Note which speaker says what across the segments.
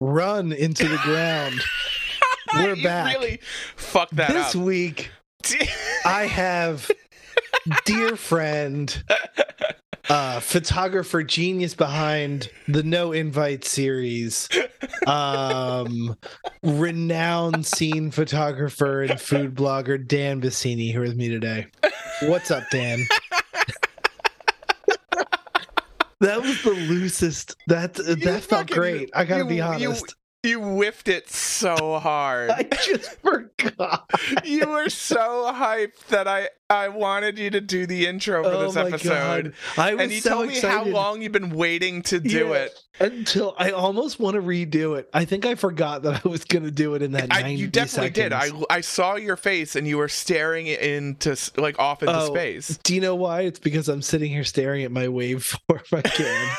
Speaker 1: run into the ground. We're
Speaker 2: you
Speaker 1: back.
Speaker 2: really fucked that
Speaker 1: this
Speaker 2: up.
Speaker 1: week, I have dear friend, uh, photographer genius behind the No Invite series, um, renowned scene photographer and food blogger Dan Bassini here with me today. What's up, Dan? that was the loosest. That that felt
Speaker 2: fucking-
Speaker 1: great. I gotta
Speaker 2: you-
Speaker 1: be
Speaker 2: you-
Speaker 1: honest.
Speaker 2: you whiffed it so hard.
Speaker 1: I just forgot.
Speaker 2: you were so hyped that I I wanted you to do the intro for this episode.
Speaker 1: Oh God. I was
Speaker 2: And you
Speaker 1: so
Speaker 2: told me
Speaker 1: excited.
Speaker 2: how long you've been waiting to do
Speaker 1: Yeah,
Speaker 2: it.
Speaker 1: until I almost want to redo it. I think I forgot that I was going to do it in that.
Speaker 2: I,
Speaker 1: 90
Speaker 2: you definitely did. I
Speaker 1: seconds.
Speaker 2: I saw your face and you were staring into s- like off into
Speaker 1: Oh.
Speaker 2: space.
Speaker 1: Do you know why? It's because I'm sitting here staring at my waveform again.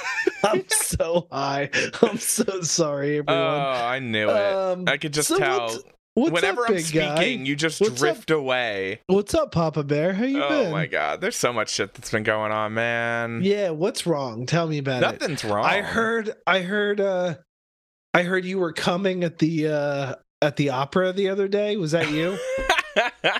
Speaker 1: I'm so high. I'm so sorry,
Speaker 2: Oh,
Speaker 1: everyone.
Speaker 2: I knew it.
Speaker 1: um,
Speaker 2: I could just
Speaker 1: so
Speaker 2: tell.
Speaker 1: what's- what's
Speaker 2: Whenever
Speaker 1: up,
Speaker 2: I'm
Speaker 1: big
Speaker 2: speaking,
Speaker 1: guy?
Speaker 2: you just
Speaker 1: What's up?
Speaker 2: drift away.
Speaker 1: What's up, Papa Bear? How you
Speaker 2: oh
Speaker 1: been?
Speaker 2: my god, there's so much shit that's been going on, man.
Speaker 1: Yeah, what's wrong? Tell me about it.
Speaker 2: Nothing's wrong.
Speaker 1: I heard. I heard. uh I heard you were coming at the uh at the opera the other day. Was that you?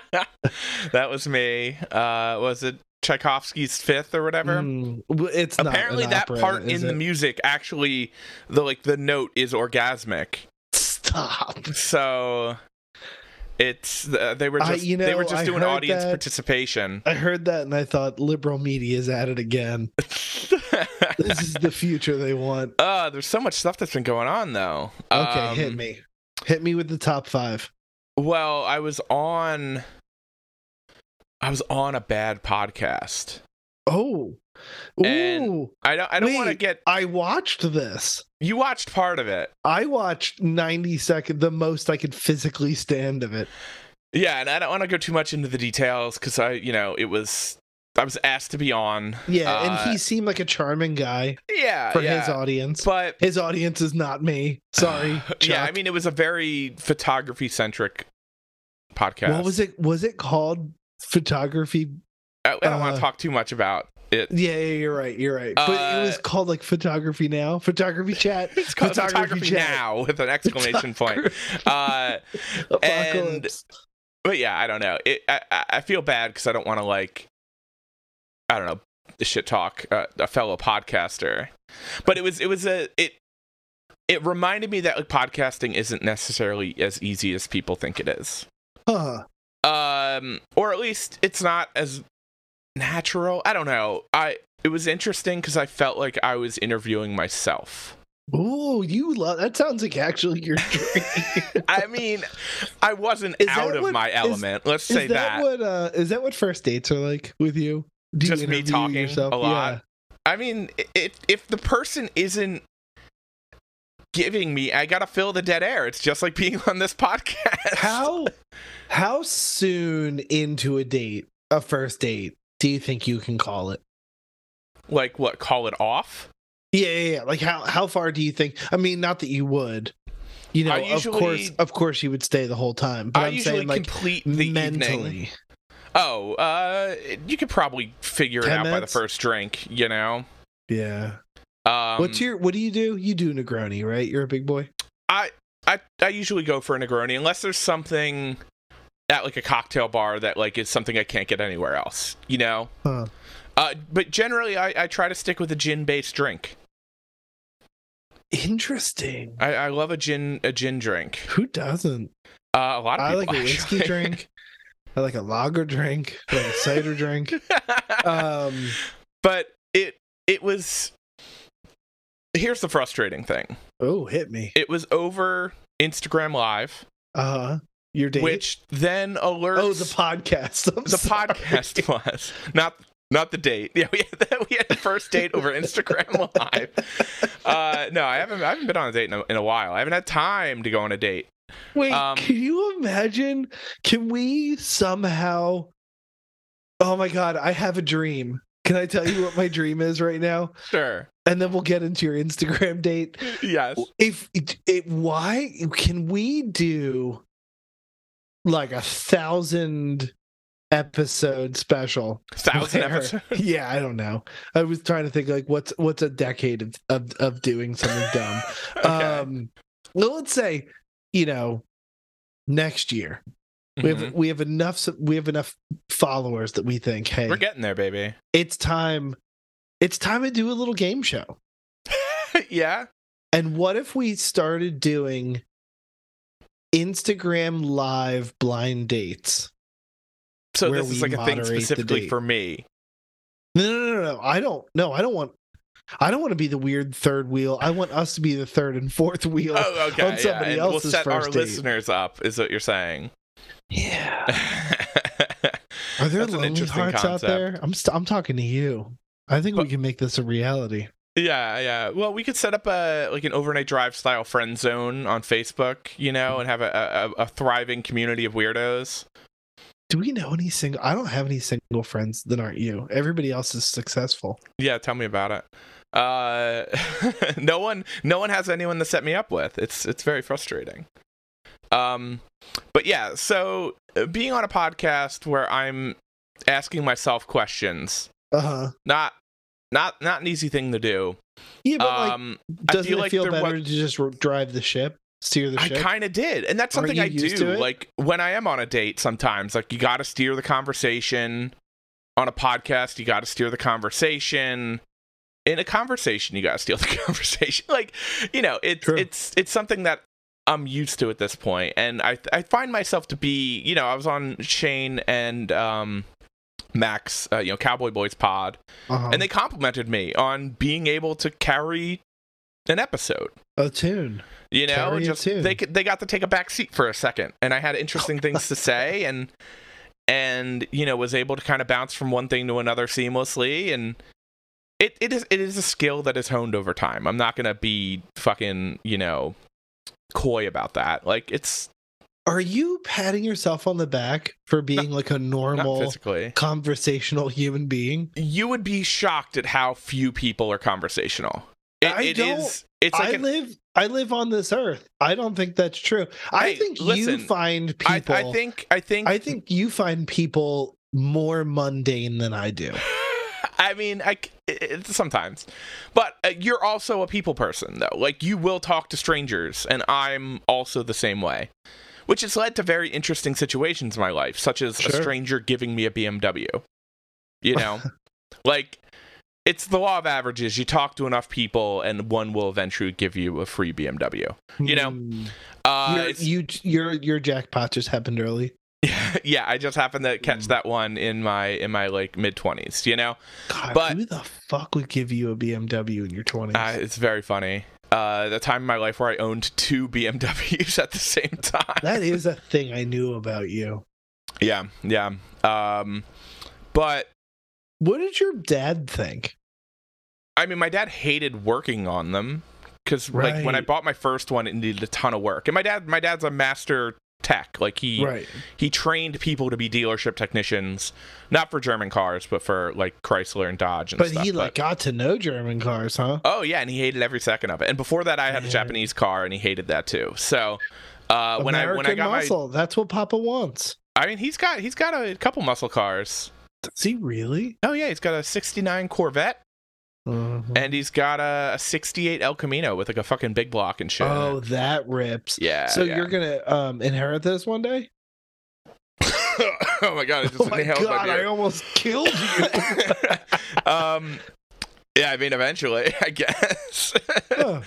Speaker 2: that was me. Uh, was it Tchaikovsky's Fifth or whatever?
Speaker 1: Mm, w- it's not
Speaker 2: Apparently,
Speaker 1: an
Speaker 2: that
Speaker 1: opera,
Speaker 2: part in
Speaker 1: is
Speaker 2: the
Speaker 1: it?
Speaker 2: music actually, the like the note is orgasmic.
Speaker 1: Stop.
Speaker 2: So it's uh, they were just
Speaker 1: I- you
Speaker 2: they
Speaker 1: know,
Speaker 2: were just
Speaker 1: I
Speaker 2: doing
Speaker 1: heard
Speaker 2: audience
Speaker 1: that.
Speaker 2: participation.
Speaker 1: I heard that and I thought liberal media's at it again. This is the future they want.
Speaker 2: uh, there's so much stuff that's been going on though.
Speaker 1: Okay, hit
Speaker 2: Um,
Speaker 1: me. Hit me with the top five.
Speaker 2: Well, I was on I was on a bad podcast.
Speaker 1: Oh.
Speaker 2: And-
Speaker 1: Ooh.
Speaker 2: I don't I don't want to
Speaker 1: Wait.
Speaker 2: get
Speaker 1: I watched this.
Speaker 2: you watched part of it.
Speaker 1: I watched 90 second the most I could physically stand of it.
Speaker 2: Yeah, and I don't want to go too much into the details cuz I, you know, it was I was asked to be on.
Speaker 1: Yeah,
Speaker 2: Uh,
Speaker 1: and he seemed like a charming guy
Speaker 2: Yeah,
Speaker 1: for
Speaker 2: yeah.
Speaker 1: his audience.
Speaker 2: But
Speaker 1: His audience is not me. Sorry.
Speaker 2: yeah, I
Speaker 1: Chuck.
Speaker 2: mean it was a very photography centric podcast.
Speaker 1: what was it? Was it called photography
Speaker 2: I, I don't want
Speaker 1: Uh,
Speaker 2: to talk too much about it.
Speaker 1: Yeah, yeah, you're right. You're right. But it was
Speaker 2: Uh,
Speaker 1: called like photography now, photography chat.
Speaker 2: It's called photography, now with an exclamation point. Uh,
Speaker 1: Apocalypse.
Speaker 2: but yeah, I don't know. It, I, I I feel bad because I don't want to like, I don't know, shit talk uh, a fellow podcaster. But it was it was a it it reminded me that like podcasting isn't necessarily as easy as people think it is.
Speaker 1: Huh.
Speaker 2: Um, or at least it's not as natural. I don't know. I it was interesting because I felt like I was interviewing myself.
Speaker 1: Ooh, you love that sounds like actually your dream.
Speaker 2: I mean, I wasn't
Speaker 1: Is that
Speaker 2: out of
Speaker 1: what-
Speaker 2: my
Speaker 1: is-
Speaker 2: element. Let's
Speaker 1: is
Speaker 2: say
Speaker 1: that,
Speaker 2: that.
Speaker 1: what uh is that what first dates are like with you? Do you
Speaker 2: Just me
Speaker 1: interview
Speaker 2: talking a lot? I mean, i- if if the person isn't giving me, I gotta fill the dead air. It's just like being on this podcast.
Speaker 1: Yeah. How how soon into a date, a first date, do you think you can call it?
Speaker 2: Like what? Call it off?
Speaker 1: Yeah, yeah, yeah. Like how how far do you think? I mean, not that you would. You know,
Speaker 2: I
Speaker 1: of course,
Speaker 2: usually-
Speaker 1: of course, you would stay the whole time. But
Speaker 2: I
Speaker 1: am
Speaker 2: usually
Speaker 1: saying, like,
Speaker 2: complete the
Speaker 1: mentally.
Speaker 2: evening. Oh, uh, you could probably figure it
Speaker 1: Ten
Speaker 2: out by the
Speaker 1: minutes?
Speaker 2: first drink. You know.
Speaker 1: Yeah.
Speaker 2: Um,
Speaker 1: What's your? What do you do? You do Negroni, right? You're a big boy.
Speaker 2: I I usually go for a Negroni unless there's something at like a cocktail bar that like is something I can't get anywhere else. You know.
Speaker 1: Huh.
Speaker 2: Uh, but generally, I, I try to stick with a gin-based drink.
Speaker 1: Interesting.
Speaker 2: I, I love a gin a gin drink.
Speaker 1: Who doesn't?
Speaker 2: Uh, a lot of
Speaker 1: I
Speaker 2: people
Speaker 1: like a whiskey
Speaker 2: actually.
Speaker 1: drink. I like a lager drink. I like a cider drink. Um,
Speaker 2: Uh, but it it was. Here's the frustrating thing.
Speaker 1: oh, hit me.
Speaker 2: It was over Instagram Live,
Speaker 1: Uh huh. Your date.
Speaker 2: which then alerts
Speaker 1: Oh, the podcast. I'm
Speaker 2: the
Speaker 1: sorry.
Speaker 2: podcast was not not the date. Yeah, we had that, we had the first date over Instagram Live. Uh, no, I haven't I haven't been on a date in a, in a while. I haven't had time to go on a date.
Speaker 1: Wait,
Speaker 2: um,
Speaker 1: can you imagine? Can we somehow? Oh my God, I have a dream. Can I tell you what my dream is right now?
Speaker 2: Sure.
Speaker 1: And then we'll get into your Instagram date.
Speaker 2: Yes.
Speaker 1: if it, it why can we do like a thousand episode special
Speaker 2: Thousand
Speaker 1: Where-
Speaker 2: episodes.
Speaker 1: yeah i don't know i was trying to think like what's what's a decade of of, of doing something dumb
Speaker 2: Okay.
Speaker 1: um well, let's say, you know, next year we
Speaker 2: Mm-hmm.
Speaker 1: have we have enough su- we have enough followers that we think, hey,
Speaker 2: We're getting there, baby.
Speaker 1: it's time, it's time to do a little game show.
Speaker 2: yeah.
Speaker 1: And what if we started doing Instagram live blind dates?
Speaker 2: So
Speaker 1: Where
Speaker 2: this is
Speaker 1: we
Speaker 2: like a thing
Speaker 1: moderate the
Speaker 2: specifically
Speaker 1: date.
Speaker 2: for me.
Speaker 1: No, no, no, no, no. I don't. No, I don't want. I don't want to be the weird third wheel. I want us to be the third and fourth wheel.
Speaker 2: Oh, okay.
Speaker 1: On
Speaker 2: yeah,
Speaker 1: somebody
Speaker 2: and
Speaker 1: else's
Speaker 2: we'll set our
Speaker 1: first date.
Speaker 2: listeners up, is what you're saying.
Speaker 1: Yeah.
Speaker 2: I
Speaker 1: Are there
Speaker 2: That's an
Speaker 1: lonely
Speaker 2: interesting
Speaker 1: hearts
Speaker 2: concept.
Speaker 1: out there? I'm st- I'm talking to you. I think
Speaker 2: But-
Speaker 1: we can make this a reality.
Speaker 2: Yeah, yeah. Well, we could set up a like an overnight drive style friend zone on Facebook, you know, and have a, a, a thriving community of weirdos.
Speaker 1: Do we know any single? I don't have any single friends that aren't you. Everybody else is successful.
Speaker 2: Yeah, tell me about it. Uh, no one, no one has anyone to set me up with. It's it's very frustrating. Um, but yeah, so uh, being on a podcast where I'm asking myself questions,
Speaker 1: Uh huh.
Speaker 2: not not not an easy thing to do.
Speaker 1: Yeah, but like,
Speaker 2: Um, I
Speaker 1: doesn't
Speaker 2: feel
Speaker 1: it
Speaker 2: like
Speaker 1: feel
Speaker 2: there
Speaker 1: better to
Speaker 2: wa-
Speaker 1: just ro- drive the ship, steer the
Speaker 2: I
Speaker 1: ship?
Speaker 2: kind of did, and that's
Speaker 1: Aren't
Speaker 2: something
Speaker 1: you
Speaker 2: I
Speaker 1: used
Speaker 2: do.
Speaker 1: to it?
Speaker 2: Like when I am on a date, sometimes like you got to steer the conversation. On a podcast, you got to steer the conversation. In a conversation, you got to steer the conversation. Like you know, it's
Speaker 1: True.
Speaker 2: it's it's something that I'm used to at this point, and I I find myself to be you know I was on Shane and um Max uh, you know Cowboy Boys Pod,
Speaker 1: uh-huh.
Speaker 2: and they complimented me on being able to carry an episode.
Speaker 1: a tune.
Speaker 2: You know,
Speaker 1: Carry a
Speaker 2: just
Speaker 1: tune.
Speaker 2: they could- they got to take a back seat for a second, and I had interesting things to say, and and you know was able to kind of bounce from one thing to another seamlessly, and it it is it is a skill that is honed over time. I'm not gonna be fucking you know coy about that. Like it's
Speaker 1: Are you patting yourself on the back for being like a
Speaker 2: not
Speaker 1: normal
Speaker 2: physically.
Speaker 1: conversational human being?
Speaker 2: You would be shocked at how few people are conversational. It,
Speaker 1: I
Speaker 2: it
Speaker 1: don't-
Speaker 2: is- It's like
Speaker 1: I
Speaker 2: an-
Speaker 1: live. I live on this earth. I don't think that's true. I
Speaker 2: Hey,
Speaker 1: think you
Speaker 2: listen,
Speaker 1: find
Speaker 2: I,
Speaker 1: people.
Speaker 2: I think I think
Speaker 1: I think you find people more mundane than I do.
Speaker 2: I mean, I c- it- it- sometimes, but uh, you're also a people person though. Like you will talk to strangers, and I'm also the same way, which has led to very interesting situations in my life, such as a
Speaker 1: Sure.
Speaker 2: stranger giving me a BMW. You know, like it's the law of averages. You talk to enough people, and one will eventually give you a free BMW. You know,
Speaker 1: Mm.
Speaker 2: Uh,
Speaker 1: Your-
Speaker 2: it's-
Speaker 1: you your your jackpot just happened early.
Speaker 2: yeah, I just happened to catch
Speaker 1: Mm.
Speaker 2: that one in my in my like mid twenties. You know.
Speaker 1: God,
Speaker 2: But-
Speaker 1: who the fuck would give you a BMW in your twenties?
Speaker 2: Uh, it's very funny. Uh, the time in my life where I owned two BMWs at the same time.
Speaker 1: that is a thing I knew about you.
Speaker 2: yeah, yeah. Um, but
Speaker 1: What did your dad think?
Speaker 2: I mean, my dad hated working on them because, like, when I
Speaker 1: Right.
Speaker 2: bought my first one, it needed a ton of work. And my dad, my dad's a master tech. Like he
Speaker 1: Right.
Speaker 2: he trained people to be dealership technicians, not for German cars, but for like Chrysler and Dodge and
Speaker 1: But
Speaker 2: stuff.
Speaker 1: he like got to know German cars, huh?
Speaker 2: Oh yeah, and he hated every second of it. And before that, I had a
Speaker 1: Man.
Speaker 2: Japanese car, and he hated that too. So uh, when I when I
Speaker 1: American
Speaker 2: got my
Speaker 1: muscle. That's what Papa wants.
Speaker 2: I mean, he's got he's got a couple muscle cars.
Speaker 1: Does he really?
Speaker 2: Oh yeah, he's got a '69 Corvette,
Speaker 1: Mhm.
Speaker 2: and he's got a, a '68 El Camino with like a fucking big block and shit. in
Speaker 1: Oh,
Speaker 2: it.
Speaker 1: that rips.
Speaker 2: yeah.
Speaker 1: so
Speaker 2: yeah.
Speaker 1: you're gonna um inherit this one day?
Speaker 2: oh my god, I just
Speaker 1: Oh my
Speaker 2: inhaled
Speaker 1: god, I
Speaker 2: my
Speaker 1: almost killed you.
Speaker 2: beer. um, yeah, I mean, eventually, I guess.
Speaker 1: Huh.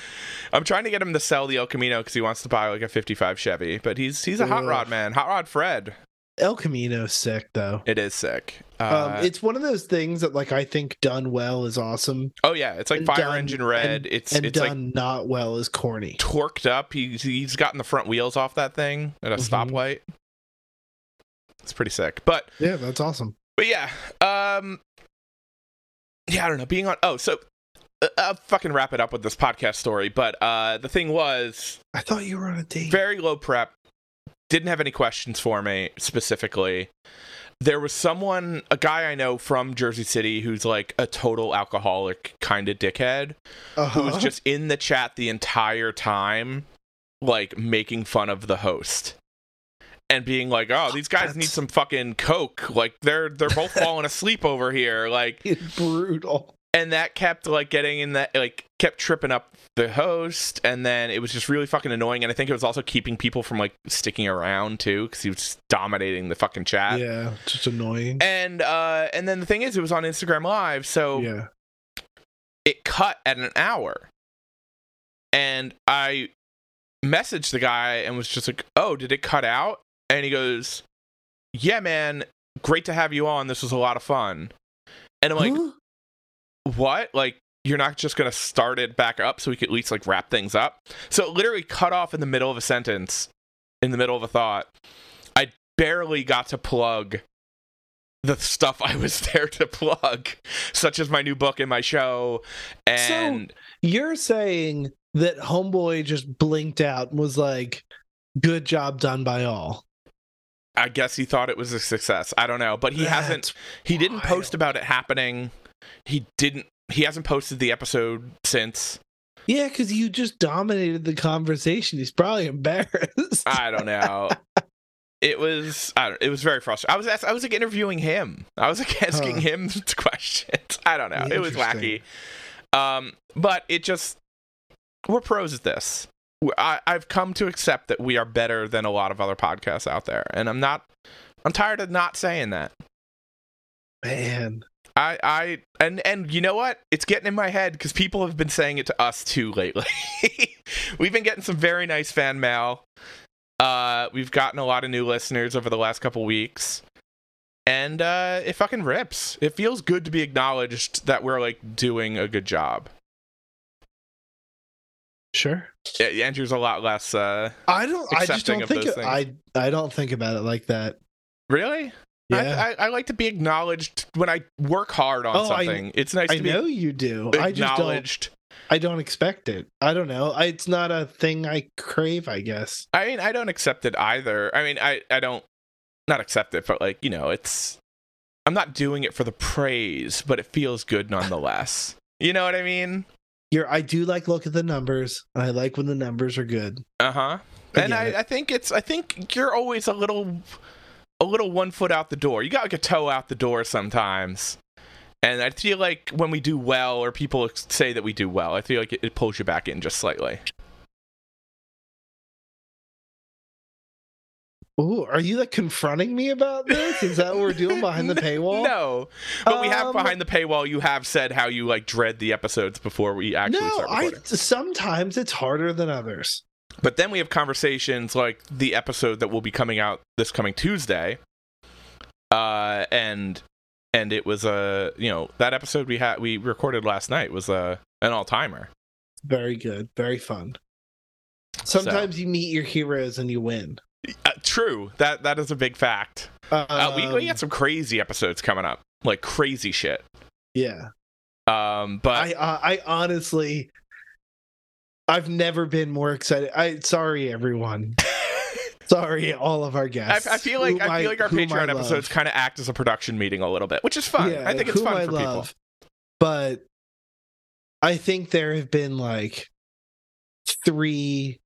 Speaker 2: I'm trying to get him to sell the El Camino because he wants to buy like a '55 Chevy, but he's he's a hot
Speaker 1: Ugh.
Speaker 2: rod man, hot rod Fred.
Speaker 1: El Camino's sick though.
Speaker 2: It is sick.
Speaker 1: Um,
Speaker 2: Uh,
Speaker 1: it's one of those things that like I think done well is awesome,
Speaker 2: oh yeah, it's like
Speaker 1: and
Speaker 2: fire
Speaker 1: done-
Speaker 2: engine red. it's
Speaker 1: and
Speaker 2: it's like
Speaker 1: done not well is corny.
Speaker 2: torqued up. He's he's gotten the front wheels off that thing at a
Speaker 1: Mhm.
Speaker 2: stoplight. It's pretty sick. But
Speaker 1: Yeah, that's awesome.
Speaker 2: but yeah, um, yeah, I don't know. Being on oh so. uh, I'll fucking wrap it up with this podcast story, but uh, the thing was
Speaker 1: I thought you were on a date.
Speaker 2: very low prep. Didn't have any questions for me specifically. There was someone, a guy I know from Jersey City, who's like a total alcoholic kind of dickhead,
Speaker 1: Uh-huh.
Speaker 2: who was just in the chat the entire time, like making fun of the host and being like, "Oh, these guys need
Speaker 1: That's-
Speaker 2: some fucking coke. Like they're they're both falling asleep over here." Like,
Speaker 1: It's brutal.
Speaker 2: and that kept like getting in that like kept tripping up the host and then it was just really fucking annoying and i think it was also keeping people from like sticking around too because he was just dominating the fucking chat
Speaker 1: yeah, just annoying.
Speaker 2: and oh, uh and then the thing is it was on instagram live so
Speaker 1: yeah.
Speaker 2: it cut at an hour and i messaged the guy and was just like oh did it cut out and he goes yeah man great to have you on this was a lot of fun and i'm like
Speaker 1: Huh?
Speaker 2: what like you're not just gonna start it back up so we could at least like wrap things up so it literally cut off in the middle of a sentence in the middle of a thought i barely got to plug the stuff i was there to plug such as my new book and my show and
Speaker 1: You're saying that Homeboy just blinked out and was like, good job done by all.
Speaker 2: i guess he thought it was a success i don't know but he hasn't
Speaker 1: That's-
Speaker 2: he didn't post
Speaker 1: wild.
Speaker 2: about it happening he didn't he hasn't posted the episode since
Speaker 1: Yeah, because you just dominated the conversation. He's probably embarrassed.
Speaker 2: I don't know. It was I don't, it was very frustrating. I was ask, I was like interviewing him. I was like asking
Speaker 1: Huh.
Speaker 2: him questions. I don't know. It was wacky.
Speaker 1: Interesting.
Speaker 2: Um, but it just we're pros at this. We- I, I've come to accept that we are better than a lot of other podcasts out there, and I'm not. I'm tired of not saying that.
Speaker 1: Man.
Speaker 2: I I and and you know what? It's getting in my head because people have been saying it to us too lately. we've been getting some very nice fan mail. Uh, we've gotten a lot of new listeners over the last couple weeks, and uh, it fucking rips. It feels good to be acknowledged that we're like doing a good job.
Speaker 1: Sure.
Speaker 2: Yeah, Andrew's a lot less. Uh,
Speaker 1: I don't I just
Speaker 2: Accepting
Speaker 1: don't
Speaker 2: of
Speaker 1: think
Speaker 2: those
Speaker 1: it- I I don't think about it like that.
Speaker 2: really?
Speaker 1: Yeah.
Speaker 2: I, I, I like to be acknowledged when I work hard on
Speaker 1: Oh, I-
Speaker 2: something. it's nice
Speaker 1: I,
Speaker 2: to be
Speaker 1: know you do. I just don't
Speaker 2: acknowledged.
Speaker 1: I don't expect it. I don't know. I, it's not a thing I crave, I guess.
Speaker 2: I mean, I don't accept it either. I mean, I, I don't not accept it, but like you know, it's I'm not doing it for the praise, but it feels good nonetheless. you know what I mean?
Speaker 1: You're I do like look at the numbers. I like when the numbers are good.
Speaker 2: Uh huh.
Speaker 1: Uh-huh. I
Speaker 2: And
Speaker 1: get it.
Speaker 2: I, I think it's I think you're always a little a little one foot out the door. You got like a toe out the door sometimes. And I feel like when we do well, or people ex- say that we do well, I feel like it, it pulls you back in just slightly.
Speaker 1: Ooh, are you like confronting me about this? Is that what we're doing behind the paywall?
Speaker 2: No, but we have
Speaker 1: Um,
Speaker 2: behind the paywall. You have said how you like dread the episodes before we actually
Speaker 1: No,
Speaker 2: start
Speaker 1: I
Speaker 2: recording.
Speaker 1: sometimes it's harder than others.
Speaker 2: But then we have conversations like the episode that will be coming out this coming Tuesday. Uh, and and it was a you know that episode we had we recorded last night was a an all timer.
Speaker 1: Very good, very fun. Sometimes you meet your heroes and you win.
Speaker 2: Uh, true, that that is a big fact. Uh, we we
Speaker 1: Um,
Speaker 2: got some crazy episodes coming up, like crazy shit.
Speaker 1: yeah.
Speaker 2: Um, but
Speaker 1: I uh, I honestly, I've never been more excited. I sorry everyone, sorry all of our
Speaker 2: I,
Speaker 1: guests.
Speaker 2: I feel like
Speaker 1: whom
Speaker 2: I feel like our
Speaker 1: whom I
Speaker 2: Patreon
Speaker 1: love.
Speaker 2: episodes kind of act as a production meeting a little bit, which is fun.
Speaker 1: Yeah,
Speaker 2: I think it's
Speaker 1: whom
Speaker 2: fun for people.
Speaker 1: But I think there have been like three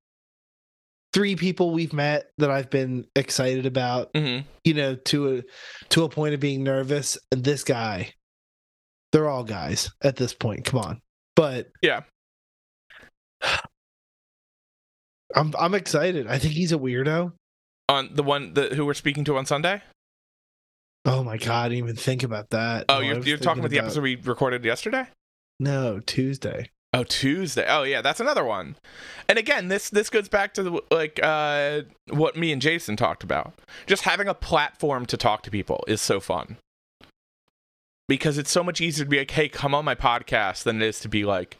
Speaker 1: three people we've met that I've been excited about.
Speaker 2: Mhm.
Speaker 1: You know, to a to a point of being nervous. And this guy, they're all guys at this point. Come on, but
Speaker 2: Yeah.
Speaker 1: I'm I'm excited. I think he's a weirdo.
Speaker 2: On the one that who we're speaking to on Sunday.
Speaker 1: Oh my god, I didn't even think about that.
Speaker 2: Oh,
Speaker 1: No, I
Speaker 2: you're,
Speaker 1: was
Speaker 2: you're talking
Speaker 1: thinking
Speaker 2: about the episode we recorded yesterday?
Speaker 1: No, Tuesday.
Speaker 2: Oh, Tuesday. Oh, yeah, that's another one. And again, this this goes back to the, like uh, what me and Jason talked about. Just having a platform to talk to people is so fun because it's so much easier to be like, "Hey, come on my podcast," than it is to be like,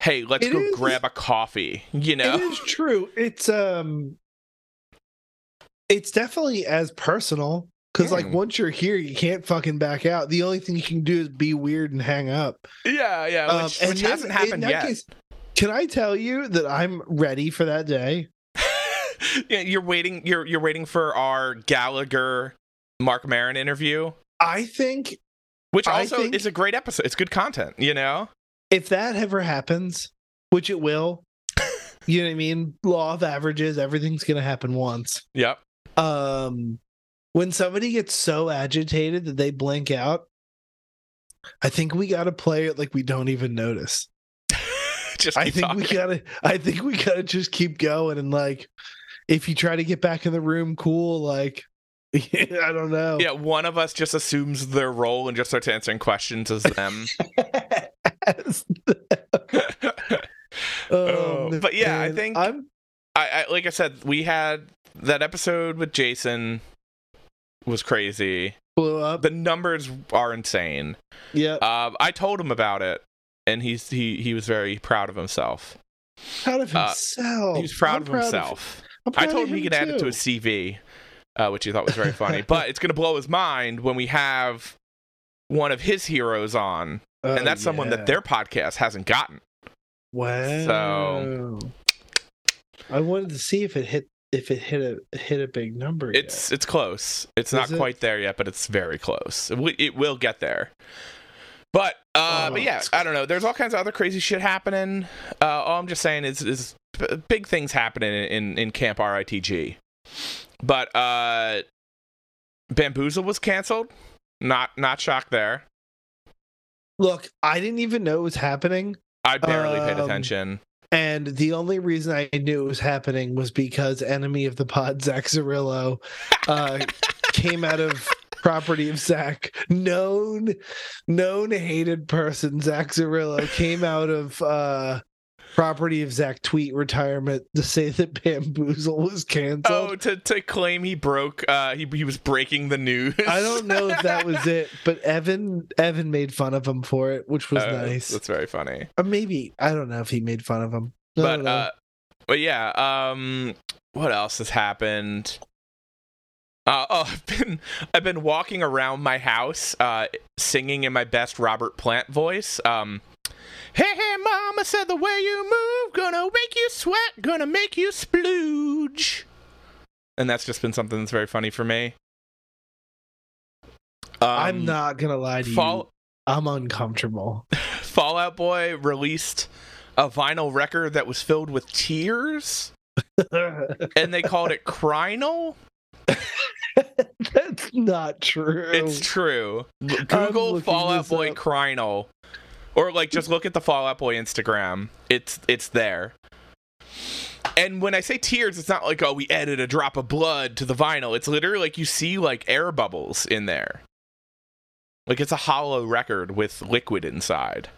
Speaker 2: "Hey, let's
Speaker 1: It
Speaker 2: go
Speaker 1: is-
Speaker 2: grab a coffee." You know?
Speaker 1: It is true. It's um it's definitely as personal because like
Speaker 2: Mm.
Speaker 1: once you're here, you can't fucking back out. The only thing you can do is be weird and hang up.
Speaker 2: yeah, yeah.
Speaker 1: Um,
Speaker 2: Which,
Speaker 1: and
Speaker 2: which
Speaker 1: then
Speaker 2: hasn't
Speaker 1: in
Speaker 2: happened
Speaker 1: that
Speaker 2: yet.
Speaker 1: case, can I tell you that I'm ready for that day?
Speaker 2: yeah, you're waiting. You're you're waiting for our Gallagher Mark Marin interview.
Speaker 1: I think
Speaker 2: which
Speaker 1: I
Speaker 2: also
Speaker 1: think-
Speaker 2: is a great episode. It's good content, you know.
Speaker 1: if that ever happens, which it will, you know what I mean? Law of averages, everything's gonna happen once.
Speaker 2: Yep.
Speaker 1: Um when somebody gets so agitated that they blink out, I think we gotta play it like we don't even notice.
Speaker 2: Just
Speaker 1: I
Speaker 2: keep
Speaker 1: think we
Speaker 2: talking.
Speaker 1: gotta. I think we gotta just keep going and like, if you try to get back in the room, cool. Like, I don't know.
Speaker 2: Yeah, one of us just assumes their role and just starts answering questions as them.
Speaker 1: Oh,
Speaker 2: Oh, but yeah, I
Speaker 1: man.
Speaker 2: think-
Speaker 1: I'm.
Speaker 2: I, I like I said, we had that episode with Jason was crazy.
Speaker 1: Blew up.
Speaker 2: The numbers are insane.
Speaker 1: Yeah.
Speaker 2: Um, I told him about it, and he's he he was very proud of himself.
Speaker 1: proud of
Speaker 2: uh,
Speaker 1: himself.
Speaker 2: he was proud
Speaker 1: Oh, I'm
Speaker 2: of himself.
Speaker 1: I'm
Speaker 2: I
Speaker 1: proud
Speaker 2: told
Speaker 1: of
Speaker 2: him he could add it to
Speaker 1: too.
Speaker 2: his CV, uh, which he thought was very funny. but it's gonna blow his mind when we have one of his heroes on,
Speaker 1: Oh,
Speaker 2: and that's someone
Speaker 1: yeah.
Speaker 2: that their podcast hasn't gotten.
Speaker 1: Wow. I wanted to see if it hit if it hit a hit a big number. yet.
Speaker 2: It's it's close. It's
Speaker 1: Is
Speaker 2: not
Speaker 1: it?
Speaker 2: quite there yet, but it's very close. It, w- it will get there. But uh,
Speaker 1: Oh,
Speaker 2: but yeah,
Speaker 1: it's-
Speaker 2: I don't know. There's all kinds of other crazy shit happening. Uh, all I'm just saying is is b- big things happening in in Camp RITG. But uh, Bamboozle was canceled. Not not shocked there.
Speaker 1: look. I didn't even know it was happening,
Speaker 2: I barely paid
Speaker 1: Um,
Speaker 2: attention.
Speaker 1: and the only reason I knew it was happening was because enemy of the pod Zach Zarillo uh, came out of property of Zach, known known hated person Zach Zarillo came out of. uh Property of Zach Tweet retirement to say that Bamboozle was canceled.
Speaker 2: Oh, to, to claim he broke. Uh, he he was breaking the news.
Speaker 1: I don't know if that was it, but Evan Evan made fun of him for it, which was
Speaker 2: Uh,
Speaker 1: nice.
Speaker 2: That's very funny.
Speaker 1: Or maybe I don't know if he made fun of him. I
Speaker 2: but
Speaker 1: don't know.
Speaker 2: uh but yeah um what else has happened uh, oh, I've been I've been walking around my house, uh, singing in my best Robert Plant voice. Um, hey, hey, mama said the way you move gonna make you sweat, gonna make you splooge, and that's just been something that's very funny for me. Um,
Speaker 1: I'm not gonna lie to you.
Speaker 2: Fall,
Speaker 1: I'm uncomfortable.
Speaker 2: Fallout Boy released a vinyl record that was filled with tears. and they called it crinal.
Speaker 1: That's not true.
Speaker 2: It's true. L-
Speaker 1: I'm
Speaker 2: Google
Speaker 1: looking
Speaker 2: Fallout
Speaker 1: this
Speaker 2: Boy
Speaker 1: up.
Speaker 2: crinal, or like just look at the Fallout Boy Instagram. It's it's there. And when I say tears, it's not like oh we added a drop of blood to the vinyl. It's literally like you see like air bubbles in there. Like it's a hollow record with liquid inside.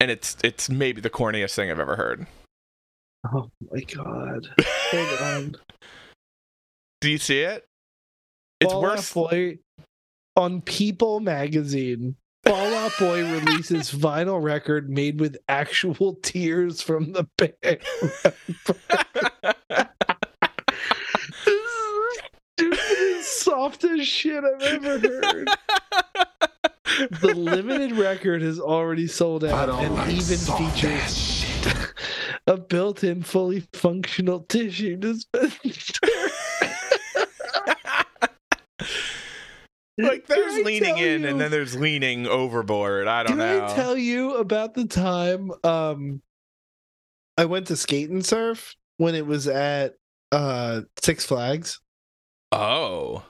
Speaker 2: And it's it's maybe the corniest thing I've ever heard.
Speaker 1: oh my god. Hold on.
Speaker 2: Do you see it? It's
Speaker 1: Fall Out
Speaker 2: worse.
Speaker 1: Boy on People magazine. Fall Out Boy releases vinyl record made with actual tears from the band. Dude, this is soft as shit I've ever heard. The limited record has already sold out and even features a built-in, fully functional tissue dispenser.
Speaker 2: like there's
Speaker 1: Can I
Speaker 2: leaning
Speaker 1: tell
Speaker 2: in
Speaker 1: you-
Speaker 2: and then there's leaning overboard. I
Speaker 1: Can
Speaker 2: don't know.
Speaker 1: I tell you about the time um I went to skate and surf when it was at uh Six Flags?
Speaker 2: oh,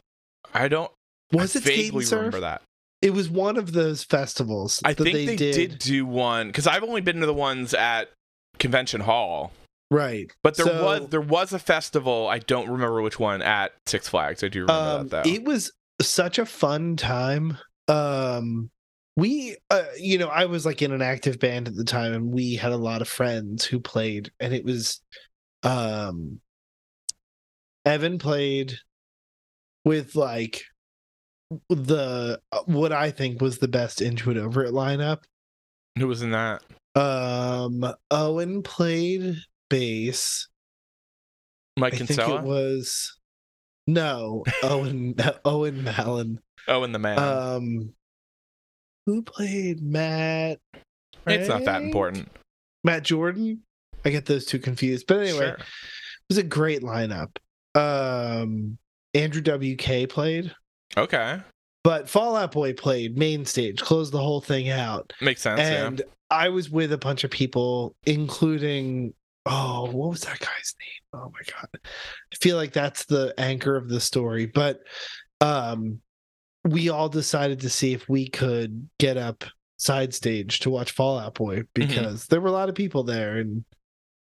Speaker 2: I don't.
Speaker 1: Was
Speaker 2: I
Speaker 1: it skate
Speaker 2: vaguely
Speaker 1: and surf?
Speaker 2: remember that?
Speaker 1: It was one of those festivals
Speaker 2: I
Speaker 1: that
Speaker 2: think
Speaker 1: they, did.
Speaker 2: do one because I've only been to the ones at convention hall,
Speaker 1: Right.
Speaker 2: but there
Speaker 1: So-
Speaker 2: was there was a festival. I don't remember which one at Six Flags. I do remember
Speaker 1: Um,
Speaker 2: that though.
Speaker 1: It was such a fun time. Um, we, uh, you know, I was like in an active band at the time, and we had a lot of friends who played, and it was, um, Evan played with like the uh, what I think was the best Into It Over It lineup.
Speaker 2: Who was in that?
Speaker 1: Um, Owen played bass.
Speaker 2: Mike
Speaker 1: I think it
Speaker 2: Kinsella.
Speaker 1: was no Owen Owen Mallon.
Speaker 2: Oh, and the man.
Speaker 1: Um, who played Matt?
Speaker 2: it's not that
Speaker 1: Frank?
Speaker 2: important.
Speaker 1: Matt Jordan. I get those two confused, but anyway,
Speaker 2: Sure.
Speaker 1: it was a great lineup. Um, Andrew WK played,
Speaker 2: Okay,
Speaker 1: but Fallout Boy played main stage, closed the whole thing out,
Speaker 2: makes sense. yeah.
Speaker 1: and I was with a bunch of people, including oh, what was that guy's name? Oh my god, I feel like that's the anchor of the story. But um, we all decided to see if we could get up side stage to watch Fallout Boy
Speaker 2: Mm-hmm.
Speaker 1: because there were a lot of people there, and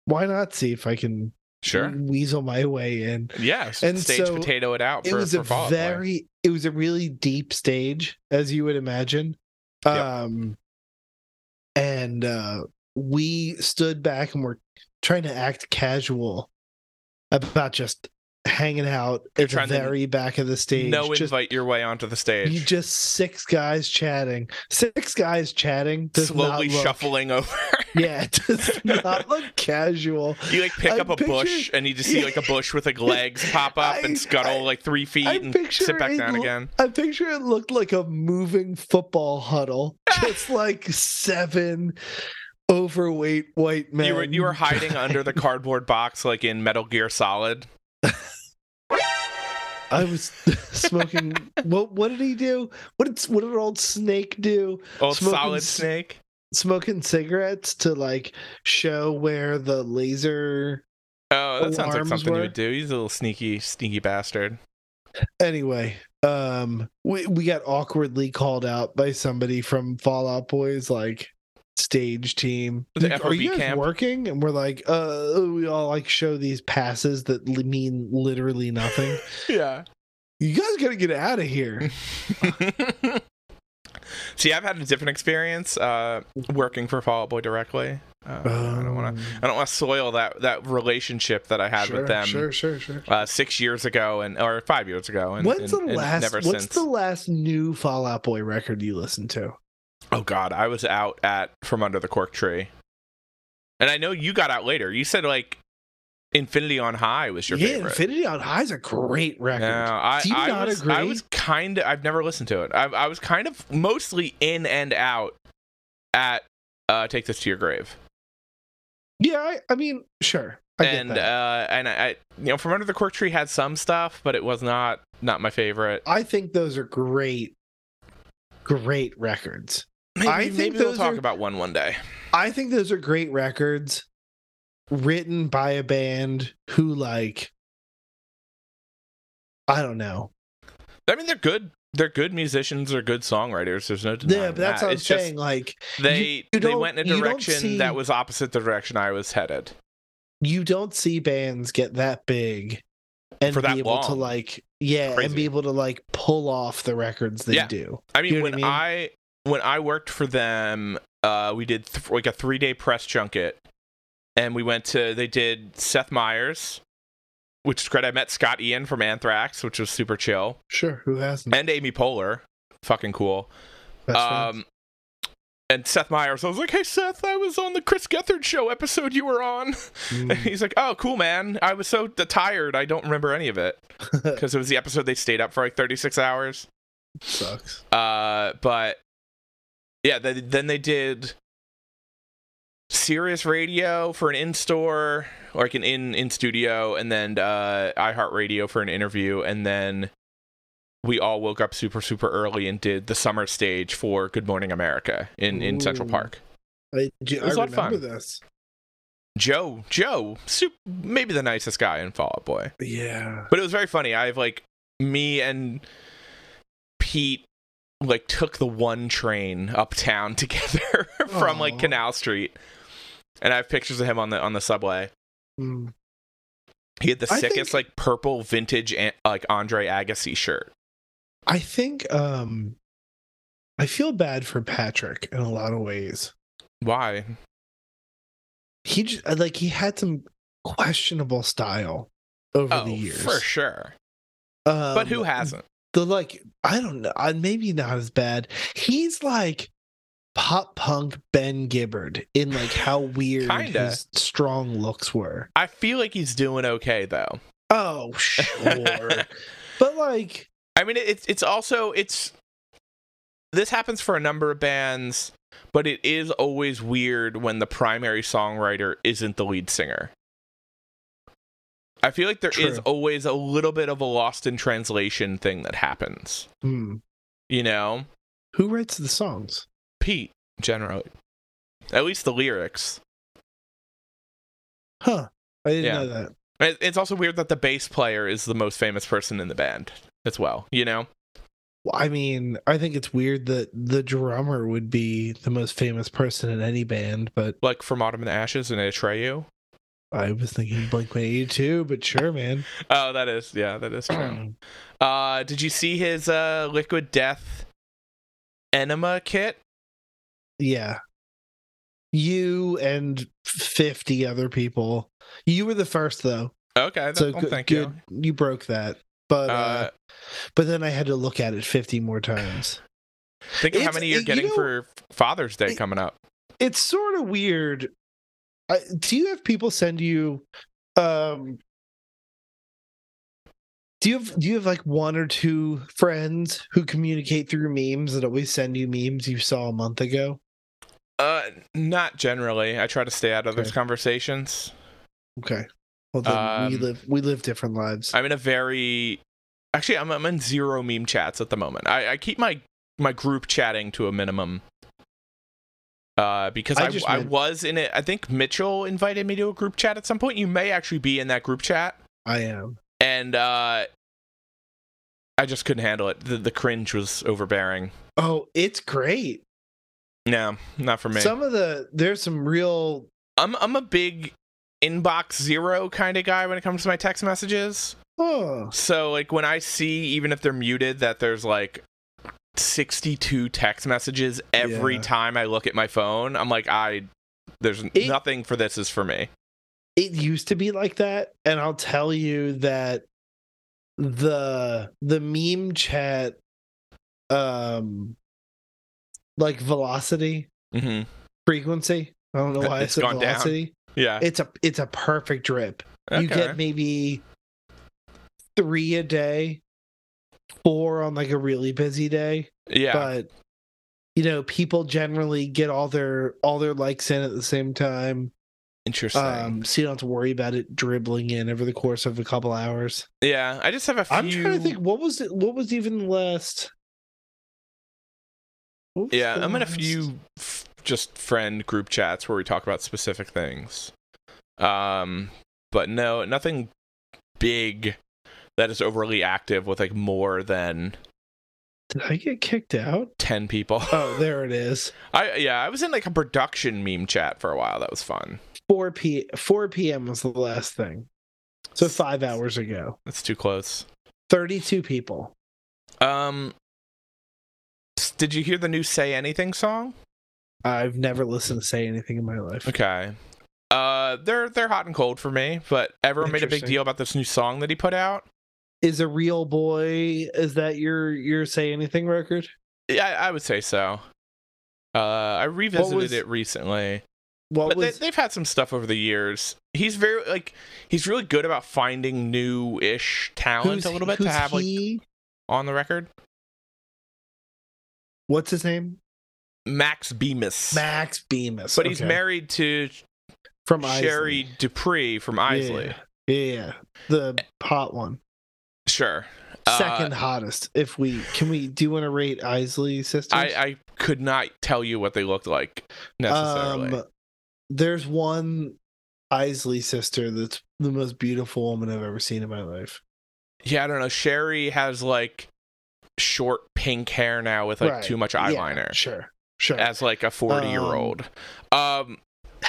Speaker 1: why not see if I can
Speaker 2: Sure.
Speaker 1: weasel my way in?
Speaker 2: Yeah. s-
Speaker 1: And
Speaker 2: stage
Speaker 1: so
Speaker 2: potato it out
Speaker 1: it
Speaker 2: for,
Speaker 1: was
Speaker 2: for
Speaker 1: a
Speaker 2: Fall Out Boy.
Speaker 1: very it was a really deep stage as you would imagine
Speaker 2: Yep.
Speaker 1: um and uh we stood back and were trying to act casual about just hanging out at the
Speaker 2: Trying to
Speaker 1: very back of the stage
Speaker 2: no
Speaker 1: just,
Speaker 2: invite your way onto the
Speaker 1: you
Speaker 2: stage.
Speaker 1: just six guys chatting six guys chatting does
Speaker 2: Slowly
Speaker 1: not look,
Speaker 2: shuffling over.
Speaker 1: yeah it does not look casual
Speaker 2: You like pick
Speaker 1: I'm
Speaker 2: up a bush
Speaker 1: picturing-
Speaker 2: and you just see like a bush with like legs pop up
Speaker 1: I-
Speaker 2: and scuttle
Speaker 1: I-
Speaker 2: like three feet
Speaker 1: I
Speaker 2: and sit back
Speaker 1: picturing
Speaker 2: down
Speaker 1: l-
Speaker 2: again.
Speaker 1: I picture it looked like a moving football huddle, just like seven overweight white men.
Speaker 2: You were you were hiding under the cardboard box like in Metal Gear Solid.
Speaker 1: I was smoking. what what did he do? What did what did old snake do?
Speaker 2: Old
Speaker 1: Smoking
Speaker 2: Solid
Speaker 1: s-
Speaker 2: Snake.
Speaker 1: Smoking cigarettes to like show where the laser.
Speaker 2: Oh, that sounds like
Speaker 1: alarms
Speaker 2: something
Speaker 1: were.
Speaker 2: you would do. He's a little sneaky, sneaky bastard.
Speaker 1: Anyway, um, we we got awkwardly called out by somebody from Fallout Boys, like stage team.
Speaker 2: The
Speaker 1: Like, Are
Speaker 2: FOB
Speaker 1: you guys
Speaker 2: camp?
Speaker 1: working? And we're like, uh, we all like show these passes that li- mean literally nothing.
Speaker 2: Yeah.
Speaker 1: you guys gotta get out of here.
Speaker 2: See, I've had a different experience uh, working for Fall Out Boy directly. Uh, I don't want to. I don't want to soil that that relationship that I had with them
Speaker 1: Um, Sure, sure, sure.
Speaker 2: uh, six years ago and or five years ago. And
Speaker 1: When's
Speaker 2: and-
Speaker 1: the
Speaker 2: and
Speaker 1: last?
Speaker 2: Never
Speaker 1: what's
Speaker 2: since.
Speaker 1: the last new Fallout Boy record you listened to?
Speaker 2: Oh God, I was out at from under the cork tree, and I know you got out later. You said like Infinity on High was your
Speaker 1: yeah,
Speaker 2: favorite.
Speaker 1: Infinity on High is a great record.
Speaker 2: No, I,
Speaker 1: Do you
Speaker 2: I
Speaker 1: not
Speaker 2: was,
Speaker 1: agree?
Speaker 2: I was kind of. I've never listened to it. I, I was kind of mostly in and out at uh, "Take This to Your Grave,"
Speaker 1: Yeah, I, I mean, sure. I get
Speaker 2: and
Speaker 1: that.
Speaker 2: uh, and I, I, you know, "From Under the Cork Tree" had some stuff, but it was not not my favorite.
Speaker 1: I think those are great, great records.
Speaker 2: Maybe,
Speaker 1: I think
Speaker 2: maybe we'll
Speaker 1: those
Speaker 2: talk
Speaker 1: are-
Speaker 2: about one one day.
Speaker 1: I think those are great records written by a band who, like, I don't know.
Speaker 2: I mean, they're good. They're good musicians. They're good songwriters. There's no denying
Speaker 1: Yeah, but that's
Speaker 2: that.
Speaker 1: what I'm
Speaker 2: it's just
Speaker 1: saying. Like,
Speaker 2: they
Speaker 1: you
Speaker 2: they
Speaker 1: don't-
Speaker 2: went in
Speaker 1: you
Speaker 2: a
Speaker 1: don't
Speaker 2: direction
Speaker 1: see-
Speaker 2: that was opposite the direction I was headed.
Speaker 1: you don't see bands get that big and
Speaker 2: For that
Speaker 1: be able to,
Speaker 2: long.
Speaker 1: like, yeah,
Speaker 2: Crazy.
Speaker 1: and be able to, like, pull off the records they
Speaker 2: Yeah.
Speaker 1: do.
Speaker 2: I mean,
Speaker 1: You know what
Speaker 2: when
Speaker 1: I
Speaker 2: I,
Speaker 1: mean?
Speaker 2: when I worked for them, uh, we did th- like a three day press junket, and we went to they did Seth Meyers, which is great. I met Scott Ian from Anthrax, which was super chill,
Speaker 1: Sure. Who hasn't?
Speaker 2: and Amy Poehler, fucking cool.
Speaker 1: Best friends.
Speaker 2: Um, and Seth Meyers, I was like, hey Seth, I was on the Chris Gethard show episode you were on. And
Speaker 1: Mm.
Speaker 2: he's like, "Oh, cool, man. I was so t- tired, I don't remember any of it because it was the episode they stayed up for like 36 hours."
Speaker 1: sucks.
Speaker 2: Uh, but yeah, th- then they did Sirius Radio for an in-store, or like an in in studio, and then uh, iHeartRadio for an interview, and then we all woke up super super early and did the summer stage for Good Morning America in in Central
Speaker 1: Ooh.
Speaker 2: Park.
Speaker 1: I, do, I
Speaker 2: was a lot of
Speaker 1: remember
Speaker 2: fun.
Speaker 1: this.
Speaker 2: Joe, Joe, sup- maybe the nicest guy in Fall Out Boy.
Speaker 1: Yeah.
Speaker 2: But it was very funny. I've like me and Pete like took the one train uptown together from like
Speaker 1: Aw.
Speaker 2: Canal Street. And I have pictures of him on the on the subway.
Speaker 1: Mm.
Speaker 2: He had the
Speaker 1: I
Speaker 2: sickest
Speaker 1: think-
Speaker 2: like purple vintage an- like Andre Agassi shirt.
Speaker 1: I think um I feel bad for Patrick in a lot of ways.
Speaker 2: Why?
Speaker 1: He just like he had some questionable style over
Speaker 2: Oh,
Speaker 1: the years.
Speaker 2: for sure.
Speaker 1: Um,
Speaker 2: But who hasn't?
Speaker 1: The like I don't know, I- maybe not as bad. He's like pop punk Ben Gibbard in like how weird
Speaker 2: Kinda.
Speaker 1: his strong looks were.
Speaker 2: I feel like he's doing okay though.
Speaker 1: Oh, sure. but like
Speaker 2: I mean, it- it's it's also it's this happens for a number of bands, but it is always weird when the primary songwriter isn't the lead singer. I feel like there is
Speaker 1: True.
Speaker 2: always a little bit of a lost in translation thing that happens.
Speaker 1: hmm,
Speaker 2: You know,
Speaker 1: who writes the songs?
Speaker 2: Pete generally, at least the lyrics.
Speaker 1: Huh. I didn't
Speaker 2: Yeah.
Speaker 1: know that.
Speaker 2: It- It's also weird that the bass player is the most famous person in the band as well. You know,
Speaker 1: I mean, I think it's weird that the drummer would be the most famous person in any band, but
Speaker 2: Like from Autumn and the Ashes and Atreyu.
Speaker 1: I was thinking Blink 182, but sure, man.
Speaker 2: Oh, that is yeah, that is true. uh, did you see his uh Liquid Death enema kit?
Speaker 1: yeah. You and 50 other people. You were the first, though.
Speaker 2: Okay, that,
Speaker 1: So
Speaker 2: well,
Speaker 1: good,
Speaker 2: Uh, thank you.
Speaker 1: good- you. broke that. But
Speaker 2: Uh,
Speaker 1: uh, but then I had to look at it 50 more times.
Speaker 2: think of how
Speaker 1: it's-
Speaker 2: many you're
Speaker 1: you
Speaker 2: getting
Speaker 1: know-
Speaker 2: for Father's Day
Speaker 1: it-
Speaker 2: coming up.
Speaker 1: It's sort of weird. I, do you have people send you um do you have do you have like one or two friends who communicate through memes that always send you memes you saw a month ago?
Speaker 2: Uh, not generally. I try to stay out of those
Speaker 1: Okay.
Speaker 2: conversations.
Speaker 1: Okay. Well then we
Speaker 2: Um,
Speaker 1: live we live different lives.
Speaker 2: I'm in a very actually I'm I'm in zero meme chats at the moment. I, I keep my my group chatting to a minimum. Uh, because
Speaker 1: I
Speaker 2: I,
Speaker 1: just
Speaker 2: I,
Speaker 1: meant-
Speaker 2: was in it. I think Mitchell invited me to a group chat at some point. You may actually be in that group chat,
Speaker 1: I am.
Speaker 2: and uh, I just couldn't handle it. The, the cringe was overbearing.
Speaker 1: Oh, it's great.
Speaker 2: No, not for me.
Speaker 1: Some of the there's some real
Speaker 2: I'm I'm a big inbox zero kind of guy when it comes to my text messages.
Speaker 1: oh
Speaker 2: So like when I see even if they're muted that there's like 62 text messages every
Speaker 1: Yeah.
Speaker 2: time I look at my phone, I'm like I there's
Speaker 1: It-
Speaker 2: nothing for this is for me.
Speaker 1: it used to be like that and i'll tell you that the the meme chat um like velocity
Speaker 2: Mhm.
Speaker 1: frequency i don't know why
Speaker 2: It's
Speaker 1: it's I said
Speaker 2: gone down.
Speaker 1: velocity
Speaker 2: Yeah.
Speaker 1: it's a it's a perfect drip you
Speaker 2: Okay.
Speaker 1: get maybe three a day four on like a really busy day
Speaker 2: yeah.
Speaker 1: but you know people generally get all their all their likes in at the same time
Speaker 2: Interesting.
Speaker 1: um so you don't have to worry about it dribbling in over the course of a couple hours
Speaker 2: yeah, I just have a few
Speaker 1: i'm trying to think what was it what was even the last what was
Speaker 2: Yeah,
Speaker 1: the
Speaker 2: I'm in a
Speaker 1: last-
Speaker 2: few f- just friend group chats where we talk about specific things. Um, but no, nothing big that is overly active with like more than
Speaker 1: did i get kicked out
Speaker 2: 10 people.
Speaker 1: oh there it is
Speaker 2: I yeah, I was in like a production meme chat for a while. That was fun.
Speaker 1: 4 p 4 p.m was the last thing so five hours ago
Speaker 2: That's too close.
Speaker 1: 32 people
Speaker 2: Um s- did you hear the new Say Anything song?
Speaker 1: i've never listened to say anything in my life
Speaker 2: Okay. Uh they're they're hot and cold for me, but everyone made a big
Speaker 1: Interesting.
Speaker 2: deal about this new song that he put out.
Speaker 1: is a real boy is that your your say anything record
Speaker 2: Yeah, I, I would say so. Uh, I revisited
Speaker 1: was-
Speaker 2: it recently,
Speaker 1: what
Speaker 2: but
Speaker 1: was
Speaker 2: they, they've had some stuff over the years. He's very like he's really good about finding new-ish talent
Speaker 1: who's-
Speaker 2: a little bit to
Speaker 1: who's
Speaker 2: have like
Speaker 1: he?
Speaker 2: on the record.
Speaker 1: what's his name
Speaker 2: Max Bemis,
Speaker 1: max bemis
Speaker 2: but he's
Speaker 1: okay.
Speaker 2: married to
Speaker 1: from
Speaker 2: Sherry Dupree from Isley.
Speaker 1: Yeah, yeah, yeah. the hot one,
Speaker 2: Sure. Uh,
Speaker 1: second hottest. If we can, we do you want to rate Isley sisters?
Speaker 2: I, I could not tell you what they looked like necessarily.
Speaker 1: Um, there's one Isley sister that's the most beautiful woman I've ever seen in my life.
Speaker 2: yeah, I don't know. Sherry has like short pink hair now with like
Speaker 1: Right,
Speaker 2: too much
Speaker 1: yeah,
Speaker 2: eyeliner.
Speaker 1: Sure, sure.
Speaker 2: as like a 40 year old um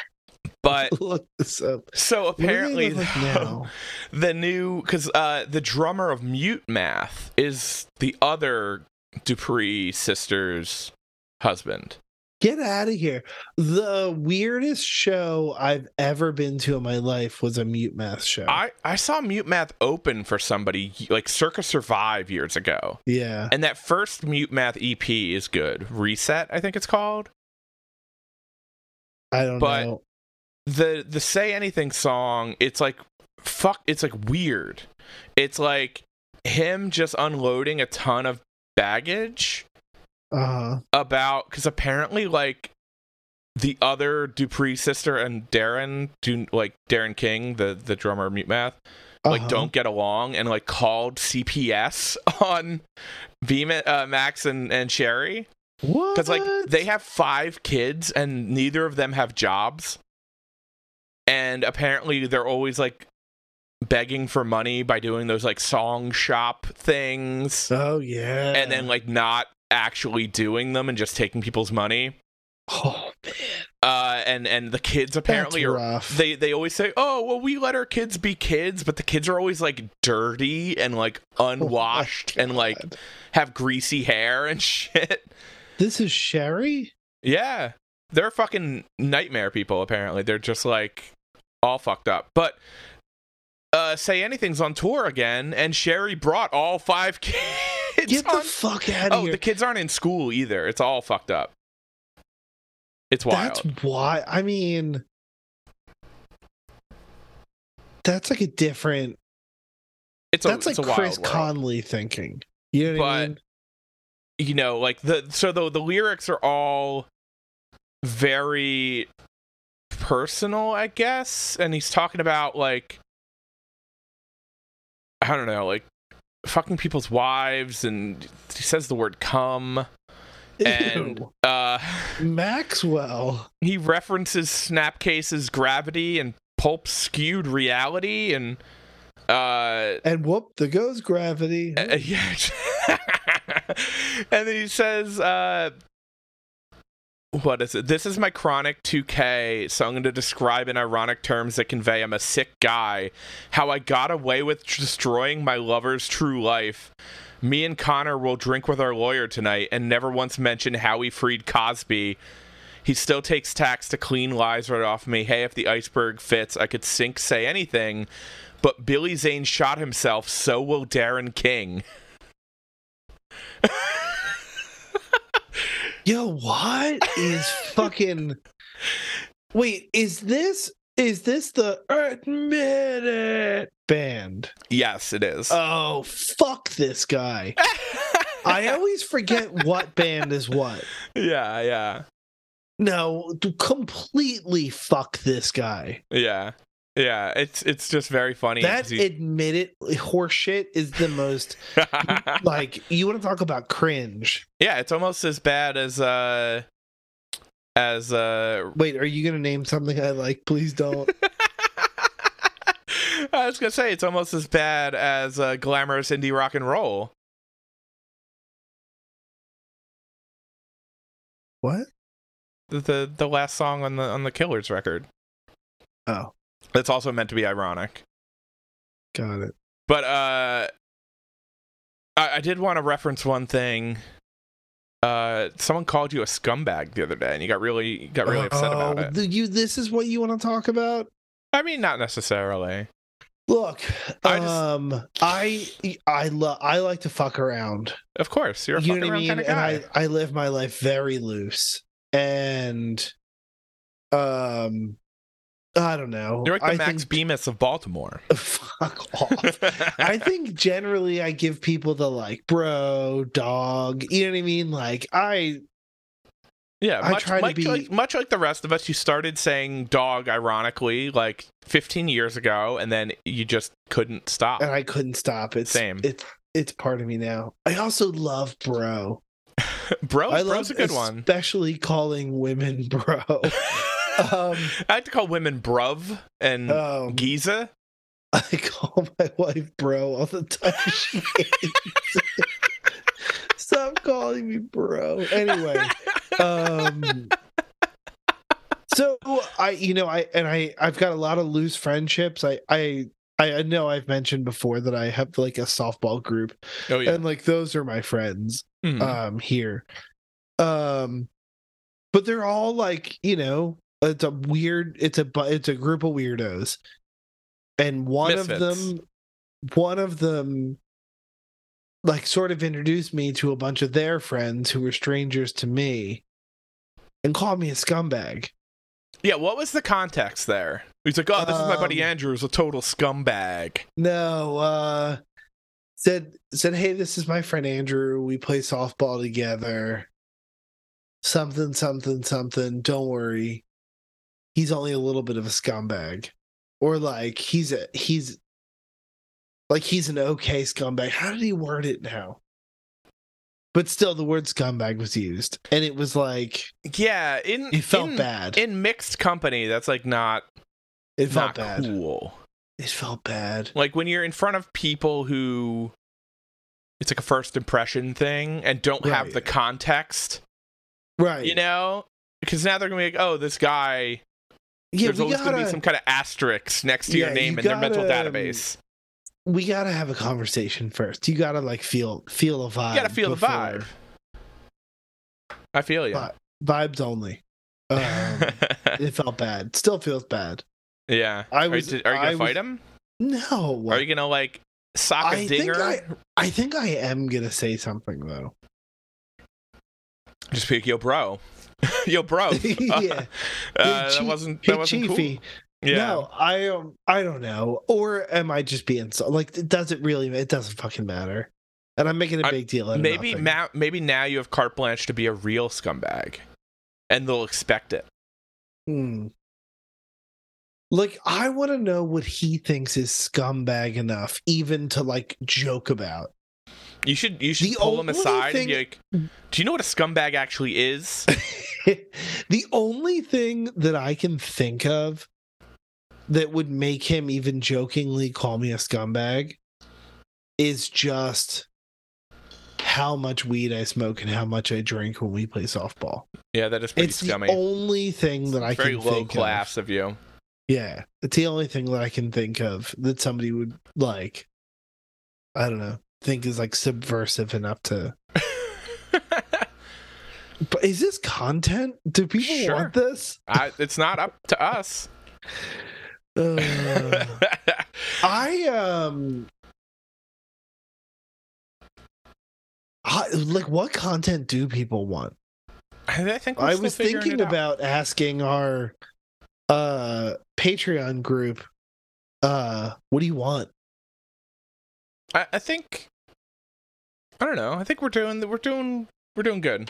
Speaker 2: but
Speaker 1: Look this up.
Speaker 2: so
Speaker 1: What do they
Speaker 2: apparently
Speaker 1: look like
Speaker 2: though,
Speaker 1: now?
Speaker 2: the new because uh the drummer of mute math is the other dupree sisters husband
Speaker 1: Get out of here. The weirdest show I've ever been to in my life was a mute math show.
Speaker 2: i i saw mute math open for somebody like circus survive years ago
Speaker 1: yeah.
Speaker 2: and that first mute math ep is good reset i think it's called
Speaker 1: I don't
Speaker 2: but-
Speaker 1: know.
Speaker 2: the the say anything song it's like fuck it's like weird it's like him just unloading a ton of baggage
Speaker 1: Uh-huh.
Speaker 2: about because apparently like the other dupree sister and darren do like darren king the the drummer of mute math like
Speaker 1: uh-huh.
Speaker 2: don't get along and like called cps on Beam, uh, max and and sherry
Speaker 1: Uh-huh.
Speaker 2: because like
Speaker 1: What?
Speaker 2: they have five kids and neither of them have jobs and apparently they're always like begging for money by doing those like song shop things
Speaker 1: Oh yeah.
Speaker 2: and then like not actually doing them and just taking people's money.
Speaker 1: oh,
Speaker 2: Uh, and and the kids apparently
Speaker 1: that's
Speaker 2: are
Speaker 1: rough.
Speaker 2: they they always say, "Oh, well, we let our kids be kids," but the kids are always like dirty and like unwashed and like
Speaker 1: Oh God.
Speaker 2: have greasy hair and shit.
Speaker 1: this is Sherry.
Speaker 2: Yeah. They're fucking nightmare people, apparently. They're just like all fucked up. But uh Say Anything's on tour again, and Sherry brought all five kids.
Speaker 1: Get
Speaker 2: on-
Speaker 1: the fuck out of
Speaker 2: oh,
Speaker 1: here.
Speaker 2: the kids aren't in school either. It's all fucked up. It's wild.
Speaker 1: That's why. I mean, that's like a different.
Speaker 2: it's a,
Speaker 1: that's
Speaker 2: it's
Speaker 1: like
Speaker 2: a wild
Speaker 1: Chris
Speaker 2: world.
Speaker 1: Conley thinking. You know what I
Speaker 2: But-
Speaker 1: mean?
Speaker 2: you know, like the so the the lyrics are all very personal, I guess, and he's talking about like I don't know, like fucking people's wives and he says the word cum and
Speaker 1: Ew.
Speaker 2: uh
Speaker 1: Maxwell.
Speaker 2: he references Snapcase's gravity and Pulp's skewed reality and uh
Speaker 1: And whoop, there goes gravity.
Speaker 2: Uh, yeah. and then he says, uh, what is it? This is my chronic 2K, so I'm going to describe in ironic terms that convey I'm a sick guy, how I got away with tr- destroying my lover's true life. Me and Connor will drink with our lawyer tonight and never once mention how he freed Cosby. He still takes tax to clean lies right off me. Hey, if the iceberg fits, I could sink, say anything. But Billy Zane shot himself, so will Darren King.
Speaker 1: Yo, what is fucking? Wait, is this is this the Admit It band?
Speaker 2: Yes, it is.
Speaker 1: Oh, fuck this guy. I always forget what band is what.
Speaker 2: yeah, yeah,
Speaker 1: No, d- completely fuck this guy.
Speaker 2: yeah, yeah. It's it's just very funny.
Speaker 1: That
Speaker 2: 'cause he-
Speaker 1: admitted horseshit is the most like you want to talk about cringe.
Speaker 2: yeah, it's almost as bad as uh as uh.
Speaker 1: Wait, are you gonna name something I like? Please don't.
Speaker 2: I was gonna say it's almost as bad as uh, glamorous indie rock and roll.
Speaker 1: What?
Speaker 2: The, the the last song on the on the Killers record.
Speaker 1: Oh.
Speaker 2: that's also meant to be ironic.
Speaker 1: Got it.
Speaker 2: But uh I, I did want to reference one thing. Uh someone called you a scumbag the other day and you got really you got really upset about
Speaker 1: Oh,
Speaker 2: it.
Speaker 1: th- You. This is what you want to talk about.
Speaker 2: I mean not necessarily.
Speaker 1: Look,
Speaker 2: I just-
Speaker 1: um, I I love I like to fuck around.
Speaker 2: Of course, you're a
Speaker 1: you
Speaker 2: fucking
Speaker 1: know what I
Speaker 2: around
Speaker 1: mean?
Speaker 2: kind of
Speaker 1: and
Speaker 2: guy.
Speaker 1: I I live my life very loose, and um, I don't know.
Speaker 2: you're like the
Speaker 1: I
Speaker 2: Max
Speaker 1: think,
Speaker 2: Bemis of Baltimore.
Speaker 1: Fuck off. I think generally I give people the like, bro, dog. You know what I mean? Like I
Speaker 2: yeah,
Speaker 1: I
Speaker 2: much,
Speaker 1: try to
Speaker 2: like,
Speaker 1: be-
Speaker 2: like- much like the rest of us, you started saying dog ironically like 15 years ago, and then you just couldn't stop.
Speaker 1: and I couldn't stop. It's
Speaker 2: Same.
Speaker 1: It's it's part of me now. I also love bro.
Speaker 2: bro,
Speaker 1: I
Speaker 2: Oh, bro's
Speaker 1: love
Speaker 2: a good one.
Speaker 1: especially calling women bro. um,
Speaker 2: I like to call women bruv and
Speaker 1: um,
Speaker 2: Giza.
Speaker 1: I call my wife bro all the time. She hates it. Stop calling me bro. Anyway, um, so I, you know, I and I, I've got a lot of loose friendships. I, I, I know I've mentioned before that I have like a softball group,
Speaker 2: Oh yeah.
Speaker 1: and like those are my friends
Speaker 2: Mhm.
Speaker 1: um here um but they're all like you know it's a weird it's a bu- it's a group of weirdos and one of
Speaker 2: Misfits.
Speaker 1: them one of them like sort of introduced me to a bunch of their friends who were strangers to me and called me a scumbag
Speaker 2: Yeah, what was the context there? He's like, oh, this is my buddy
Speaker 1: Um,
Speaker 2: Andrew, who's a total scumbag.
Speaker 1: no uh said said hey this is my friend andrew we play softball together something something something don't worry he's only a little bit of a scumbag or like he's a he's like he's an okay scumbag how did he word it now but still the word scumbag was used and it was like
Speaker 2: Yeah, in
Speaker 1: it felt
Speaker 2: in,
Speaker 1: bad
Speaker 2: in mixed company. That's like not
Speaker 1: it felt
Speaker 2: not
Speaker 1: bad
Speaker 2: cool.
Speaker 1: It felt bad.
Speaker 2: Like when you're in front of people who it's like a first impression thing and don't have
Speaker 1: Right.
Speaker 2: the context,
Speaker 1: Right.
Speaker 2: you know? Because now they're gonna be like, oh, this guy.
Speaker 1: yeah,
Speaker 2: there's
Speaker 1: we
Speaker 2: always
Speaker 1: gotta
Speaker 2: gonna be some kind of asterisk next to
Speaker 1: Yeah, you
Speaker 2: your name in their mental
Speaker 1: gotta, um,
Speaker 2: database.
Speaker 1: we gotta have a conversation first. You gotta like feel feel a vibe.
Speaker 2: You gotta feel the vibe. I feel you.
Speaker 1: But- Vibes only. Um, it felt bad. Still feels bad.
Speaker 2: yeah.
Speaker 1: I
Speaker 2: Are you-
Speaker 1: was-
Speaker 2: did- are you,
Speaker 1: I
Speaker 2: gonna
Speaker 1: was-
Speaker 2: fight him?
Speaker 1: No.
Speaker 2: Are you gonna like sock a
Speaker 1: I think
Speaker 2: dinger?
Speaker 1: I- I think I am gonna say something though.
Speaker 2: Just be like, yo, bro. yo, bro.
Speaker 1: yeah.
Speaker 2: Uh,
Speaker 1: Hey,
Speaker 2: that
Speaker 1: Chief-
Speaker 2: wasn't
Speaker 1: Hey,
Speaker 2: Oh, that wasn't
Speaker 1: Chiefy.
Speaker 2: cool. Yeah.
Speaker 1: No, I um, I don't know. Or am I just being so like it doesn't really it doesn't fucking matter. And I'm making a
Speaker 2: I-
Speaker 1: big deal out of
Speaker 2: maybe
Speaker 1: nothing.
Speaker 2: ma- maybe now you have carte blanche to be a real scumbag, and they'll expect it.
Speaker 1: Hmm. Like I want to know what he thinks is scumbag enough even to like joke about.
Speaker 2: You should you should
Speaker 1: The
Speaker 2: pull them
Speaker 1: only
Speaker 2: aside and be like,
Speaker 1: thing-
Speaker 2: "Do you know what a scumbag actually is?"
Speaker 1: the only thing that I can think of that would make him even jokingly call me a scumbag is just how much weed I smoke and how much I drink when we play softball.
Speaker 2: yeah, that is pretty
Speaker 1: it's
Speaker 2: scummy.
Speaker 1: the only thing that I
Speaker 2: Very
Speaker 1: can
Speaker 2: low
Speaker 1: think of.
Speaker 2: class of you.
Speaker 1: Yeah, it's the only thing that I can think of that somebody would like. I don't know. Think is like subversive enough to. But is this content? Do people
Speaker 2: Sure.
Speaker 1: want this?
Speaker 2: I, it's not up to us.
Speaker 1: Uh, I um. I, like what content do people want?
Speaker 2: I think we're
Speaker 1: I
Speaker 2: still
Speaker 1: was
Speaker 2: figuring it
Speaker 1: thinking
Speaker 2: out.
Speaker 1: about asking our uh Patreon group uh what do you want?
Speaker 2: I, I think. I don't know. I think we're doing. We're doing. We're doing good.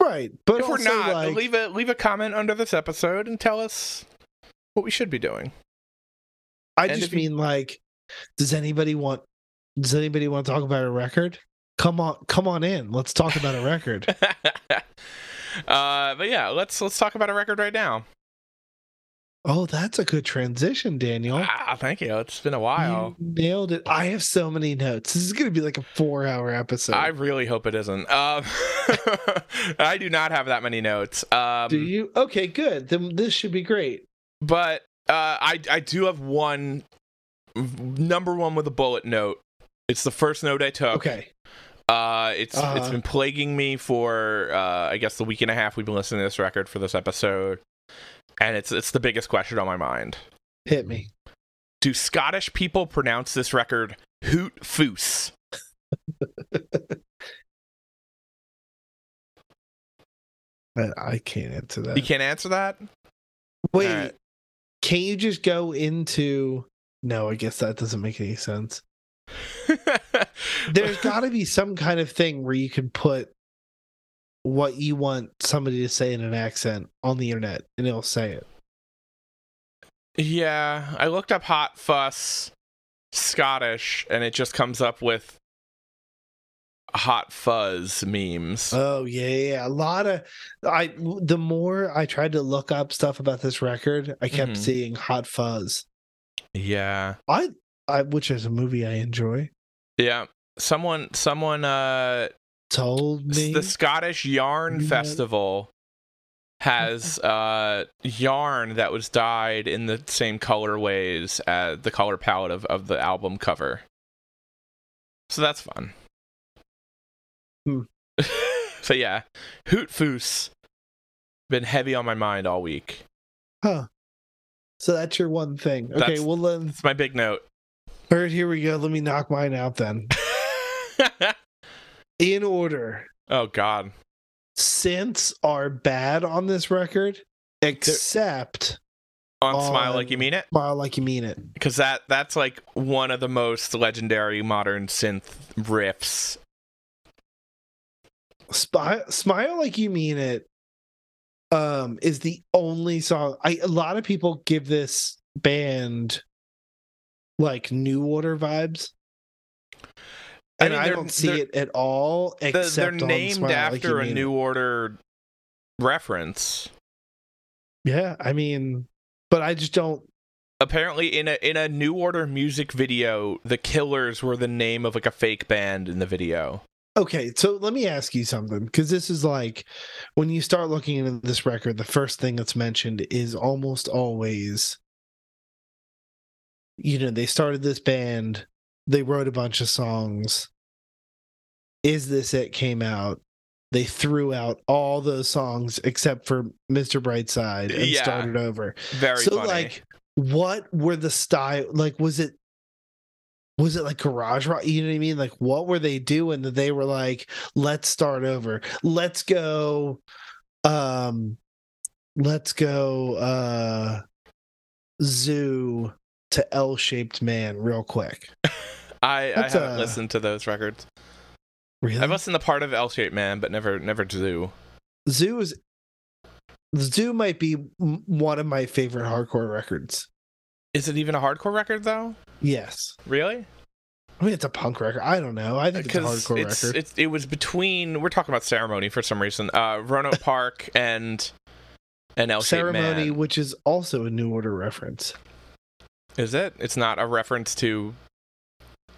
Speaker 1: Right. But
Speaker 2: if we're
Speaker 1: also,
Speaker 2: not,
Speaker 1: like,
Speaker 2: leave a leave a comment under this episode and tell us what we should be doing.
Speaker 1: I
Speaker 2: And if
Speaker 1: just
Speaker 2: you-
Speaker 1: mean like, does anybody want? Does anybody want to talk about a record? Come on, come on in. Let's talk about a record.
Speaker 2: uh, but yeah, let's let's talk about a record right now.
Speaker 1: oh, that's a good transition, Daniel.
Speaker 2: Ah, thank you. It's been a
Speaker 1: You
Speaker 2: while.
Speaker 1: nailed it. I have so many notes. This is going to be like a four-hour episode.
Speaker 2: I really hope it isn't. Um, I do not have that many notes. Um,
Speaker 1: Do you? Okay, good. Then this should be great.
Speaker 2: But uh, I I do have one number one with a bullet note. It's the first note I took.
Speaker 1: Okay.
Speaker 2: Uh, it's it's
Speaker 1: Uh-huh.
Speaker 2: been plaguing me for uh, I guess the week and a half we've been listening to this record for this episode, and it's it's the biggest question on my mind.
Speaker 1: Hit me.
Speaker 2: Do Scottish people pronounce this record Hoot Foos?
Speaker 1: I- I can't answer
Speaker 2: You
Speaker 1: that.
Speaker 2: can't answer that.
Speaker 1: Wait,
Speaker 2: Alright.
Speaker 1: can you just go into? No, I guess that doesn't make any sense. there's got to be some kind of thing where you can put what you want somebody to say in an accent on the internet and it'll say it.
Speaker 2: yeah, I looked up Hot Fuss Scottish, and it just comes up with Hot Fuzz memes.
Speaker 1: Oh yeah, yeah, yeah. A lot of I the more I tried to look up stuff about this record, I kept
Speaker 2: Mhm.
Speaker 1: seeing Hot Fuzz.
Speaker 2: yeah.
Speaker 1: I I which is a movie I enjoy.
Speaker 2: Yeah. Someone someone uh
Speaker 1: Told
Speaker 2: S-
Speaker 1: me
Speaker 2: the Scottish Yarn
Speaker 1: Me.
Speaker 2: Festival has uh, yarn that was dyed in the same colorways as the color palette of, of the album cover. So that's fun.
Speaker 1: Hmm.
Speaker 2: so yeah, Hoot Foos been heavy on my mind all week.
Speaker 1: so that's your one thing. Okay,
Speaker 2: That's-
Speaker 1: well then
Speaker 2: It's my big note.
Speaker 1: Bert, here we go. Let me knock mine out then. In order.
Speaker 2: oh God.
Speaker 1: Synths are bad on this record, except
Speaker 2: On smile like
Speaker 1: On-
Speaker 2: you mean it,
Speaker 1: Smile like you mean it.
Speaker 2: because that that's like one of the most legendary modern synth riffs
Speaker 1: Spy, smile like you mean it. Um, is the only song I a lot of people give this band like new order vibes.
Speaker 2: I
Speaker 1: And I,
Speaker 2: mean, they're-
Speaker 1: don't see
Speaker 2: they're-
Speaker 1: it at all.
Speaker 2: The-
Speaker 1: Except
Speaker 2: they're
Speaker 1: on
Speaker 2: named
Speaker 1: Smile Like You
Speaker 2: after a
Speaker 1: Mean
Speaker 2: New Order reference.
Speaker 1: It. Yeah, I mean, but I just don't.
Speaker 2: apparently in a in a New Order music video, the Killers were the name of like a fake band in the video.
Speaker 1: Okay, so let me ask you something because this is like when you start looking into this record, the first thing that's mentioned is almost always, you know, they started this band, they wrote a bunch of songs. Is this it came out? They threw out all those songs except for Mr. Brightside and
Speaker 2: Yeah.
Speaker 1: started over.
Speaker 2: Very
Speaker 1: so
Speaker 2: funny.
Speaker 1: like what were the style like was it was it like garage rock you know what i mean like what were they doing that they were like let's start over let's go um let's go uh zoo to l-shaped man real quick
Speaker 2: I, I
Speaker 1: that's
Speaker 2: haven't
Speaker 1: a-
Speaker 2: listened to those records.
Speaker 1: really
Speaker 2: I've listened to part of L Shape Man, but never never Zoo.
Speaker 1: zoo is zoo might be m- one of my favorite hardcore records
Speaker 2: Is it even a hardcore record though?
Speaker 1: yes
Speaker 2: Really?
Speaker 1: i mean it's a punk record i don't know i think it's a
Speaker 2: Because
Speaker 1: hardcore
Speaker 2: it's,
Speaker 1: record
Speaker 2: it's it was between we're talking about ceremony for some reason. Uh, Roanoke Park and and L Shape
Speaker 1: ceremony,
Speaker 2: Man.
Speaker 1: which is also a New Order reference.
Speaker 2: Is it? It's not a reference to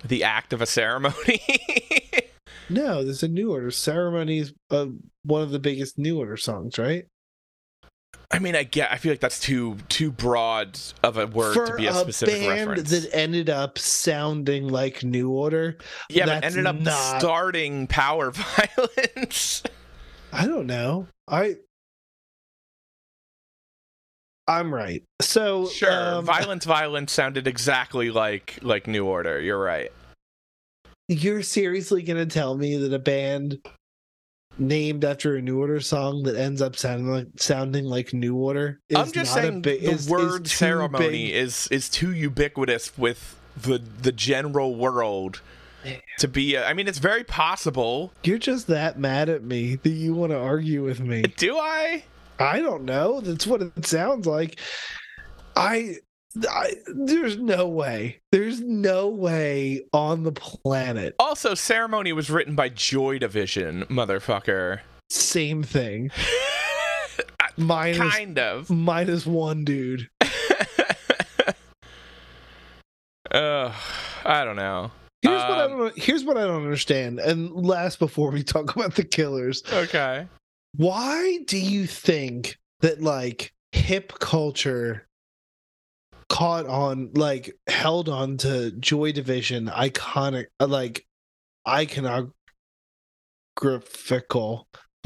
Speaker 2: the act of a ceremony.
Speaker 1: No, there's a New Order. Ceremony is uh, one of the biggest New Order songs, right?
Speaker 2: I mean, I get. I feel like that's too too broad of a word to be a, specific
Speaker 1: band
Speaker 2: reference.
Speaker 1: that ended up sounding like New Order,
Speaker 2: yeah, but
Speaker 1: that's
Speaker 2: ended up
Speaker 1: not-
Speaker 2: starting power violence.
Speaker 1: I don't know. I. I'm right. So
Speaker 2: sure,
Speaker 1: um,
Speaker 2: violence, violence sounded exactly like like New Order. You're right.
Speaker 1: you're seriously gonna tell me that a band named after a New Order song that ends up sounding like sounding like New Order is
Speaker 2: I'm just
Speaker 1: not a
Speaker 2: saying
Speaker 1: bi-
Speaker 2: the
Speaker 1: is- is
Speaker 2: word
Speaker 1: too
Speaker 2: ceremony
Speaker 1: big-
Speaker 2: is is too ubiquitous with the the general world to be. A, I mean, it's very possible.
Speaker 1: You're just that mad at me that you want to argue with me.
Speaker 2: Do I?
Speaker 1: I don't know. That's what it sounds like. I, I there's no way. There's no way on the planet.
Speaker 2: Also, ceremony was written by Joy Division, motherfucker.
Speaker 1: Same thing. Minus
Speaker 2: kind of.
Speaker 1: minus one dude.
Speaker 2: Ugh, I don't know.
Speaker 1: Here's what I
Speaker 2: Um,
Speaker 1: don't here's what I don't understand. And last before we talk about the killers,
Speaker 2: Okay.
Speaker 1: why do you think that like hip culture caught on like held on to joy division iconic uh, like iconographical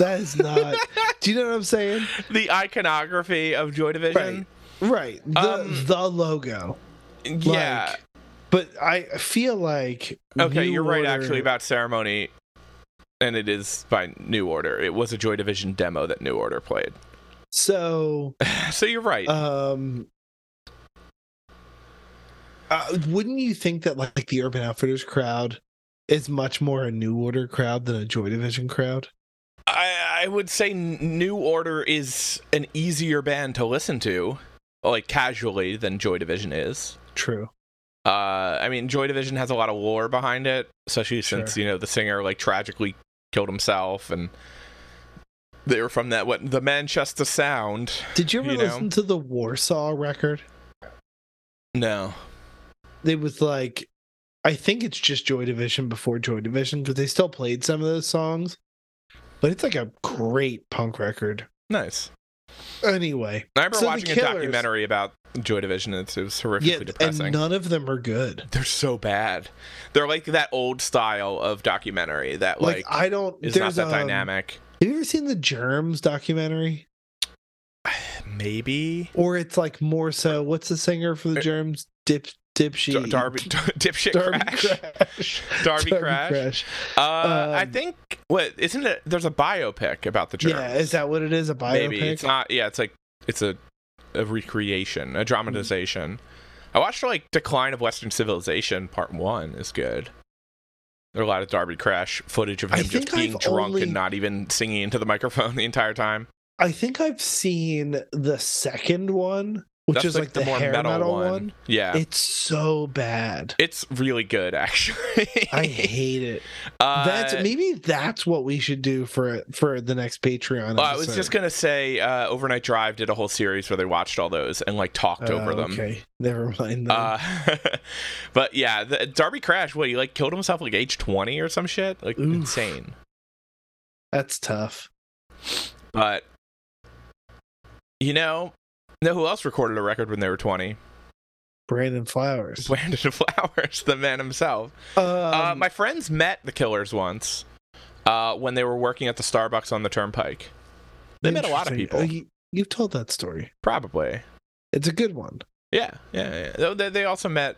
Speaker 1: that is not do you know what i'm saying
Speaker 2: the iconography of Joy Division.
Speaker 1: right the,
Speaker 2: Um,
Speaker 1: the logo
Speaker 2: Yeah.
Speaker 1: like, but i feel like
Speaker 2: okay,
Speaker 1: New
Speaker 2: you're right
Speaker 1: Order-
Speaker 2: actually about ceremony. And it is by New Order. It was a Joy Division demo that New Order played.
Speaker 1: so
Speaker 2: So you're right.
Speaker 1: um uh, wouldn't you think that like the urban outfitters crowd is much more a new order crowd than a joy division crowd
Speaker 2: I, I would say N- New Order is an easier band to listen to, like casually, than Joy Division is.
Speaker 1: true
Speaker 2: Uh, I mean, Joy Division has a lot of lore behind it, especially since
Speaker 1: Sure.
Speaker 2: you know the singer like tragically killed himself, and they were from that what the Manchester Sound.
Speaker 1: did you ever
Speaker 2: You know?
Speaker 1: listen to the warsaw record
Speaker 2: No,
Speaker 1: it was like i think it's just joy division before joy division because they still played some of those songs but it's like a great punk record
Speaker 2: nice.
Speaker 1: anyway
Speaker 2: I remember
Speaker 1: So the
Speaker 2: watching a
Speaker 1: Killers-
Speaker 2: documentary about Joy Division. And it's- it was horrifically
Speaker 1: yeah and
Speaker 2: depressing.
Speaker 1: none of them are good
Speaker 2: They're so bad. They're like that old style of documentary that
Speaker 1: like,
Speaker 2: like,
Speaker 1: i don't
Speaker 2: is not
Speaker 1: there's
Speaker 2: that
Speaker 1: um,
Speaker 2: dynamic.
Speaker 1: have you ever seen the germs documentary
Speaker 2: Maybe
Speaker 1: or it's like more so what's the singer for the germs dip dipsy
Speaker 2: Er, Dar- Darby Dar- dipshit
Speaker 1: Darby
Speaker 2: crash.
Speaker 1: crash.
Speaker 2: Darby Crash. Uh, I
Speaker 1: Um,
Speaker 2: think what isn't it? There's a biopic about the Germs.
Speaker 1: yeah is that what it is a biopic
Speaker 2: Maybe it's not. Yeah, it's like it's a a recreation, a dramatization. I watched like Decline of Western Civilization Part One is good. There are a lot of Darby Crash footage of
Speaker 1: I
Speaker 2: him just
Speaker 1: think
Speaker 2: being
Speaker 1: I've
Speaker 2: drunk
Speaker 1: only-
Speaker 2: and not even singing into the microphone the entire time.
Speaker 1: i think i've seen the second one which is like, the, hair metal, one.
Speaker 2: Yeah.
Speaker 1: It's so bad.
Speaker 2: it's really good actually.
Speaker 1: I hate it.
Speaker 2: uh,
Speaker 1: That's maybe that's what we should do for for the next Patreon.
Speaker 2: well, I was just gonna say, uh, Overnight Drive did a whole series where they watched all those and like talked over them.
Speaker 1: Oh, Okay, never mind. That.
Speaker 2: Uh, but yeah, the, Darby Crash. What he like killed himself like age twenty or some shit? Like
Speaker 1: Oof.
Speaker 2: insane.
Speaker 1: that's tough.
Speaker 2: But you know, know who else recorded a record when they were twenty?
Speaker 1: Brandon Flowers.
Speaker 2: Brandon Flowers, the man himself.
Speaker 1: Um,
Speaker 2: uh, my friends met the Killers once uh, when they were working at the Starbucks on the Turnpike. They met a lot of
Speaker 1: interesting.
Speaker 2: people.
Speaker 1: Oh, you, you've told that story.
Speaker 2: Probably.
Speaker 1: It's a good one.
Speaker 2: Yeah, yeah. yeah. Though They, they also met.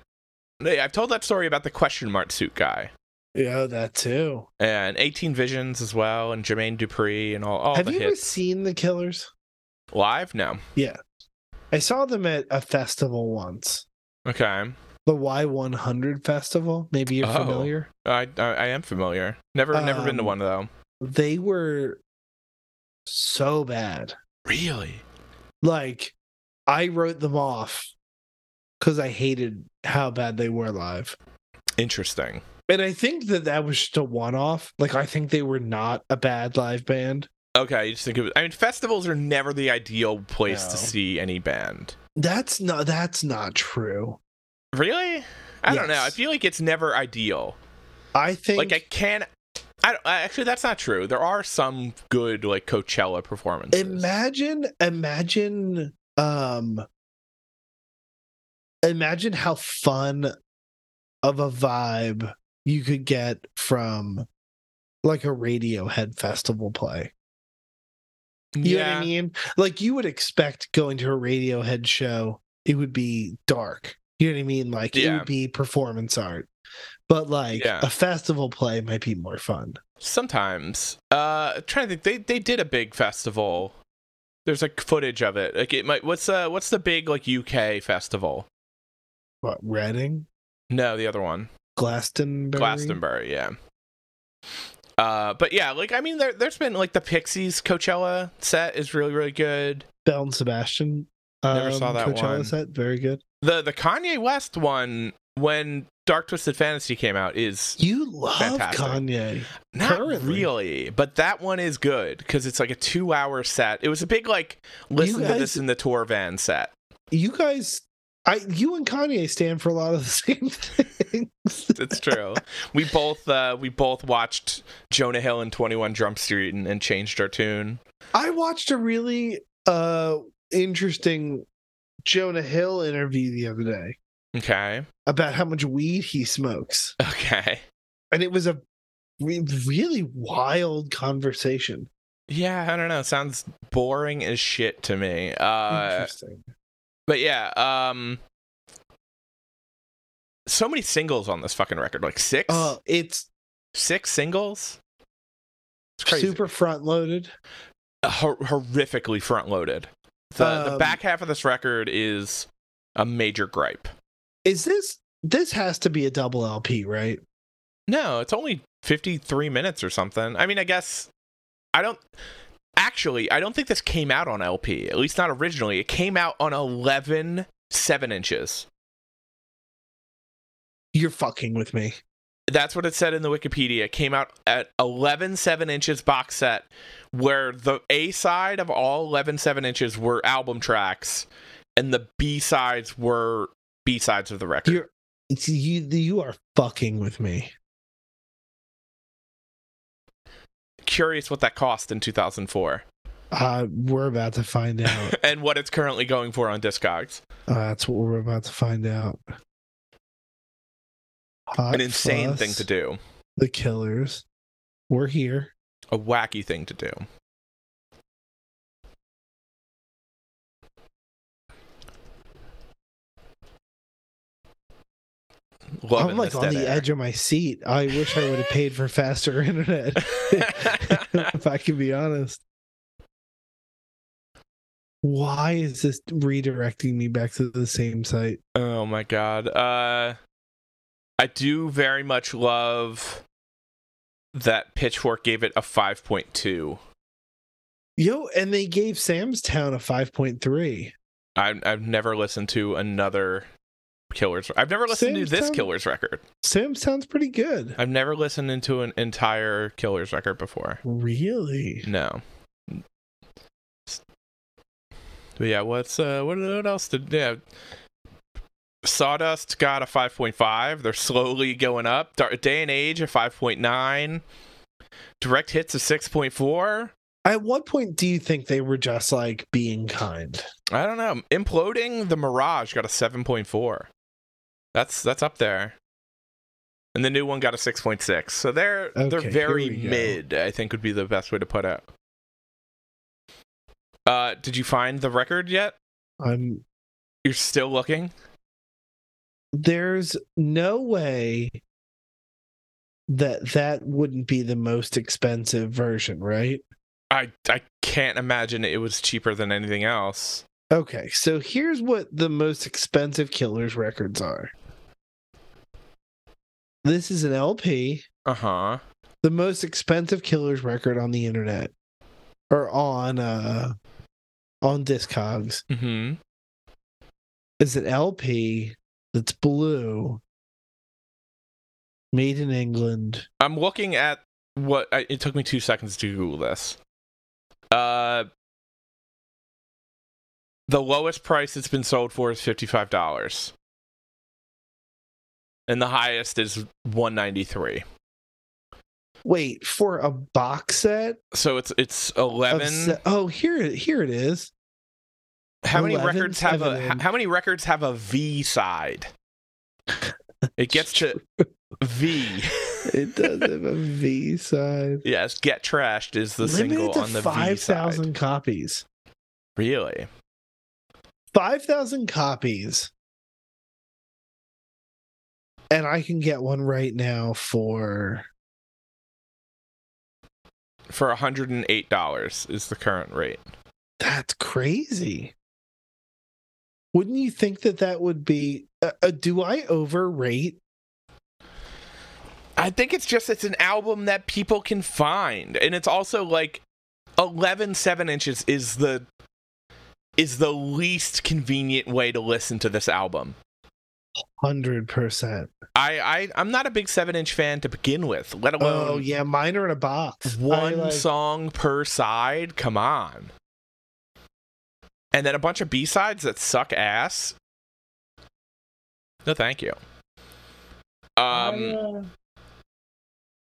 Speaker 2: They, I've told that story about the question mark suit guy
Speaker 1: Yeah, that too.
Speaker 2: and 18 Visions as well, and Jermaine Dupree and all, all
Speaker 1: Have
Speaker 2: the
Speaker 1: you ever
Speaker 2: hits.
Speaker 1: seen The Killers?
Speaker 2: Live? No.
Speaker 1: I saw them at a festival once,
Speaker 2: Okay.
Speaker 1: the Y100 festival. Maybe you're
Speaker 2: Oh.
Speaker 1: familiar.
Speaker 2: I, I I am familiar. Never never been to
Speaker 1: Um,
Speaker 2: one though.
Speaker 1: They were so bad.
Speaker 2: Really?
Speaker 1: Like, I wrote them off because I hated how bad they were live.
Speaker 2: Interesting.
Speaker 1: And I think that that was just a one off. Like, I think they were not a bad live band.
Speaker 2: Okay, you just think of I mean festivals are never the ideal place to
Speaker 1: No.
Speaker 2: see any band.
Speaker 1: That's not that's not true.
Speaker 2: Really? I don't know. I
Speaker 1: Yes.
Speaker 2: feel like it's never ideal.
Speaker 1: I think
Speaker 2: Like I can I don't I- actually that's not true. There are some good like Coachella performances.
Speaker 1: imagine imagine um imagine how fun of a vibe you could get from like a Radiohead festival play. You know what
Speaker 2: yeah.
Speaker 1: I mean? Like you would expect going to a Radiohead show, it would be dark. You know what I mean? Like it
Speaker 2: Yeah.
Speaker 1: would be performance art. But like
Speaker 2: Yeah.
Speaker 1: a festival play might be more fun.
Speaker 2: Sometimes. Uh trying to think they they did a big festival. There's like footage of it. Like it might what's uh what's the big like UK festival?
Speaker 1: What Reading?
Speaker 2: No, the other one.
Speaker 1: Glastonbury?
Speaker 2: Glastonbury, yeah. Uh, but yeah, like I mean, there, there's been like the Pixies Coachella set is really really good.
Speaker 1: Bell and Sebastian. um,
Speaker 2: Never saw that
Speaker 1: Coachella
Speaker 2: one.
Speaker 1: set, very good.
Speaker 2: The the Kanye West one when Dark Twisted Fantasy came out is
Speaker 1: You love
Speaker 2: Fantastic.
Speaker 1: Kanye.
Speaker 2: not
Speaker 1: Currently.
Speaker 2: really, but that one is good because it's like a two hour set. It was a big like listen to
Speaker 1: guys-
Speaker 2: this in the tour van set.
Speaker 1: You guys, I, you and Kanye stand for a lot of the same things.
Speaker 2: It's true. we both uh, we both watched Jonah Hill and Twenty One Jump Street and, and changed our tune.
Speaker 1: I watched a really uh interesting Jonah Hill interview the other day
Speaker 2: Okay,
Speaker 1: about how much weed he smokes,
Speaker 2: okay,
Speaker 1: and it was a re- really wild conversation.
Speaker 2: yeah. I don't know. Sounds boring as shit to me. Uh,
Speaker 1: interesting.
Speaker 2: But yeah, um so many singles on this fucking record. Like six?
Speaker 1: Uh, it's
Speaker 2: six singles? It's crazy. Uh,
Speaker 1: super front loaded.
Speaker 2: Hor- horrifically front loaded. The the
Speaker 1: Um,
Speaker 2: back half of this record is a major gripe.
Speaker 1: Is this this has to be a double LP, right?
Speaker 2: No, it's only 53 minutes or something. I mean, I guess I don't actually, I don't think this came out on LP, at least not originally. It came out on 11 7 inches.
Speaker 1: You're fucking with me.
Speaker 2: that's what it said in the wikipedia it came out at 11 7 inches box set where the a side of all 11 7 inches were album tracks and the b sides were b sides of the record
Speaker 1: You're it's, you you are fucking with me.
Speaker 2: curious what that cost in 2004
Speaker 1: Uh, we're about to find out.
Speaker 2: and what it's currently going for on discogs
Speaker 1: Uh, that's what we're about to find out. Hot
Speaker 2: an insane
Speaker 1: Fuss,
Speaker 2: thing to do
Speaker 1: The Killers. We're here.
Speaker 2: a wacky thing to do Loving
Speaker 1: I'm like
Speaker 2: this
Speaker 1: on
Speaker 2: dead
Speaker 1: the
Speaker 2: air.
Speaker 1: edge of my seat. I wish I would have paid for faster internet, if I can be honest. Why is this redirecting me back to the same site?
Speaker 2: oh my god. Uh I do very much love that Pitchfork gave it a 5.2.
Speaker 1: Yo, and they gave Sam's Town a 5.3.
Speaker 2: I, I've never listened to another killer's. I've never listened
Speaker 1: Same
Speaker 2: to this
Speaker 1: time.
Speaker 2: killer's record.
Speaker 1: Sam sounds pretty good.
Speaker 2: I've never listened to an entire killer's record before.
Speaker 1: Really?
Speaker 2: No. But yeah, what's uh what, what else did yeah Sawdust got a 5.5. They're slowly going up. Dar- Day and Age a 5.9. Direct Hits a 6.4.
Speaker 1: At what point do you think they were just like being kind?
Speaker 2: I don't know. Imploding the Mirage got a 7.4. That's that's up there. And the new one got a 6.6. So they're they're
Speaker 1: Okay, here
Speaker 2: very
Speaker 1: we go.
Speaker 2: mid, I think would be the best way to put it. Uh did you find the record yet?
Speaker 1: I'm
Speaker 2: You're still looking?
Speaker 1: there's no way that that wouldn't be the most expensive version, right?
Speaker 2: I I can't imagine it was cheaper than anything else.
Speaker 1: Okay, so here's what the most expensive Killers records are. This is an LP,
Speaker 2: Uh-huh.
Speaker 1: the most expensive Killers record on the internet or on uh on Discogs.
Speaker 2: Mhm.
Speaker 1: Is an LP that's blue, made in England.
Speaker 2: I'm looking at what I, it took me 2 seconds to google this. Uh the lowest price it's been sold for is $55. And the highest is 193.
Speaker 1: Wait, for a box set?
Speaker 2: So it's it's
Speaker 1: of
Speaker 2: 11
Speaker 1: se- oh, here it here it is.
Speaker 2: How many
Speaker 1: 11,
Speaker 2: records have a
Speaker 1: seven,
Speaker 2: how,
Speaker 1: and-
Speaker 2: how many records have a V side? It gets to V.
Speaker 1: It does have a V side.
Speaker 2: Yes, Get Trashed is the
Speaker 1: Limited
Speaker 2: single
Speaker 1: to
Speaker 2: on the V side.
Speaker 1: 5,000 copies.
Speaker 2: Really?
Speaker 1: 5,000 copies. And I can get one right now for
Speaker 2: For $108 is the current rate.
Speaker 1: that's crazy. Wouldn't you think that that would be uh, uh, do I overrate?
Speaker 2: I think it's just it's an album that people can find and it's also like 11 7 inches is the is the least convenient way to listen to this album.
Speaker 1: 100%.
Speaker 2: I, I I'm not a big 7 inch fan to begin with, let alone
Speaker 1: Oh yeah, mine are in a box. I,
Speaker 2: one
Speaker 1: like-
Speaker 2: song per side. Come on. And then a bunch of B sides that suck ass. No, thank you.
Speaker 1: I,
Speaker 2: Um,
Speaker 1: uh,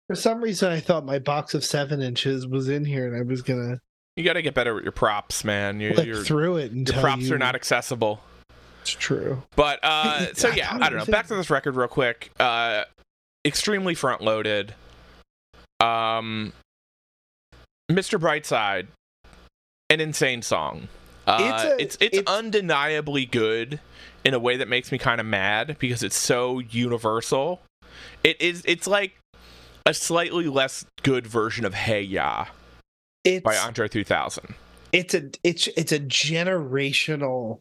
Speaker 1: for some reason I thought my box of 7 inches was in here and I was going to
Speaker 2: you got to get better with your props, man. Your your,
Speaker 1: click through it and
Speaker 2: your
Speaker 1: tell
Speaker 2: props
Speaker 1: you
Speaker 2: are not accessible.
Speaker 1: it's true.
Speaker 2: But uh,
Speaker 1: I
Speaker 2: so yeah,
Speaker 1: thought
Speaker 2: I
Speaker 1: it
Speaker 2: don't know.
Speaker 1: was
Speaker 2: Back
Speaker 1: in-
Speaker 2: to this record real quick. Uh, extremely front loaded. Um, Mr. Brightside, an insane song. Uh,
Speaker 1: It's a-
Speaker 2: it's, it's
Speaker 1: it's-
Speaker 2: undeniably good in a way that makes me kind of mad because it's so universal. It is. It's like a slightly less good version of Hey Ya
Speaker 1: It's
Speaker 2: by Andre 3000.
Speaker 1: it's a it's it's a generational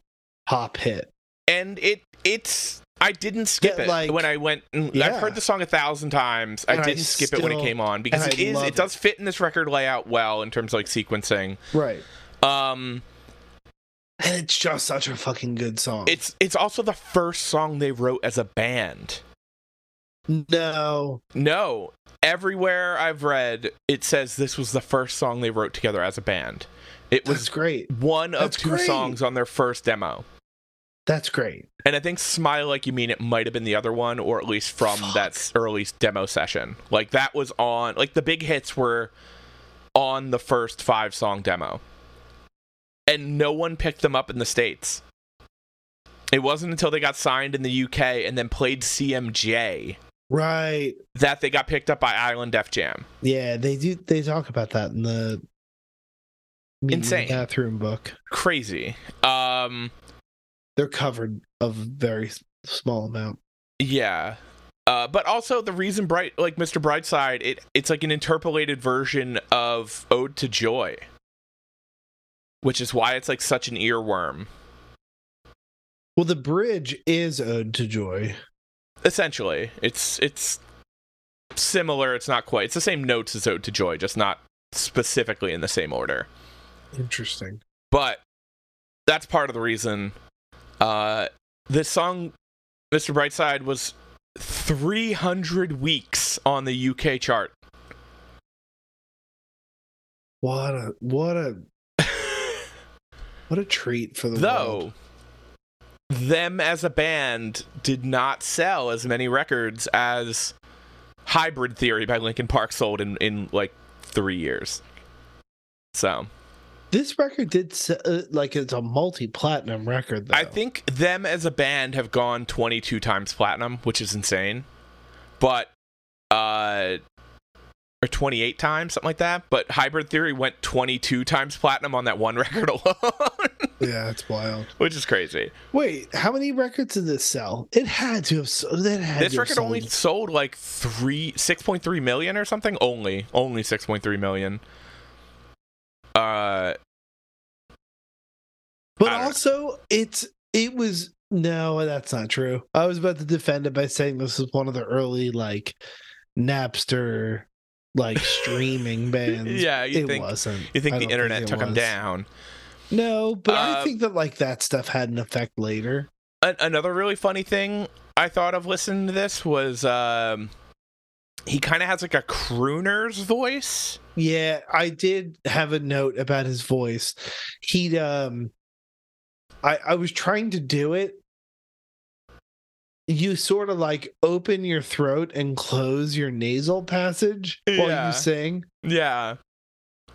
Speaker 1: pop hit.
Speaker 2: and it it's I didn't skip
Speaker 1: That,
Speaker 2: it
Speaker 1: like-
Speaker 2: when I went. and I've
Speaker 1: Yeah.
Speaker 2: heard the song a thousand times. I
Speaker 1: And I
Speaker 2: didn't skip it when it
Speaker 1: still-
Speaker 2: came on because
Speaker 1: and
Speaker 2: it
Speaker 1: I
Speaker 2: is
Speaker 1: love
Speaker 2: it
Speaker 1: it.
Speaker 2: does fit in this record layout well in terms of like sequencing.
Speaker 1: Right.
Speaker 2: Um,
Speaker 1: And it's just such a fucking good song.
Speaker 2: it's it's also the first song they wrote as a band.
Speaker 1: no.
Speaker 2: No, everywhere I've read it says this was the first song they wrote together as a band. It
Speaker 1: That's
Speaker 2: was
Speaker 1: great.
Speaker 2: one of
Speaker 1: that's
Speaker 2: two
Speaker 1: great.
Speaker 2: songs on their first demo.
Speaker 1: That's great.
Speaker 2: And I think "Smile Like You Mean It" might have been the other one, or at least from
Speaker 1: Fuck.
Speaker 2: that s- early s- demo session. Like that was on. Like the big hits were on the first five song demo, and no one picked them up in the states. It wasn't until they got signed in the UK and then played CMJ
Speaker 1: Right.
Speaker 2: that they got picked up by Island Def Jam.
Speaker 1: Yeah, they do they talk about that in the Meet in the
Speaker 2: Insane.
Speaker 1: bathroom book.
Speaker 2: Crazy. Um,
Speaker 1: They're covered of a very s- small amount.
Speaker 2: Yeah. Uh, but also the reason bright like Mr. Brightside, it it's like an interpolated version of Ode to Joy. Which is why it's like such an earworm.
Speaker 1: Well, the bridge is Ode to Joy.
Speaker 2: Essentially. It's it's similar, it's not quite. It's the same notes as Ode to Joy, just not specifically in the same order.
Speaker 1: Interesting.
Speaker 2: But that's part of the reason. Uh, this song, Mr. Brightside, was 300 weeks on the UK chart.
Speaker 1: What a what a what a treat for the world.
Speaker 2: Though, them as a band did not sell as many records as Hybrid Theory by Linkin Park sold in, in like three years. So.
Speaker 1: This record did s- uh, like it's a multi-platinum record. Though.
Speaker 2: I think them as a band have gone 22 times platinum, which is insane. But uh or 28 times, something like that. But Hybrid Theory went 22 times platinum on that one record alone,
Speaker 1: yeah, it's wild.
Speaker 2: which is crazy.
Speaker 1: Wait, how many records did this sell? It had to have. So- that had
Speaker 2: this
Speaker 1: to have
Speaker 2: record
Speaker 1: sold.
Speaker 2: only sold like 3 6.3 million or something, only only 6.3 million. Uh
Speaker 1: But
Speaker 2: I don't know.
Speaker 1: also, it's it was no, that's not true. I was about to defend it by saying this is one of the early like Napster like streaming bands.
Speaker 2: yeah, you
Speaker 1: it
Speaker 2: think
Speaker 1: wasn't.
Speaker 2: you think
Speaker 1: I
Speaker 2: the
Speaker 1: don't
Speaker 2: internet
Speaker 1: it
Speaker 2: took them
Speaker 1: was.
Speaker 2: down.
Speaker 1: No, but I
Speaker 2: Uh,
Speaker 1: think that like that stuff had an effect later.
Speaker 2: an- another really funny thing I thought of listening to this was um, he kind of has like a crooner's voice.
Speaker 1: Yeah, I did have a note about his voice. He'd um I I was trying to do it. You sort of like open your throat and close your nasal passage while
Speaker 2: Yeah.
Speaker 1: you sing.
Speaker 2: Yeah.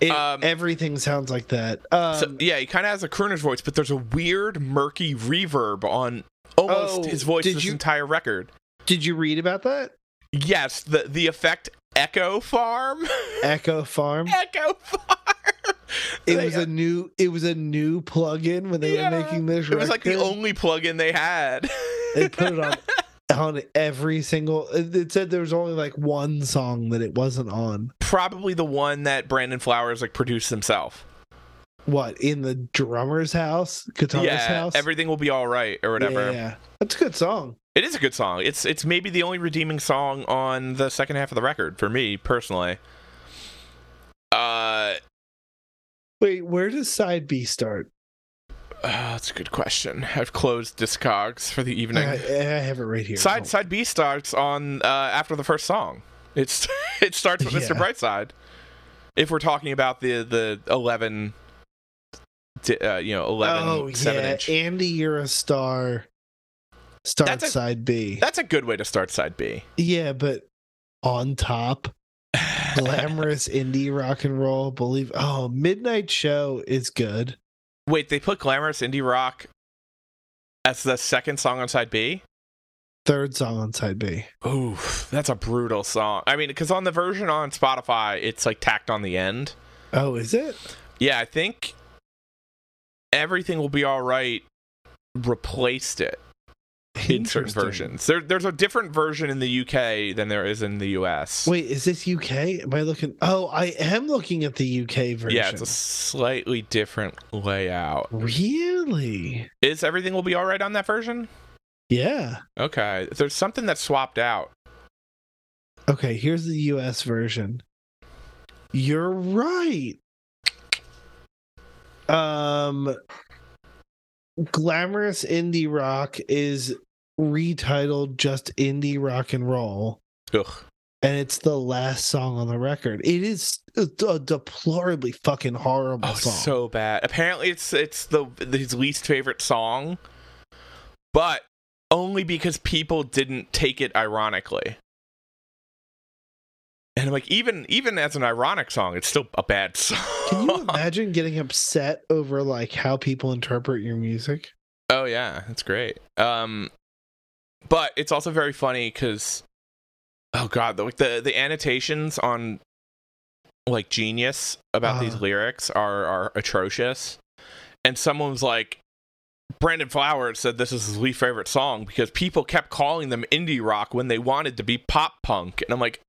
Speaker 1: It,
Speaker 2: Um,
Speaker 1: everything sounds like that. Um,
Speaker 2: so yeah, he kind of has a crooner's voice, but there's a weird murky reverb on almost
Speaker 1: Oh,
Speaker 2: his voice
Speaker 1: did
Speaker 2: this
Speaker 1: you-
Speaker 2: entire record.
Speaker 1: did you read about that?
Speaker 2: Yes, the the effect Echo Farm.
Speaker 1: Echo Farm.
Speaker 2: Echo Farm.
Speaker 1: It
Speaker 2: They- uh,
Speaker 1: was a new. It was a new plugin when they
Speaker 2: Yeah.
Speaker 1: were making this.
Speaker 2: it was like the
Speaker 1: record.
Speaker 2: only plugin they had.
Speaker 1: They put it on on every single. It it said there was only like one song that it wasn't on.
Speaker 2: Probably the one that Brandon Flowers like produced himself.
Speaker 1: What in the drummer's house, guitarist
Speaker 2: yeah,
Speaker 1: house,
Speaker 2: everything will be all right or whatever.
Speaker 1: Yeah, that's a good song.
Speaker 2: It is a good song. It's it's maybe the only redeeming song on the second half of the record for me personally. Uh,
Speaker 1: Wait, where does side B start?
Speaker 2: uh, that's a good question. I've closed Discogs for the
Speaker 1: I, I
Speaker 2: evening.
Speaker 1: have it right here.
Speaker 2: side
Speaker 1: Oh.
Speaker 2: side B starts on uh, after the first song. It's it starts with
Speaker 1: Yeah.
Speaker 2: Mr. Brightside. If we're talking about the the eleven, di- uh, you know eleven
Speaker 1: oh
Speaker 2: seven
Speaker 1: yeah,
Speaker 2: inch.
Speaker 1: Andy, you're a star. Start
Speaker 2: a-
Speaker 1: side B.
Speaker 2: That's a good way to start side B.
Speaker 1: Yeah, but on top, glamorous indie rock and roll. Believe oh, Midnight Show is good.
Speaker 2: Wait, they put glamorous indie rock as the second song on side B.
Speaker 1: Third song on side B.
Speaker 2: Oof, that's a brutal song. I mean, because on the version on Spotify, it's like tacked on the end.
Speaker 1: Oh, is it?
Speaker 2: Yeah, I think everything will be all right. Replaced it in certain
Speaker 1: Interesting.
Speaker 2: versions. There, there's a different version in the UK than there is in the US.
Speaker 1: Wait, is this UK? Am I looking? Oh, I am looking at the UK version.
Speaker 2: yeah, it's a slightly different layout.
Speaker 1: really.
Speaker 2: Is everything will be all right on that version?
Speaker 1: Yeah.
Speaker 2: Okay, there's something that's swapped out.
Speaker 1: Okay, here's the US version. You're right. Um Glamorous Indie Rock is retitled just Indie Rock and Roll
Speaker 2: Ugh.
Speaker 1: and it's the last song on the record. It is a deplorably fucking horrible
Speaker 2: Oh,
Speaker 1: song.
Speaker 2: so bad. Apparently, it's it's the his least favorite song, but only because people didn't take it ironically. And I'm like, even even as an ironic song, it's still a bad song.
Speaker 1: Can you imagine getting upset over like how people interpret your music?
Speaker 2: oh yeah, that's great. Um, but it's also very funny because, oh god, the, like the the annotations on like genius about these
Speaker 1: Uh-huh.
Speaker 2: lyrics are are atrocious and someone was like brandon flowers said this is his least favorite song because people kept calling them indie rock when they wanted to be pop punk and i'm like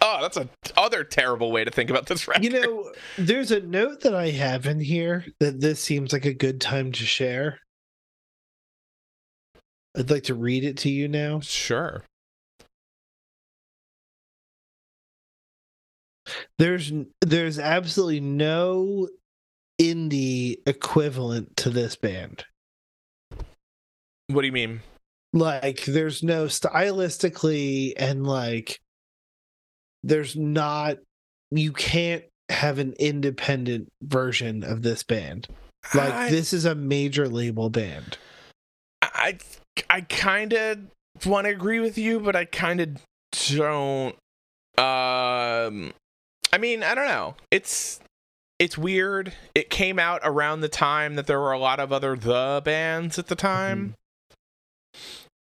Speaker 2: oh that's a other terrible way to think about this record
Speaker 1: You know, there's a note that I have in here that this seems like a good time to share. I'd like to read it to you now.
Speaker 2: sure
Speaker 1: There's there's absolutely no indie equivalent to this band.
Speaker 2: What do you mean?
Speaker 1: Like, there's no stylistically, and like, there's not, you can't have an independent version of this band. Like,
Speaker 2: I-
Speaker 1: this is a major label band.
Speaker 2: I I kind of want to agree with you, but I kind of don't. Um, I mean, I don't know. It's it's weird. It came out around the time that there were a lot of other the bands at the time.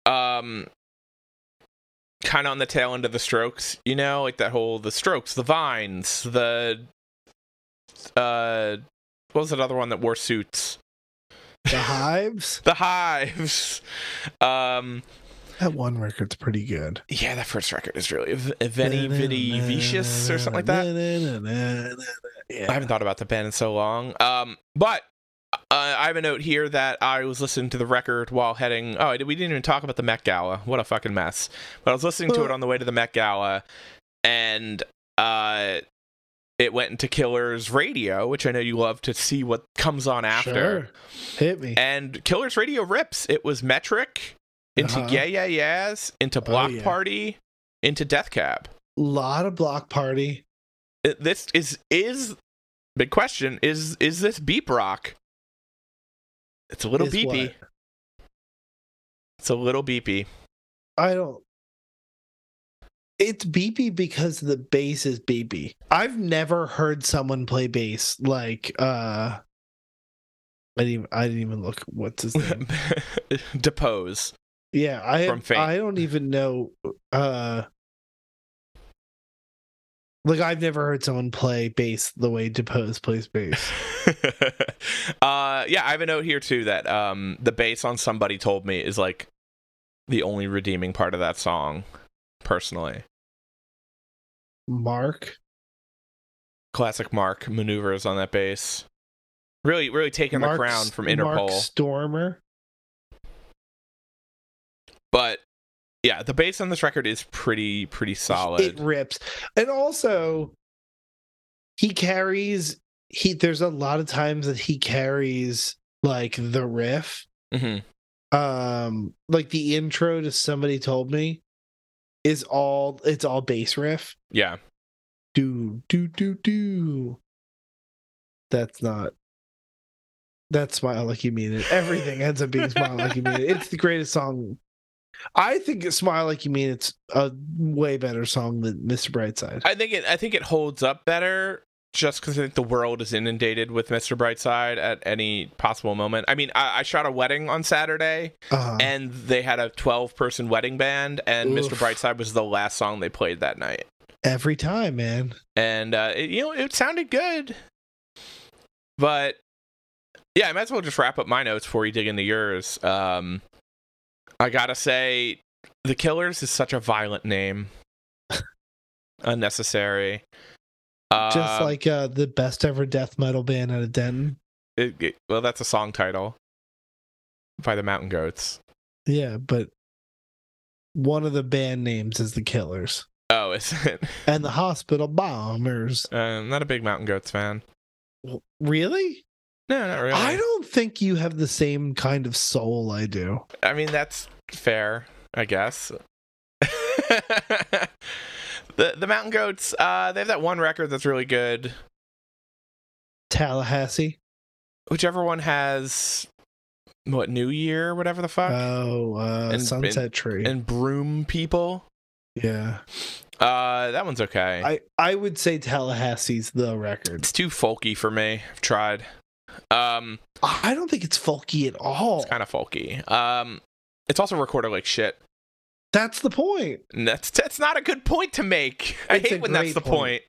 Speaker 2: Um, kind of on the tail end of the Strokes, you know, like that whole the Strokes, the Vines, the uh, what was that other one that wore suits?
Speaker 1: The Hives,
Speaker 2: The Hives. Um.
Speaker 1: that one record's pretty good.
Speaker 2: Yeah, that first record is really V- Veni Vidi Vicious or something like that. I
Speaker 1: Yeah.
Speaker 2: haven't thought about the band in so long. Um, but uh, I have a note here that I was listening to the record while heading. Oh, I did- we didn't even talk about the Met Gala. What a fucking mess. But I was listening to it on the way to the Met Gala, and uh, it went into Killer's radio, which I know you love to see what comes on after.
Speaker 1: Sure. Hit me.
Speaker 2: And Killer's Radio rips. It was Metric into
Speaker 1: Uh-huh. Oh,
Speaker 2: Yeah Yeah Yeahs, into Block
Speaker 1: yeah.
Speaker 2: Party, into Death Cab.
Speaker 1: lot of block party.
Speaker 2: It- This is is big question. Is is this beep rock? It's a little
Speaker 1: is
Speaker 2: beepy.
Speaker 1: what-
Speaker 2: It's a little beepy.
Speaker 1: I don't. It's beepy because the bass is beepy. I've never heard someone play bass like uh. I didn't. Even, I didn't even look. What's his name?
Speaker 2: Depose.
Speaker 1: Yeah, I
Speaker 2: From Fate.
Speaker 1: I don't even know. uh Like I've never heard someone play bass the way Depose plays bass.
Speaker 2: uh, yeah, I have a note here too that um, the bass on "Somebody Told Me" is like the only redeeming part of that song, personally.
Speaker 1: Mark,
Speaker 2: classic Mark maneuvers on that base. Really, really taking the
Speaker 1: Mark
Speaker 2: crown
Speaker 1: S-
Speaker 2: from
Speaker 1: Mark
Speaker 2: Interpol.
Speaker 1: Stormer.
Speaker 2: But yeah, the bass on this record is pretty, pretty
Speaker 1: It
Speaker 2: solid.
Speaker 1: rips. And also he carries he there's a lot of times that he carries like the riff.
Speaker 2: Mhm.
Speaker 1: Um like the intro to somebody told me is all it's all bass riff.
Speaker 2: Yeah,
Speaker 1: Do do do do. That's not that's smile like you mean it. Everything ends up being smile like you mean it. It's the greatest song. I think "Smile Like You Mean It's" a way better song than "Mr. Brightside."
Speaker 2: I think it. I think it holds up better just because I think the world is inundated with Mr. Brightside at any possible moment. I mean, I, I shot a wedding on Saturday,
Speaker 1: Uh-huh.
Speaker 2: and they had a twelve-person wedding band, and Mr.
Speaker 1: Oof.
Speaker 2: Brightside was the last song they played that night.
Speaker 1: Every time, man.
Speaker 2: and uh, it, you know it sounded good, but yeah, I might as well just wrap up my notes before you dig into yours. Um, I gotta say, the Killers is such a violent name, unnecessary. Uh,
Speaker 1: Just like uh, the best ever death metal band out of Denton.
Speaker 2: it- it- well, that's a song title by the Mountain Goats.
Speaker 1: Yeah, but one of the band names is the Killers
Speaker 2: Oh, is it?
Speaker 1: and the Hospital Bombers.
Speaker 2: Um, not a big Mountain Goats fan.
Speaker 1: W- Really?
Speaker 2: No, not really.
Speaker 1: I don't think you have the same kind of soul I do.
Speaker 2: I mean, that's fair, I guess. the the Mountain Goats, uh, they have that one record that's really good.
Speaker 1: Tallahassee.
Speaker 2: Whichever one has what New Year, whatever the fuck,
Speaker 1: Oh, uh,
Speaker 2: And-
Speaker 1: Sunset Tree.
Speaker 2: and Broom People.
Speaker 1: yeah,
Speaker 2: Uh, that one's okay.
Speaker 1: I I would say Tallahassee's the record.
Speaker 2: it's too folky for me. I've tried. Um,
Speaker 1: I don't think it's folky at all.
Speaker 2: it's kind of folky. Um, it's also recorded like shit.
Speaker 1: That's the point.
Speaker 2: And that's that's not a good point to make. I
Speaker 1: It's a
Speaker 2: hate when
Speaker 1: great
Speaker 2: that's the
Speaker 1: point.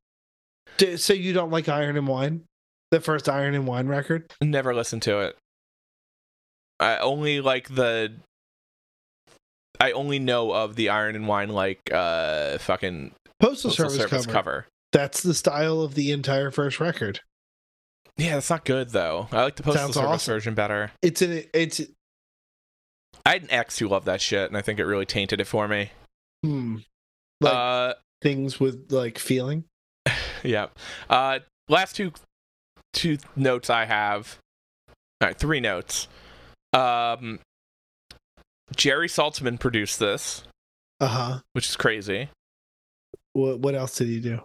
Speaker 1: D- So you don't like Iron and Wine? The first Iron and Wine record?
Speaker 2: Never listened to it. I only like the. I only know of the Iron and Wine like uh fucking
Speaker 1: Postal,
Speaker 2: Postal
Speaker 1: Service,
Speaker 2: Service
Speaker 1: cover.
Speaker 2: cover.
Speaker 1: That's the style of the entire first record.
Speaker 2: Yeah, that's not good though. I like the Postal
Speaker 1: Sounds
Speaker 2: Service
Speaker 1: awesome.
Speaker 2: version better.
Speaker 1: It's in it's
Speaker 2: I had an ex who loved that shit, and I think it really tainted it for me.
Speaker 1: hmm, like
Speaker 2: uh,
Speaker 1: things with like feeling.
Speaker 2: yeah. Uh, last two two notes I have. All right, three notes. Um, Jerry Saltzman produced this,
Speaker 1: Uh huh.
Speaker 2: which is crazy.
Speaker 1: What what else did he do?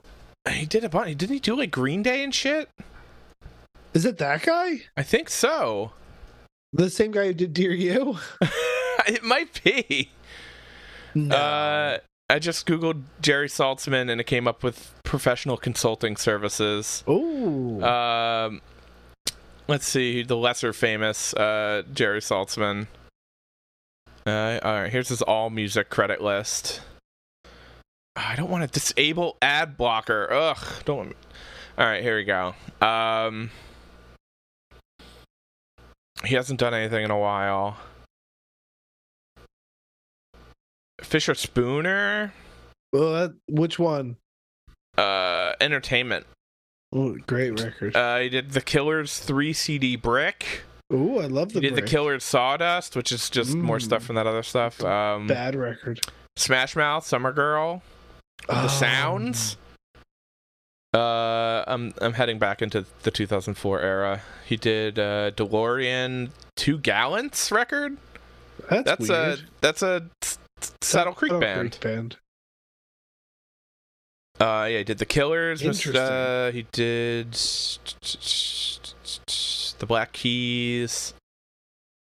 Speaker 2: He did a bunch. Didn't he do like Green Day and shit?
Speaker 1: Is it that guy?
Speaker 2: I think so.
Speaker 1: The same guy who did Dear You?
Speaker 2: it might be.
Speaker 1: No.
Speaker 2: Uh, I just googled Jerry Saltzman and it came up with professional consulting services.
Speaker 1: oh.
Speaker 2: Um, let's see the lesser famous uh, Jerry Saltzman. Uh, all right, here's his all music credit list. I don't want to disable ad blocker. Ugh, don't. Want me. All right, here we go. Um, he hasn't done anything in a while. Fisher Spooner,
Speaker 1: well, that, which one?
Speaker 2: uh, entertainment.
Speaker 1: Oh, great record.
Speaker 2: Uh, he did The Killers three CD brick.
Speaker 1: oh, I love
Speaker 2: He
Speaker 1: the,
Speaker 2: did the
Speaker 1: break.
Speaker 2: Killer Sawdust, which is just more stuff
Speaker 1: Mm.
Speaker 2: from that other stuff. Um,
Speaker 1: bad record.
Speaker 2: Smash Mouth, Summer Girl, The
Speaker 1: Oh.
Speaker 2: Sounds. Uh, I'm I'm heading back into the 2004 era. He did uh, DeLorean, Two Gallants record.
Speaker 1: That's,
Speaker 2: That's,
Speaker 1: weird.
Speaker 2: a that's a s- s- Saddle Creek
Speaker 1: Creek
Speaker 2: band. Uh, yeah, he did the Killers. Mr.
Speaker 1: Interesting.
Speaker 2: Uh, he did the Black Keys.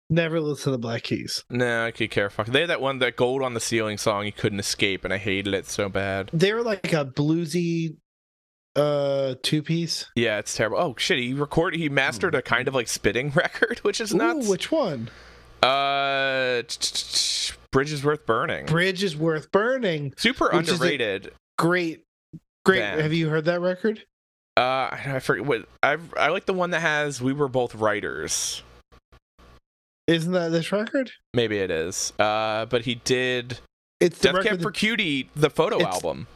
Speaker 1: Never listen to Black Keys.
Speaker 2: No, I could care fuck. They had that one, that gold on the ceiling song. You couldn't escape, and I hated it so bad.
Speaker 1: They were like a bluesy uh two piece.
Speaker 2: Yeah, it's terrible. Oh shit, he recorded, he mastered a kind of like spitting record, which is nuts.
Speaker 1: Ooh, which one?
Speaker 2: Uh, t- t- t- Bridges Worth Burning.
Speaker 1: Bridge is worth burning.
Speaker 2: Super
Speaker 1: Which is a-
Speaker 2: underrated.
Speaker 1: Great. Great.
Speaker 2: Band.
Speaker 1: Have you heard that record?
Speaker 2: Uh, I- I forget what I I like the one that has "We Were Both Writers."
Speaker 1: Isn't that this record?
Speaker 2: Maybe it is. Uh, but he did
Speaker 1: It's the
Speaker 2: Death
Speaker 1: record
Speaker 2: Cab for
Speaker 1: that-
Speaker 2: Cutie, the photo
Speaker 1: It's-
Speaker 2: album.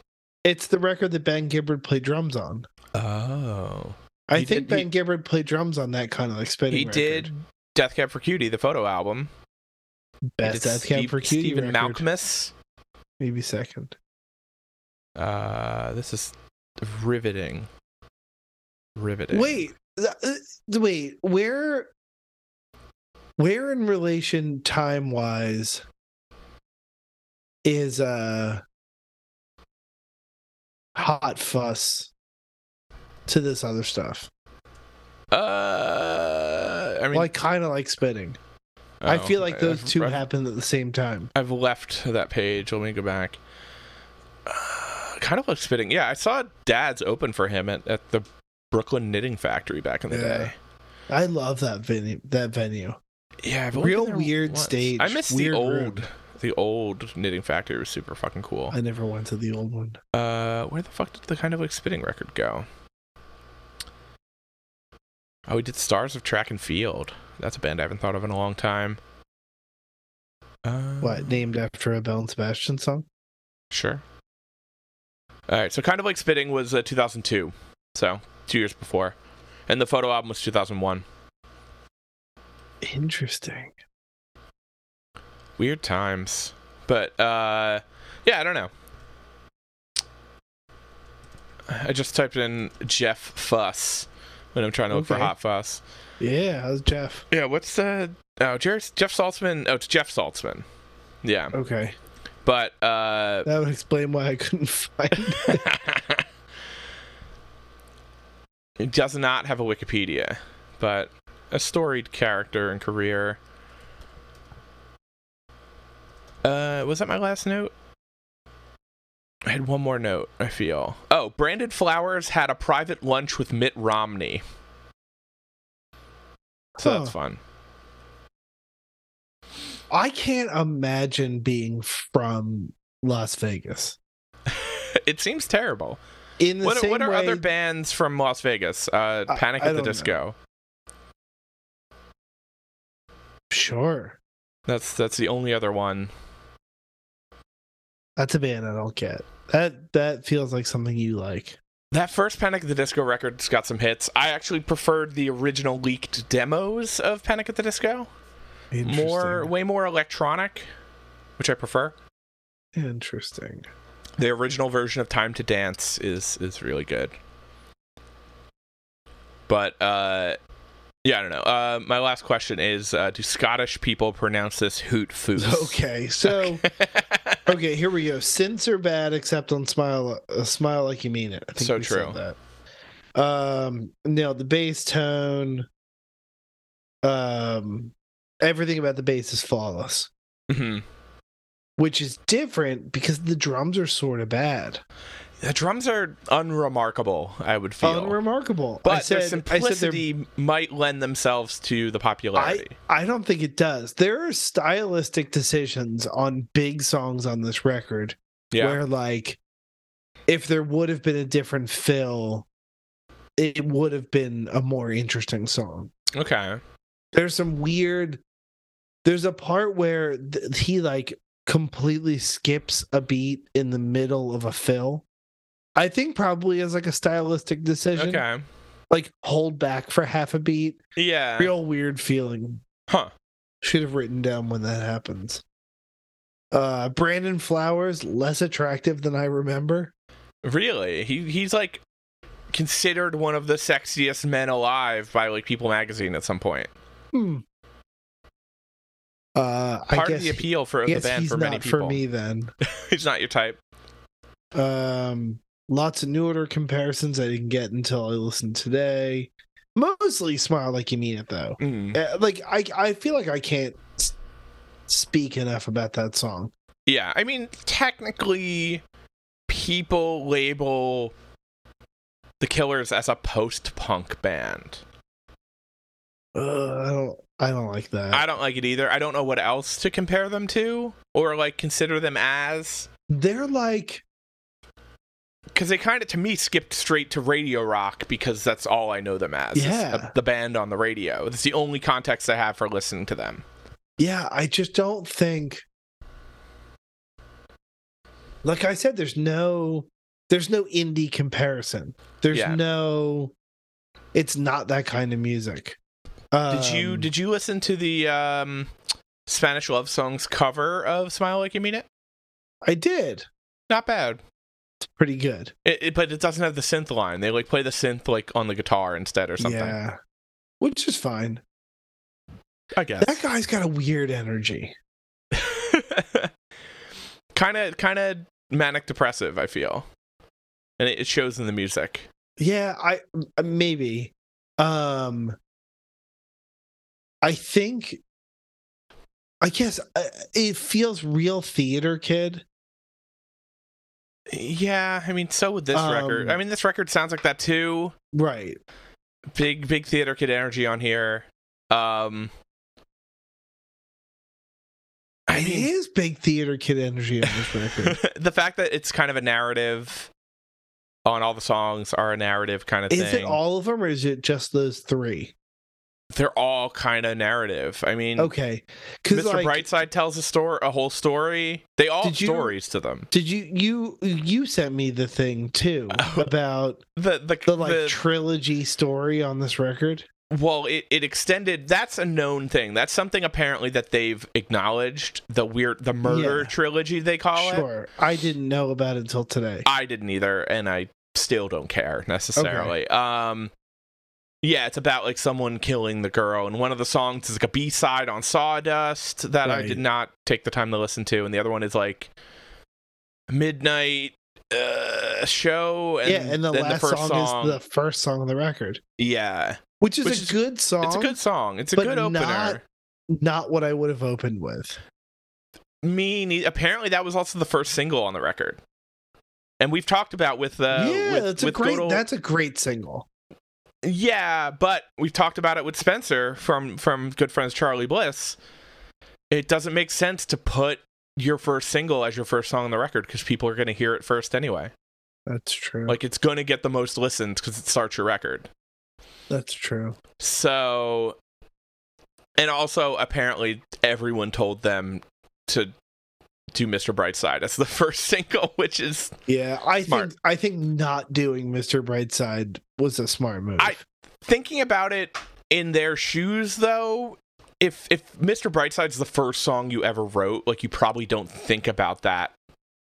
Speaker 1: it's the record that Ben Gibbard played drums on.
Speaker 2: Oh.
Speaker 1: I
Speaker 2: He
Speaker 1: think
Speaker 2: did-
Speaker 1: Ben
Speaker 2: he-
Speaker 1: Gibbard played drums on that kind of like spinning.
Speaker 2: He
Speaker 1: record.
Speaker 2: did Death Cab for Cutie, the photo album. He
Speaker 1: best
Speaker 2: did
Speaker 1: Death Cab
Speaker 2: Steve-
Speaker 1: for Cutie
Speaker 2: Stephen
Speaker 1: record.
Speaker 2: Malkmus.
Speaker 1: Maybe second.
Speaker 2: Uh, this is riveting. Riveting.
Speaker 1: Wait, th- uh, wait. Where, where in relation time wise is uh hot fuss to this other stuff?
Speaker 2: Uh, I mean,
Speaker 1: like kind of like spinning. I
Speaker 2: oh,
Speaker 1: feel like those
Speaker 2: I've-
Speaker 1: 2
Speaker 2: I've-
Speaker 1: happened at the same time.
Speaker 2: I've left that page. Let me go back. Uh, kind of like spitting. Yeah, I saw Dad's open for him at, at the Brooklyn Knitting Factory back in the
Speaker 1: Yeah.
Speaker 2: day.
Speaker 1: I love that venue. That venue.
Speaker 2: Yeah, I've only
Speaker 1: Real
Speaker 2: been there
Speaker 1: weird
Speaker 2: once.
Speaker 1: stage,
Speaker 2: I miss
Speaker 1: weird
Speaker 2: the old,
Speaker 1: room.
Speaker 2: the old Knitting Factory was super fucking cool.
Speaker 1: I never went to the old one.
Speaker 2: Uh, where the fuck did the kind of like spitting record go? Oh, we did Stars of Track and Field. That's a band I haven't thought of in a long time. Uh,
Speaker 1: What named after a Bell and Sebastian song?
Speaker 2: Sure. All right, so kind of like spitting was uh, 2002, so two years before, and the photo album was 2001.
Speaker 1: Interesting.
Speaker 2: Weird times, but uh, yeah, I don't know. I just typed in Jeff Fuss when I'm trying to look for
Speaker 1: Okay.
Speaker 2: Hot Fuss.
Speaker 1: Yeah, how's Jeff?
Speaker 2: Yeah, what's the oh Jerry, Jeff Saltzman? Oh, it's Jeff Saltzman. Yeah,
Speaker 1: Okay.
Speaker 2: but uh,
Speaker 1: That would explain why I couldn't find.
Speaker 2: it does not have a Wikipedia, but a storied character and career. Uh, was that my last note? I had one more note, I feel. Oh, Brandon Flowers had a private lunch with Mitt Romney. So that's
Speaker 1: Huh.
Speaker 2: fun.
Speaker 1: I can't imagine being from Las Vegas.
Speaker 2: It seems terrible.
Speaker 1: In the
Speaker 2: What,
Speaker 1: same
Speaker 2: what are
Speaker 1: way,
Speaker 2: other bands from Las Vegas? Uh,
Speaker 1: I-
Speaker 2: Panic
Speaker 1: I
Speaker 2: at the
Speaker 1: don't know.
Speaker 2: Disco.
Speaker 1: sure,
Speaker 2: That's that's the only other one.
Speaker 1: that's a band I don't get. That that feels like something you like.
Speaker 2: That first Panic at the Disco record's got some hits. I actually preferred the original leaked demos of Panic at the Disco. More, way more electronic, which I prefer.
Speaker 1: interesting.
Speaker 2: The original version of Time to Dance is is really good. But uh, yeah, I don't know. Uh, my last question is: uh, Do Scottish people pronounce this hoot foos?
Speaker 1: Okay, so okay, here we go. Sins are bad, except on smile, uh, smile like you mean it. I think
Speaker 2: So
Speaker 1: we
Speaker 2: true.
Speaker 1: Said that. Um, no, the bass tone, um, everything about the bass is flawless,
Speaker 2: Mhm.
Speaker 1: which is different because the drums are sort of bad,
Speaker 2: The drums are unremarkable. I would feel.
Speaker 1: unremarkable. I
Speaker 2: but
Speaker 1: said,
Speaker 2: their
Speaker 1: I said they're
Speaker 2: simplicity might lend themselves to the popularity.
Speaker 1: I don't think it does. There are stylistic decisions on big songs on this record
Speaker 2: yeah.
Speaker 1: where, like, if there would have been a different fill, it would have been a more interesting song.
Speaker 2: okay.
Speaker 1: There's some weird. There's a part where th- he like completely skips a beat in the middle of a fill. I think probably as like a stylistic decision,
Speaker 2: Okay.
Speaker 1: like hold back for half a beat.
Speaker 2: Yeah.
Speaker 1: Real weird feeling.
Speaker 2: Huh.
Speaker 1: Should have written down when that happens. Uh Brandon Flowers, less attractive than I remember.
Speaker 2: Really? He he's like considered one of the sexiest men alive by like People magazine at some point.
Speaker 1: Hmm. Uh I
Speaker 2: Part of
Speaker 1: guess, he-
Speaker 2: the appeal for the
Speaker 1: guess
Speaker 2: band
Speaker 1: he's
Speaker 2: for many
Speaker 1: not for
Speaker 2: people.
Speaker 1: me then.
Speaker 2: he's not your type.
Speaker 1: Um lots of new order comparisons I didn't get until I listened today. Mostly smile like you mean it though.
Speaker 2: Mm.
Speaker 1: Uh, like I I feel like I can't s- speak enough about that song.
Speaker 2: Yeah. I mean, technically people label the Killers as a post-punk band.
Speaker 1: Uh, I don't I don't like that.
Speaker 2: I don't like it either. I don't know what else to compare them to or like consider them as
Speaker 1: They're like
Speaker 2: because they kind of to me skipped straight to radio rock because that's all I know them as. is
Speaker 1: Yeah.
Speaker 2: the band on the radio. It's the only context I have for listening to them.
Speaker 1: Yeah, I just don't think like I said, there's no there's no indie comparison. There's
Speaker 2: Yeah.
Speaker 1: no it's not that kind of music.
Speaker 2: did you
Speaker 1: Um,
Speaker 2: did you listen to the um, Spanish love songs cover of Smile Like You Mean It?
Speaker 1: I did.
Speaker 2: Not bad.
Speaker 1: It's pretty good.
Speaker 2: It, it- but it doesn't have the synth line. They like play the synth like on the guitar instead or something.
Speaker 1: Yeah. Which is fine.
Speaker 2: I guess.
Speaker 1: That guy's got a weird energy.
Speaker 2: kind of kind of manic depressive. I feel, and it, it shows in the music.
Speaker 1: Yeah, I uh, maybe. Um I think I guess uh, it feels real theater kid.
Speaker 2: Yeah, I mean, so would this record.
Speaker 1: Um,
Speaker 2: I mean, this record sounds like that too.
Speaker 1: Right.
Speaker 2: big big theater kid energy on here um i
Speaker 1: it
Speaker 2: mean
Speaker 1: is big theater kid energy on this record.
Speaker 2: the fact that it's kind of a narrative on all the songs are a narrative kind of
Speaker 1: is
Speaker 2: thing
Speaker 1: it all of them or is it just those three?
Speaker 2: they're all kind of narrative i mean
Speaker 1: Okay. Because
Speaker 2: mr
Speaker 1: like,
Speaker 2: brightside tells a story a whole story they all have
Speaker 1: Did you-
Speaker 2: stories to them
Speaker 1: did you you you sent me the thing too
Speaker 2: Oh.
Speaker 1: about
Speaker 2: the the,
Speaker 1: the like
Speaker 2: the-
Speaker 1: trilogy story on this record?
Speaker 2: well it, it extended that's a known thing that's something apparently that they've acknowledged the weird the murder
Speaker 1: Yeah.
Speaker 2: trilogy they call it
Speaker 1: sure. I didn't know about it until today.
Speaker 2: I didn't either, and I still don't care necessarily. Um, yeah, it's about like someone killing the girl, and one of the songs is like a B side on Sawdust that I
Speaker 1: Right.
Speaker 2: did not take the time to listen to, and the other one is like Midnight uh, Show, and,
Speaker 1: yeah, and the
Speaker 2: then
Speaker 1: last
Speaker 2: first
Speaker 1: song,
Speaker 2: song,
Speaker 1: is the first song on the record.
Speaker 2: yeah,
Speaker 1: Which is
Speaker 2: Which
Speaker 1: a
Speaker 2: is-
Speaker 1: good song.
Speaker 2: it's a good song, it's a
Speaker 1: but
Speaker 2: good opener.
Speaker 1: not- not what I would have opened with.
Speaker 2: Me, ne- apparently, that was also the first single on the record. And we've talked about with uh,
Speaker 1: yeah,
Speaker 2: with,
Speaker 1: that's a
Speaker 2: with
Speaker 1: great
Speaker 2: Godel-
Speaker 1: that's a great single.
Speaker 2: Yeah, but we've talked about it with Spencer from from good friends Charlie Bliss. It doesn't make sense to put your first single as your first song on the record because people are going to hear it first anyway.
Speaker 1: That's true.
Speaker 2: Like it's going to get the most listens because it starts your record.
Speaker 1: that's true.
Speaker 2: So, and also apparently everyone told them to do Mr. Brightside as the first single, which is
Speaker 1: Yeah, I
Speaker 2: Smart.
Speaker 1: think I think not doing Mr. Brightside was a smart move.
Speaker 2: I- thinking about it in their shoes though if if mr brightside's the first song you ever wrote like you probably don't think about that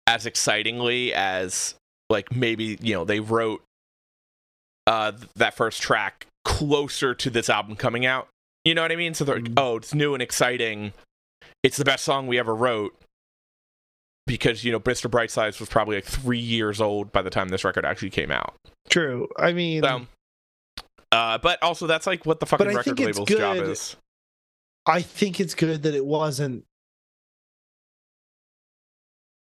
Speaker 2: as excitingly as like maybe you know they wrote uh th- that first track closer to this album coming out. You know what I mean? So they're like, oh, it's new and exciting. It's the best song we ever wrote. Because, you know, Mr. Brightsize was probably like three years old by the time this record actually came out.
Speaker 1: True. I mean,
Speaker 2: So, uh, but also, that's like what the fucking
Speaker 1: I
Speaker 2: record
Speaker 1: think it's
Speaker 2: label's job
Speaker 1: good.
Speaker 2: is.
Speaker 1: I think it's good that it wasn't.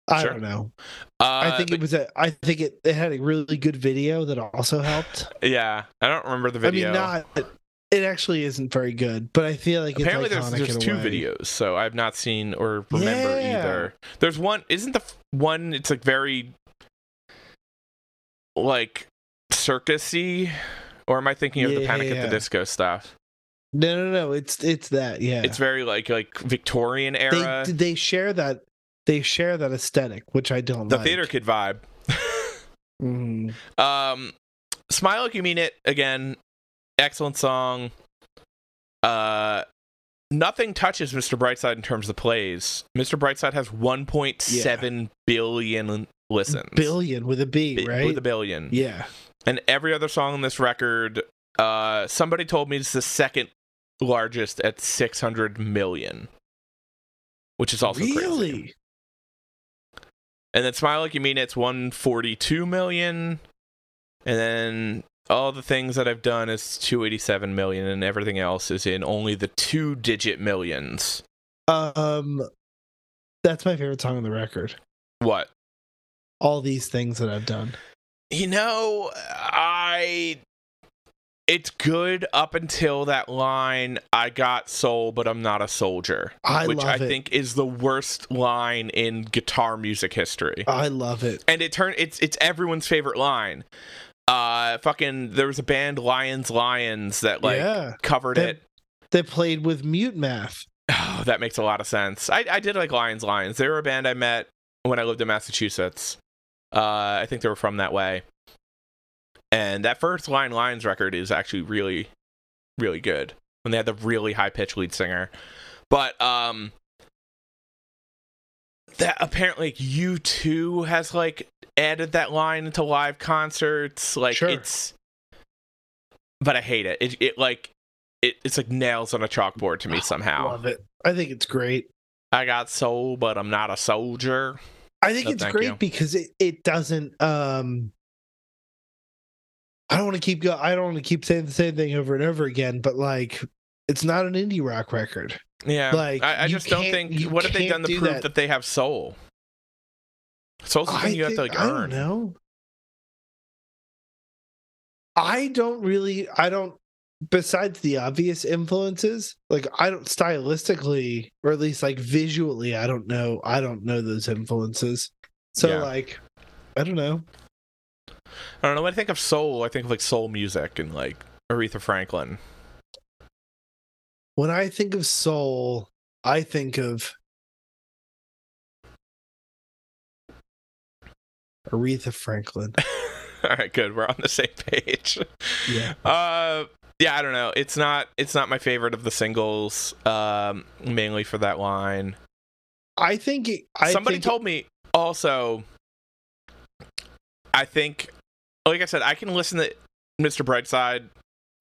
Speaker 1: I
Speaker 2: Sure.
Speaker 1: don't know.
Speaker 2: Uh,
Speaker 1: I think it was a. I think it, it had a really good video that also helped.
Speaker 2: Yeah, I don't remember the video.
Speaker 1: I mean, not. It actually isn't very good, but I feel like
Speaker 2: Apparently,
Speaker 1: it's
Speaker 2: there's
Speaker 1: iconic
Speaker 2: there's
Speaker 1: in a
Speaker 2: two
Speaker 1: way.
Speaker 2: videos, so I've not seen or remember
Speaker 1: Yeah.
Speaker 2: either. There's one. Isn't the f- one? It's like very like circusy, or am I thinking of the Panic at
Speaker 1: Yeah.
Speaker 2: the Disco stuff?
Speaker 1: No, no, no. It's it's that. Yeah,
Speaker 2: It's very like like Victorian era,
Speaker 1: they they share that they share that aesthetic, which I don't.
Speaker 2: the
Speaker 1: like.
Speaker 2: theater kid vibe.
Speaker 1: Mhm.
Speaker 2: Um, Smile Like You Mean It again. Excellent song. Uh, nothing touches Mr. Brightside in terms of plays. Mr. Brightside has 1.7 billion listens.
Speaker 1: billion with a B,
Speaker 2: Bi-
Speaker 1: right?
Speaker 2: With a billion.
Speaker 1: yeah,
Speaker 2: And every other song on this record, uh, somebody told me it's the second largest at 600 million, which is also crazy.
Speaker 1: really.
Speaker 2: And then Smile Like You Mean It's 142 million. And then all the things that I've done is 287 million, and everything else is in only the two digit millions.
Speaker 1: Um, that's my favorite song on the record.
Speaker 2: What?
Speaker 1: All these things that I've done.
Speaker 2: You know, I. It's good up until that line, I got soul, but I'm not a soldier.
Speaker 1: I
Speaker 2: which
Speaker 1: love
Speaker 2: I
Speaker 1: it.
Speaker 2: think is the worst line in guitar music history.
Speaker 1: I love it.
Speaker 2: and it turned it's it's everyone's favorite line. Uh, fucking, there was a band Lions Lions that like
Speaker 1: yeah,
Speaker 2: covered
Speaker 1: They-
Speaker 2: it.
Speaker 1: they played with mute math.
Speaker 2: Oh, that makes a lot of sense. I I did like Lions Lions. They were a band I met when I lived in Massachusetts. Uh, I think they were from that way. And that first Lion Lions record is actually really, really good. When they had the really high pitched lead singer, but um, that apparently U two has like added that line into live concerts. Like
Speaker 1: Sure.
Speaker 2: it's, but I hate it. It it like it, it's like nails on a chalkboard to me somehow.
Speaker 1: Love it. I think it's great.
Speaker 2: I got soul, but I'm not a soldier.
Speaker 1: I think
Speaker 2: No,
Speaker 1: it's
Speaker 2: thank
Speaker 1: great
Speaker 2: you.
Speaker 1: because it, it doesn't um I don't want to keep go I don't want to keep saying the same thing over and over again, but like it's not an indie rock record.
Speaker 2: Yeah,
Speaker 1: Like,
Speaker 2: I, I
Speaker 1: you
Speaker 2: just don't
Speaker 1: can't-
Speaker 2: think.
Speaker 1: you
Speaker 2: What have they
Speaker 1: can't
Speaker 2: done to
Speaker 1: do
Speaker 2: prove that.
Speaker 1: that.
Speaker 2: they have soul? Soul's the
Speaker 1: I
Speaker 2: thing you have to
Speaker 1: think-
Speaker 2: like
Speaker 1: I don't
Speaker 2: earn.
Speaker 1: know. I don't really I don't besides the obvious influences, like I don't stylistically or at least like visually, I don't know. I don't know those influences. So
Speaker 2: Yeah.
Speaker 1: like I don't know.
Speaker 2: I don't know. When I think of soul, I think of like soul music and like Aretha Franklin.
Speaker 1: when I think of soul, I think of Aretha Franklin.
Speaker 2: All right, good. We're on the same page.
Speaker 1: Yeah.
Speaker 2: Uh, yeah, I don't know. It's not. It's not my favorite of the singles. Um, mainly for that line.
Speaker 1: I think it, I
Speaker 2: somebody
Speaker 1: think
Speaker 2: told me also i think like i said i can listen to mr brightside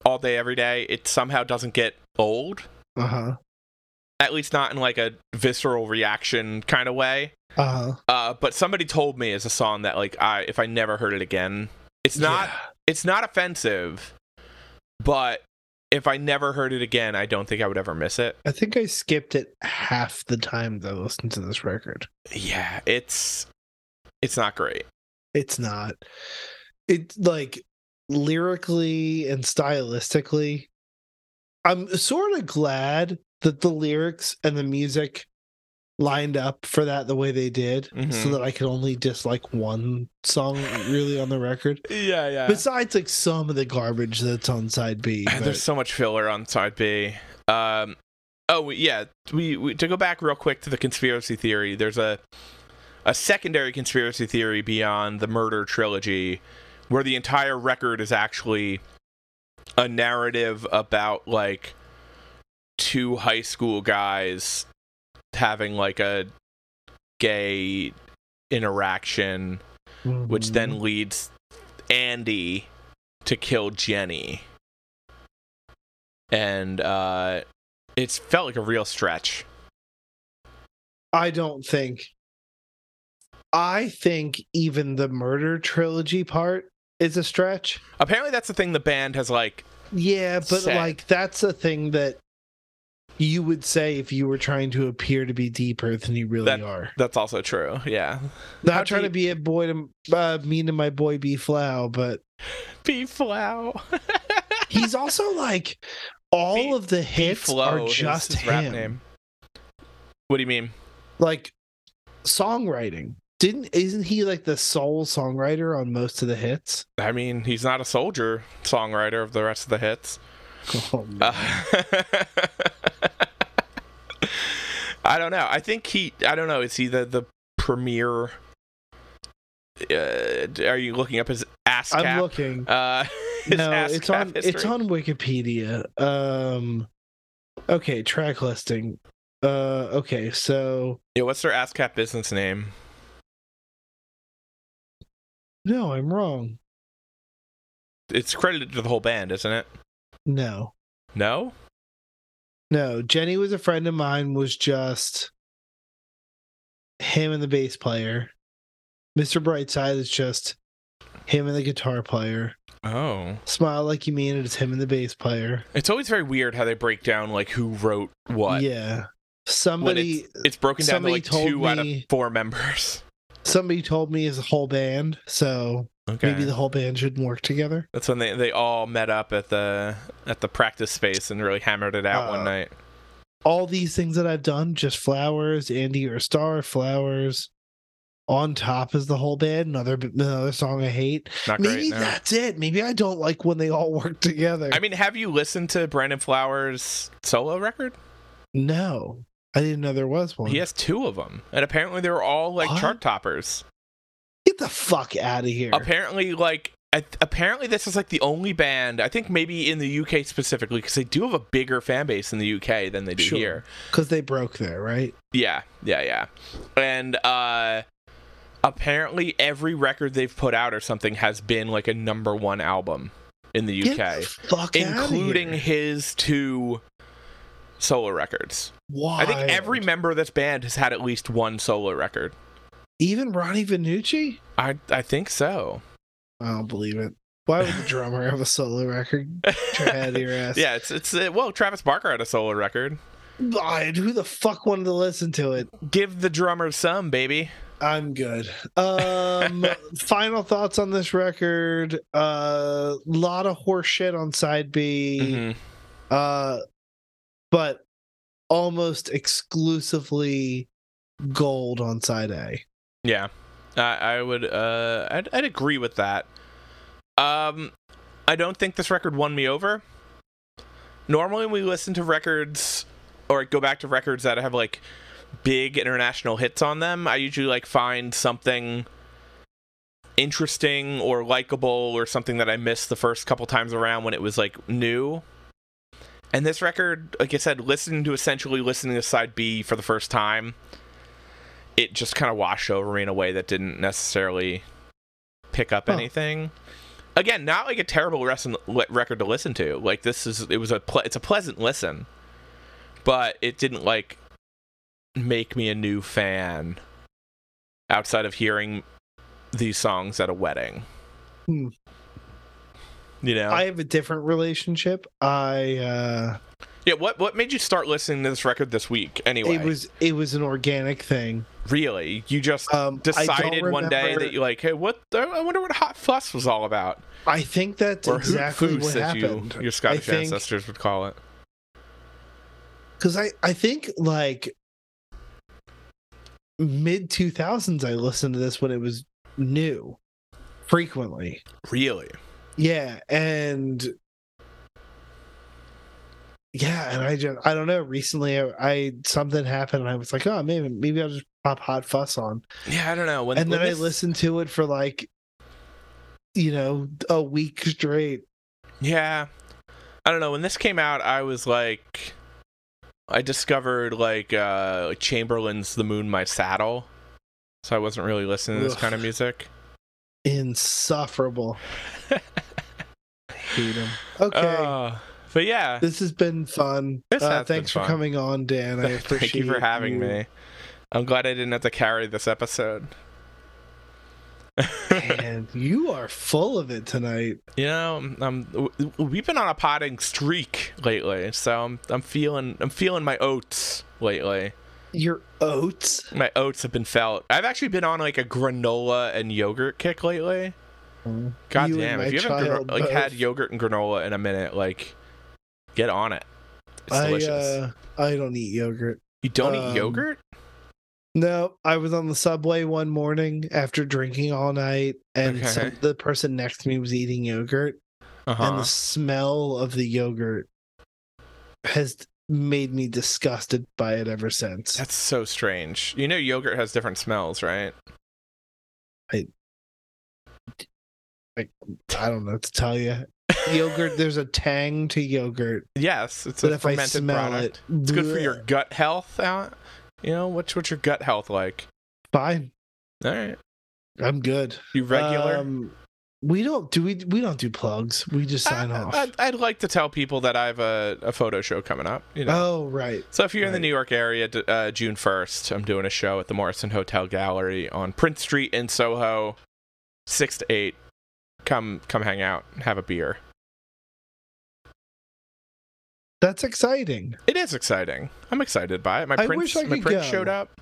Speaker 2: all day every day it somehow doesn't get old
Speaker 1: uh-huh.
Speaker 2: at least not in like a visceral reaction kind of way
Speaker 1: Uh-huh.
Speaker 2: uh, but somebody told me it's a song that like i if i never heard it again it's not it's not offensive but if i never heard it again i don't think i would ever miss it
Speaker 1: I think I skipped it half the time that I listened to this record.
Speaker 2: yeah it's it's not great
Speaker 1: It's not. It's like lyrically and stylistically. I'm sort of glad that the lyrics and the music lined up for that the way they did, so
Speaker 2: Mhm.
Speaker 1: that I could only dislike one song really on the record.
Speaker 2: yeah yeah
Speaker 1: Besides, like some of the garbage that's on side B. but-
Speaker 2: There's so much filler on side B. Um, oh we- yeah, we, we to go back real quick to the conspiracy theory. There's a a secondary conspiracy theory beyond the murder trilogy, where the entire record is actually a narrative about like two high school guys having like a gay interaction, which
Speaker 1: Mhm.
Speaker 2: then leads Andy to kill Jenny and uh, it's felt like a real stretch.
Speaker 1: I don't think. I think even the murder trilogy part is a stretch.
Speaker 2: Apparently, that's the thing the band has like.
Speaker 1: Yeah, but
Speaker 2: Sad.
Speaker 1: like that's a thing that you would say if you were trying to appear to be deeper than you really
Speaker 2: That-
Speaker 1: are.
Speaker 2: That's also true. Yeah,
Speaker 1: Not
Speaker 2: how
Speaker 1: trying to
Speaker 2: deep?
Speaker 1: be a boy to uh, mean to my boy B Flow, but
Speaker 2: B Flow.
Speaker 1: he's also like all
Speaker 2: B-
Speaker 1: of the hits are just him.
Speaker 2: What do you mean?
Speaker 1: Like songwriting. Didn't isn't he like the sole songwriter on most of the hits?
Speaker 2: I mean, he's not a soldier songwriter of the rest of the hits.
Speaker 1: Oh, man.
Speaker 2: Uh, I don't know. I think he. I don't know. Is he the the premier? Uh, are you looking up his ass
Speaker 1: I'm
Speaker 2: cap?
Speaker 1: looking.
Speaker 2: uh, his
Speaker 1: no,
Speaker 2: ASCAP
Speaker 1: it's on it's
Speaker 2: history?
Speaker 1: on Wikipedia. Um okay, track listing. Uh okay, so
Speaker 2: Yeah, what's their ASCAP business name?
Speaker 1: no, I'm wrong.
Speaker 2: It's credited to the whole band, isn't it?
Speaker 1: No.
Speaker 2: No.
Speaker 1: No, Jenny was a friend of mine was just him and the bass player. Mr. Brightside is just him and the guitar player.
Speaker 2: Oh,
Speaker 1: Smile like you mean it is him and the bass player.
Speaker 2: it's always very weird how they break down like who wrote what.
Speaker 1: Yeah.
Speaker 2: When
Speaker 1: Somebody
Speaker 2: it's, it's broken down to
Speaker 1: somebody
Speaker 2: like
Speaker 1: told
Speaker 2: two out of
Speaker 1: me-
Speaker 2: four members.
Speaker 1: somebody told me is a whole band, so
Speaker 2: Okay.
Speaker 1: maybe the whole band shouldn't work together.
Speaker 2: That's when they, they all met up at the at the practice space and really hammered it out
Speaker 1: Uh,
Speaker 2: one night.
Speaker 1: all these things that I've done, just flowers, Andy or Star, flowers. On top is the whole band. Another another song I hate.
Speaker 2: Not
Speaker 1: Maybe
Speaker 2: great. no.
Speaker 1: that's it. Maybe I don't like when they all work together.
Speaker 2: I mean, have you listened to Brandon Flowers' solo record?
Speaker 1: no, I didn't know there was one.
Speaker 2: He has two of them, and apparently they were all like
Speaker 1: What?
Speaker 2: chart toppers.
Speaker 1: Get the fuck out of here.
Speaker 2: Apparently, like I, apparently this is like the only band I think maybe in the UK specifically because they do have a bigger fan base in the UK than they do
Speaker 1: Sure.
Speaker 2: here.
Speaker 1: Because they broke there, right?
Speaker 2: Yeah, yeah, yeah. And uh apparently every record they've put out or something has been like a number one album in the
Speaker 1: Get
Speaker 2: UK.
Speaker 1: the fuck outta
Speaker 2: including
Speaker 1: here.
Speaker 2: his two solo records.
Speaker 1: Wild.
Speaker 2: I think every member of this band has had at least one solo record.
Speaker 1: even Ronnie Vinucci.
Speaker 2: I I think so.
Speaker 1: I don't believe it. Why would the drummer have a solo record? Get your head out of your ass.
Speaker 2: yeah, it's it's uh, well, Travis Barker had a solo record.
Speaker 1: God, who the fuck wanted to listen to it?
Speaker 2: Give the drummer some, baby.
Speaker 1: I'm good. Um final thoughts on this record. Uh lot of horse shit on side B.
Speaker 2: Mhm.
Speaker 1: Uh but almost exclusively gold on side A.
Speaker 2: Yeah, I, I would. Uh, I'd, I'd agree with that. Um, I don't think this record won me over. Normally, we listen to records or go back to records that have like big international hits on them. I usually like find something interesting or likable or something that I missed the first couple times around when it was like new. And this record, like I said, listening to essentially listening to side B for the first time, it just kind of washed over me in a way that didn't necessarily pick up
Speaker 1: Huh.
Speaker 2: anything. Again, not like a terrible res- le- record to listen to. Like this is it was a ple- it's a pleasant listen, but it didn't like make me a new fan outside of hearing these songs at a wedding.
Speaker 1: Hmm.
Speaker 2: You know,
Speaker 1: I have a different relationship. I uh
Speaker 2: yeah. What what made you start listening to this record this week? Anyway,
Speaker 1: it was it was an organic thing.
Speaker 2: really you just
Speaker 1: Um I don't
Speaker 2: decided one day
Speaker 1: remember-
Speaker 2: that you like, hey, what? The, I wonder what Hot Fuss was all about,
Speaker 1: I think that's
Speaker 2: or
Speaker 1: exactly
Speaker 2: Hoot Foos
Speaker 1: what
Speaker 2: that you
Speaker 1: happened.
Speaker 2: your Scottish
Speaker 1: think-
Speaker 2: ancestors would call it.
Speaker 1: because I I think like mid two thousands I listened to this when it was new frequently.
Speaker 2: Really?
Speaker 1: Yeah, and yeah, and I just I don't know. Recently, I, I something happened, and I was like, oh, maybe maybe I'll just pop Hot Fuss on,
Speaker 2: Yeah, I don't know. When,
Speaker 1: and
Speaker 2: when
Speaker 1: then I
Speaker 2: this-
Speaker 1: listened to it for like you know a week straight.
Speaker 2: Yeah. I don't know. When this came out, I was like I discovered like uh Chamberlain's The Moon My Saddle. So I wasn't really listening to this
Speaker 1: Ugh.
Speaker 2: kind of music.
Speaker 1: Insufferable. Hate 'em. Okay.
Speaker 2: Uh, But yeah,
Speaker 1: This has been fun.
Speaker 2: This has
Speaker 1: Uh,
Speaker 2: been
Speaker 1: thanks
Speaker 2: fun.
Speaker 1: for coming on, Dan. I appreciate
Speaker 2: thank you for having
Speaker 1: you.
Speaker 2: me. I'm glad I didn't have to carry this episode.
Speaker 1: Man, you are full of it tonight.
Speaker 2: You know, um, um, w- we've been on a potting streak lately, so I'm, I'm feeling I'm feeling my oats lately.
Speaker 1: Your oats.
Speaker 2: My oats have been felt. I've actually been on like a granola and yogurt kick lately. God
Speaker 1: You and
Speaker 2: damn!
Speaker 1: my
Speaker 2: If you haven't grano-
Speaker 1: child
Speaker 2: like had
Speaker 1: both.
Speaker 2: yogurt and granola in a minute, like get on it. It's
Speaker 1: I
Speaker 2: delicious.
Speaker 1: uh, I don't eat yogurt.
Speaker 2: you don't
Speaker 1: um,
Speaker 2: eat yogurt?
Speaker 1: No, I was on the subway one morning after drinking all night, and
Speaker 2: Okay.
Speaker 1: some, the person next to me was eating yogurt,
Speaker 2: Uh huh.
Speaker 1: and the smell of the yogurt has made me disgusted by it ever since.
Speaker 2: That's so strange. You know, yogurt has different smells, right?
Speaker 1: I don't know what to tell you. Yogurt, there's a tang to yogurt.
Speaker 2: Yes, it's
Speaker 1: but
Speaker 2: a
Speaker 1: if I
Speaker 2: fermented
Speaker 1: smell
Speaker 2: product.
Speaker 1: it,
Speaker 2: It's good for your
Speaker 1: bleh,
Speaker 2: gut health. Out, you know what's what's your gut health like?
Speaker 1: Fine,
Speaker 2: All right,
Speaker 1: I'm good.
Speaker 2: you regular.
Speaker 1: Um, we don't do we we don't do plugs. We just sign off.
Speaker 2: Ah, I, would like to tell people that I have a, a photo show coming up. You know.
Speaker 1: oh right.
Speaker 2: so if you're in the
Speaker 1: right.
Speaker 2: New York area, d- uh, June 1st, I'm doing a show at the Morrison Hotel Gallery on Prince Street in Soho, six to eight. Come, come, hang out, and have a beer.
Speaker 1: That's exciting.
Speaker 2: It is exciting. I'm excited by it. My
Speaker 1: I
Speaker 2: prince,
Speaker 1: wish I
Speaker 2: my
Speaker 1: could
Speaker 2: prince
Speaker 1: go.
Speaker 2: showed up.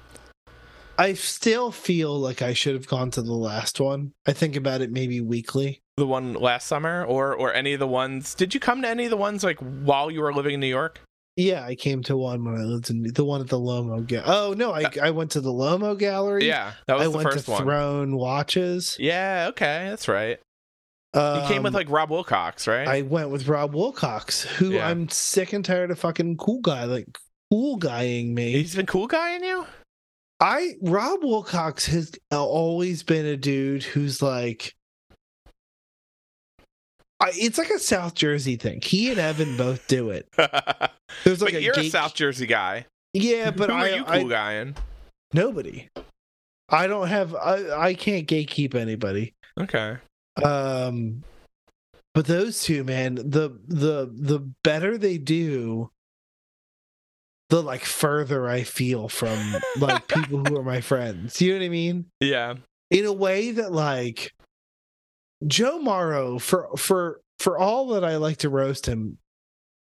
Speaker 1: I still feel like I should have gone to the last one. I think about it maybe weekly.
Speaker 2: the one last summer or or any of the ones did you come to any of the ones like while you were living in new york
Speaker 1: Yeah, I came to one when I lived in the one at the Lomo. Ga- oh no, I I went to the Lomo Gallery.
Speaker 2: yeah that was
Speaker 1: I
Speaker 2: the
Speaker 1: went
Speaker 2: first
Speaker 1: to
Speaker 2: one
Speaker 1: Throne Watches.
Speaker 2: yeah okay that's right you
Speaker 1: Um,
Speaker 2: came with like rob wilcox right
Speaker 1: I went with Rob Wilcox, who
Speaker 2: Yeah.
Speaker 1: I'm sick and tired of fucking cool guy like cool guying me.
Speaker 2: he's been cool guying you
Speaker 1: I Rob Wilcox has always been a dude who's like I, it's like a South Jersey thing. He and Evan both do it.
Speaker 2: but
Speaker 1: There's like a
Speaker 2: you're a
Speaker 1: gate-
Speaker 2: south jersey guy
Speaker 1: Yeah, but
Speaker 2: who
Speaker 1: I,
Speaker 2: are you cool
Speaker 1: I
Speaker 2: guying
Speaker 1: nobody. I don't have I, I can't gatekeep anybody.
Speaker 2: okay
Speaker 1: Um but those two, man, the the the better they do, the like further I feel from like people who are my friends. You know what I mean?
Speaker 2: yeah
Speaker 1: in a way that like Joe Morrow for for for all that I like to roast him,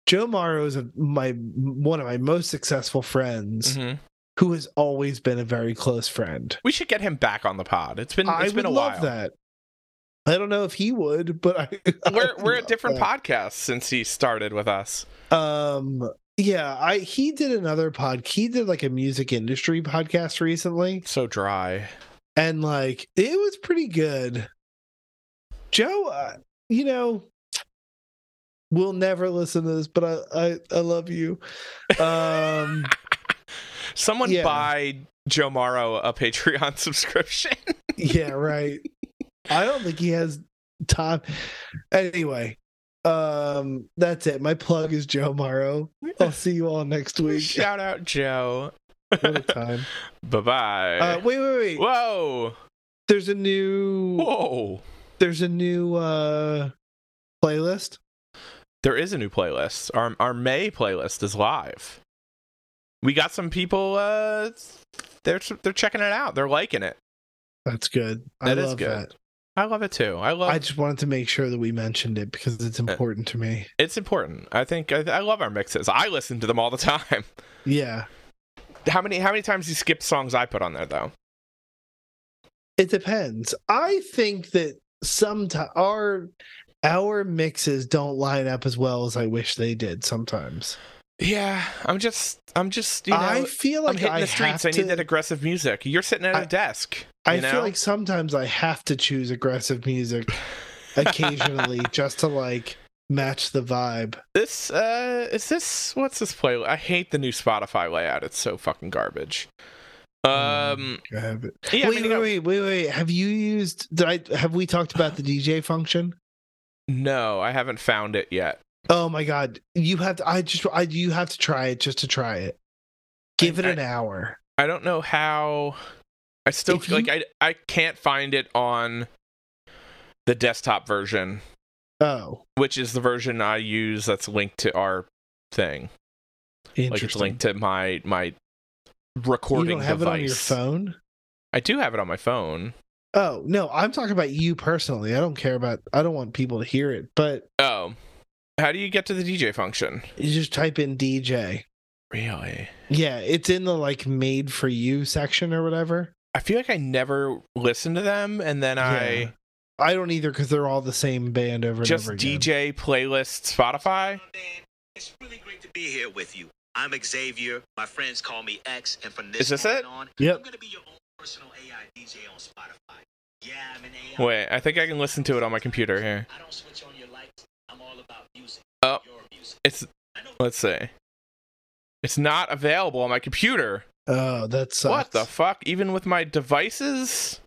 Speaker 1: Joe Morrow is a, my one of my most successful friends
Speaker 2: hmm
Speaker 1: who has always been a very close friend.
Speaker 2: we should get him back on the pod it's been
Speaker 1: I
Speaker 2: it's
Speaker 1: would
Speaker 2: been a
Speaker 1: love
Speaker 2: while
Speaker 1: that. I don't know if he would, but I, I
Speaker 2: we're
Speaker 1: would
Speaker 2: we're a
Speaker 1: love
Speaker 2: different
Speaker 1: that.
Speaker 2: podcast since he started with us
Speaker 1: Um, yeah, I he did another pod. He did like a music industry podcast recently.
Speaker 2: so dry
Speaker 1: and like it was pretty good. Joe, uh, you know, will never listen to this, but I I, I love you. Um,
Speaker 2: someone
Speaker 1: Yeah.
Speaker 2: buy joe morrow a patreon subscription
Speaker 1: yeah, right. I don't think he has time. Anyway, um, that's it. My plug is Joe Morrow. I'll see you all next week.
Speaker 2: Shout out Joe.
Speaker 1: what a time.
Speaker 2: Bye bye.
Speaker 1: Uh, wait, wait, wait.
Speaker 2: Whoa.
Speaker 1: There's a new.
Speaker 2: Whoa.
Speaker 1: There's a new uh playlist.
Speaker 2: There is a new playlist. Our our May playlist is live. We got some people uh they're they're checking it out. They're liking it.
Speaker 1: That's good.
Speaker 2: That
Speaker 1: I
Speaker 2: is
Speaker 1: love
Speaker 2: good.
Speaker 1: that.
Speaker 2: I love it too. I love
Speaker 1: I just wanted to make sure that we mentioned it because it's important to me.
Speaker 2: it's important. I think I, I love our mixes. I listen to them all the time.
Speaker 1: Yeah.
Speaker 2: How many how many times you skip songs I put on there though?
Speaker 1: It depends. I think that sometimes our our mixes don't line up as well as I wish they did sometimes.
Speaker 2: Yeah, I'm just I'm just you know
Speaker 1: I feel
Speaker 2: I'm
Speaker 1: like
Speaker 2: hitting
Speaker 1: I
Speaker 2: the streets.
Speaker 1: have
Speaker 2: I need
Speaker 1: to-
Speaker 2: that aggressive music. You're sitting at a
Speaker 1: I-
Speaker 2: desk.
Speaker 1: I
Speaker 2: you know?
Speaker 1: feel like sometimes I have to choose aggressive music occasionally just to like match the vibe.
Speaker 2: This uh is this what's this play? I hate the new Spotify layout. It's so fucking garbage. Um
Speaker 1: I have it.
Speaker 2: yeah,
Speaker 1: Mm. wait,
Speaker 2: I mean, you
Speaker 1: wait,
Speaker 2: got-
Speaker 1: wait, wait, wait. Have you used did I have we talked about the DJ function?
Speaker 2: no, I haven't found it yet.
Speaker 1: Oh my god, you have to. I just. I you have to try it just to try it. Give it
Speaker 2: I-
Speaker 1: an hour.
Speaker 2: I don't know how I still
Speaker 1: If
Speaker 2: like I I can't find it on the desktop version.
Speaker 1: Oh,
Speaker 2: which is the version I use that's linked to our thing.
Speaker 1: interesting.
Speaker 2: Like it's linked to my my
Speaker 1: you
Speaker 2: recording
Speaker 1: don't have it
Speaker 2: device.
Speaker 1: on your phone.
Speaker 2: I do have it on my phone.
Speaker 1: Oh no, I'm talking about you personally. I don't care about. I don't want people to hear it. But
Speaker 2: Oh. How do you get to the DJ function?
Speaker 1: you just type in DJ.
Speaker 2: Really?
Speaker 1: Yeah, it's in the like made for you section or whatever.
Speaker 2: I feel like I never listened to them and then I
Speaker 1: I don't either because they're all the same band over
Speaker 2: just
Speaker 1: and over again.
Speaker 2: DJ playlist Spotify.
Speaker 3: Dan, It's really great to be here with you. I'm Xavier. My friends call me X, and from this,
Speaker 2: Is this
Speaker 3: moment
Speaker 2: it?
Speaker 3: on,
Speaker 1: Yep.
Speaker 3: I'm gonna be your own personal AI DJ on Spotify. Yeah, I'm an AI.
Speaker 2: Wait, I think I can listen to it on my computer here.
Speaker 3: I don't switch on your lights. I'm all about music.
Speaker 2: Oh.
Speaker 3: Your music.
Speaker 2: It's
Speaker 3: I know.
Speaker 2: let's see. It's not available on my computer.
Speaker 1: Oh, that sucks.
Speaker 2: What the fuck? Even with my devices?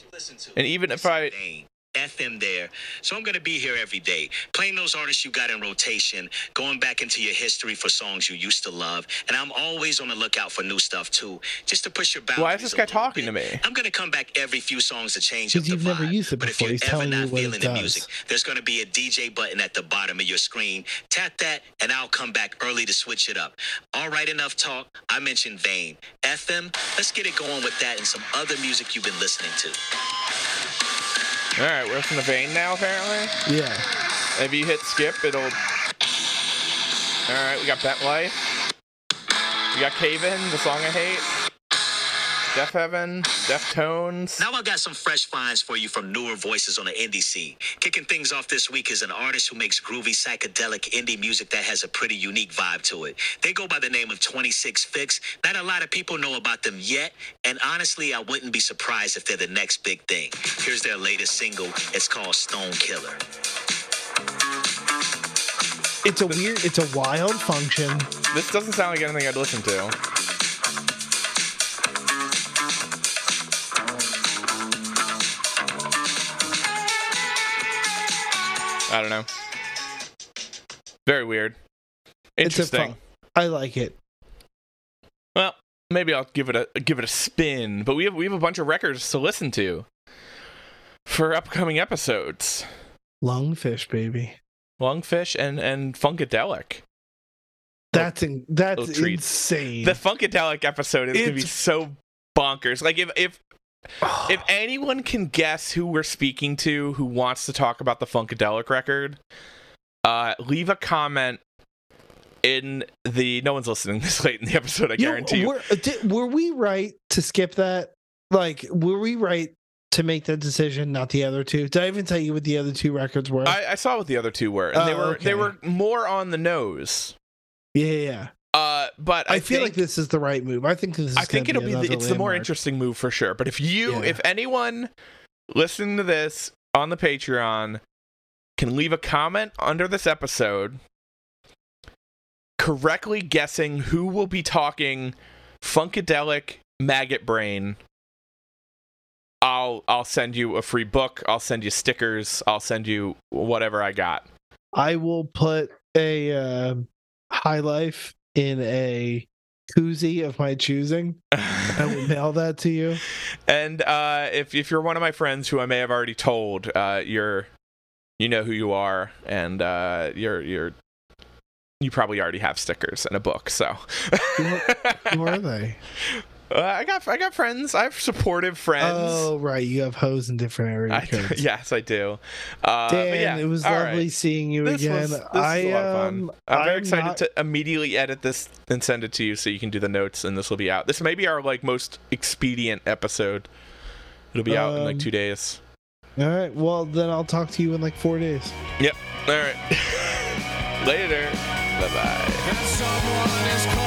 Speaker 3: to listen to.
Speaker 2: And even if
Speaker 3: Listen,
Speaker 2: I-
Speaker 3: Dane, FM there. So I'm going to be here every day, playing those artists you got in rotation, going back into your history for songs you used to love. And I'm always on the lookout for new stuff, too, just to push your boundaries.
Speaker 2: Why is this
Speaker 3: a
Speaker 2: guy
Speaker 3: little
Speaker 2: talking
Speaker 3: bit.
Speaker 2: to me?
Speaker 3: I'm going to come back every few songs to change up
Speaker 1: Because
Speaker 3: the
Speaker 1: you've never
Speaker 3: vibe.
Speaker 1: used it
Speaker 3: But if
Speaker 1: before.
Speaker 3: you're
Speaker 1: He's
Speaker 3: ever
Speaker 1: telling you
Speaker 3: not
Speaker 1: what it
Speaker 3: feeling the music,
Speaker 1: does.
Speaker 3: there's going to be a DJ button at the bottom of your screen. Tap that, and I'll come back early to switch it up. All right, enough talk. I mentioned Vane. FM, let's get it going with that and some other music you've been listening to.
Speaker 2: All right, we're from the vein now. Apparently,
Speaker 1: Yeah.
Speaker 2: if you hit skip, it'll. All right, we got Bet Life. We got Caven, the song I hate. Deaf Heaven, Deftones.
Speaker 3: Now I got some fresh finds for you from newer voices on the indie scene. Kicking things off this week is an artist who makes groovy psychedelic indie music that has a pretty unique vibe to it. They go by the name of 26 Fix. Not a lot of people know about them yet, and honestly, I wouldn't be surprised if they're the next big thing. Here's their latest single. It's called Stone Killer.
Speaker 1: It's a weird. It's a wild function.
Speaker 2: This doesn't sound like anything I'd listen to. I don't know. Very weird.
Speaker 1: It's a
Speaker 2: Interesting.
Speaker 1: fun. I like it.
Speaker 2: Well, maybe I'll give it a give it a spin. But we have we have a bunch of records to listen to for upcoming episodes.
Speaker 1: Lungfish, baby.
Speaker 2: Lungfish and and Funkadelic.
Speaker 1: That's in, that's
Speaker 2: little treats.
Speaker 1: insane.
Speaker 2: The Funkadelic episode is gonna be
Speaker 1: It's-
Speaker 2: so bonkers. Like if if if anyone can guess who we're speaking to who wants to talk about the Funkadelic record, uh, leave a comment in the no one's listening this late in the episode. I
Speaker 1: You know,
Speaker 2: guarantee you.
Speaker 1: Were, did, were we right to skip that? Like, were we right to make that decision? Not the other two. Did I even tell you what the other two records were?
Speaker 2: I, I saw what the other two were, and they
Speaker 1: Oh,
Speaker 2: were
Speaker 1: okay.
Speaker 2: they were more on the nose.
Speaker 1: yeah, yeah, yeah.
Speaker 2: Uh, but I,
Speaker 1: I, feel
Speaker 2: think,
Speaker 1: like this is the right move. I think this. Is
Speaker 2: I think
Speaker 1: gonna
Speaker 2: it'll be the,
Speaker 1: another
Speaker 2: it's the more
Speaker 1: landmark.
Speaker 2: interesting move for sure. But if you,
Speaker 1: Yeah.
Speaker 2: if anyone listening to this on the Patreon can leave a comment under this episode, correctly guessing who will be talking Funkadelic Maggot Brain, I'll I'll send you a free book. I'll send you stickers. I'll send you whatever I got.
Speaker 1: I will put a uh, high life in a koozie of my choosing. I will mail that to you.
Speaker 2: And uh, if if you're one of my friends who I may have already told, uh, you're you know who you are, and uh, you're you're you probably already have stickers and a book. So
Speaker 1: Who are they?
Speaker 2: Uh, I got I got friends. I have supportive friends.
Speaker 1: Oh, right. You have hoes in different area
Speaker 2: I,
Speaker 1: codes.
Speaker 2: yes, I do. Uh, but
Speaker 1: Dan,
Speaker 2: yeah,
Speaker 1: it was
Speaker 2: all
Speaker 1: lovely
Speaker 2: right.
Speaker 1: seeing you
Speaker 2: This
Speaker 1: again.
Speaker 2: was, this
Speaker 1: I
Speaker 2: was a lot of fun.
Speaker 1: um,
Speaker 2: I'm very excited
Speaker 1: not-
Speaker 2: to immediately edit this and send it to you so you can do the notes and this will be out. This may be our like most expedient episode. It'll be out in like
Speaker 1: Um,
Speaker 2: two days.
Speaker 1: All right. Well, then I'll talk to you in like four days.
Speaker 2: Yep. All right. Later. Bye bye.
Speaker 4: And someone is calling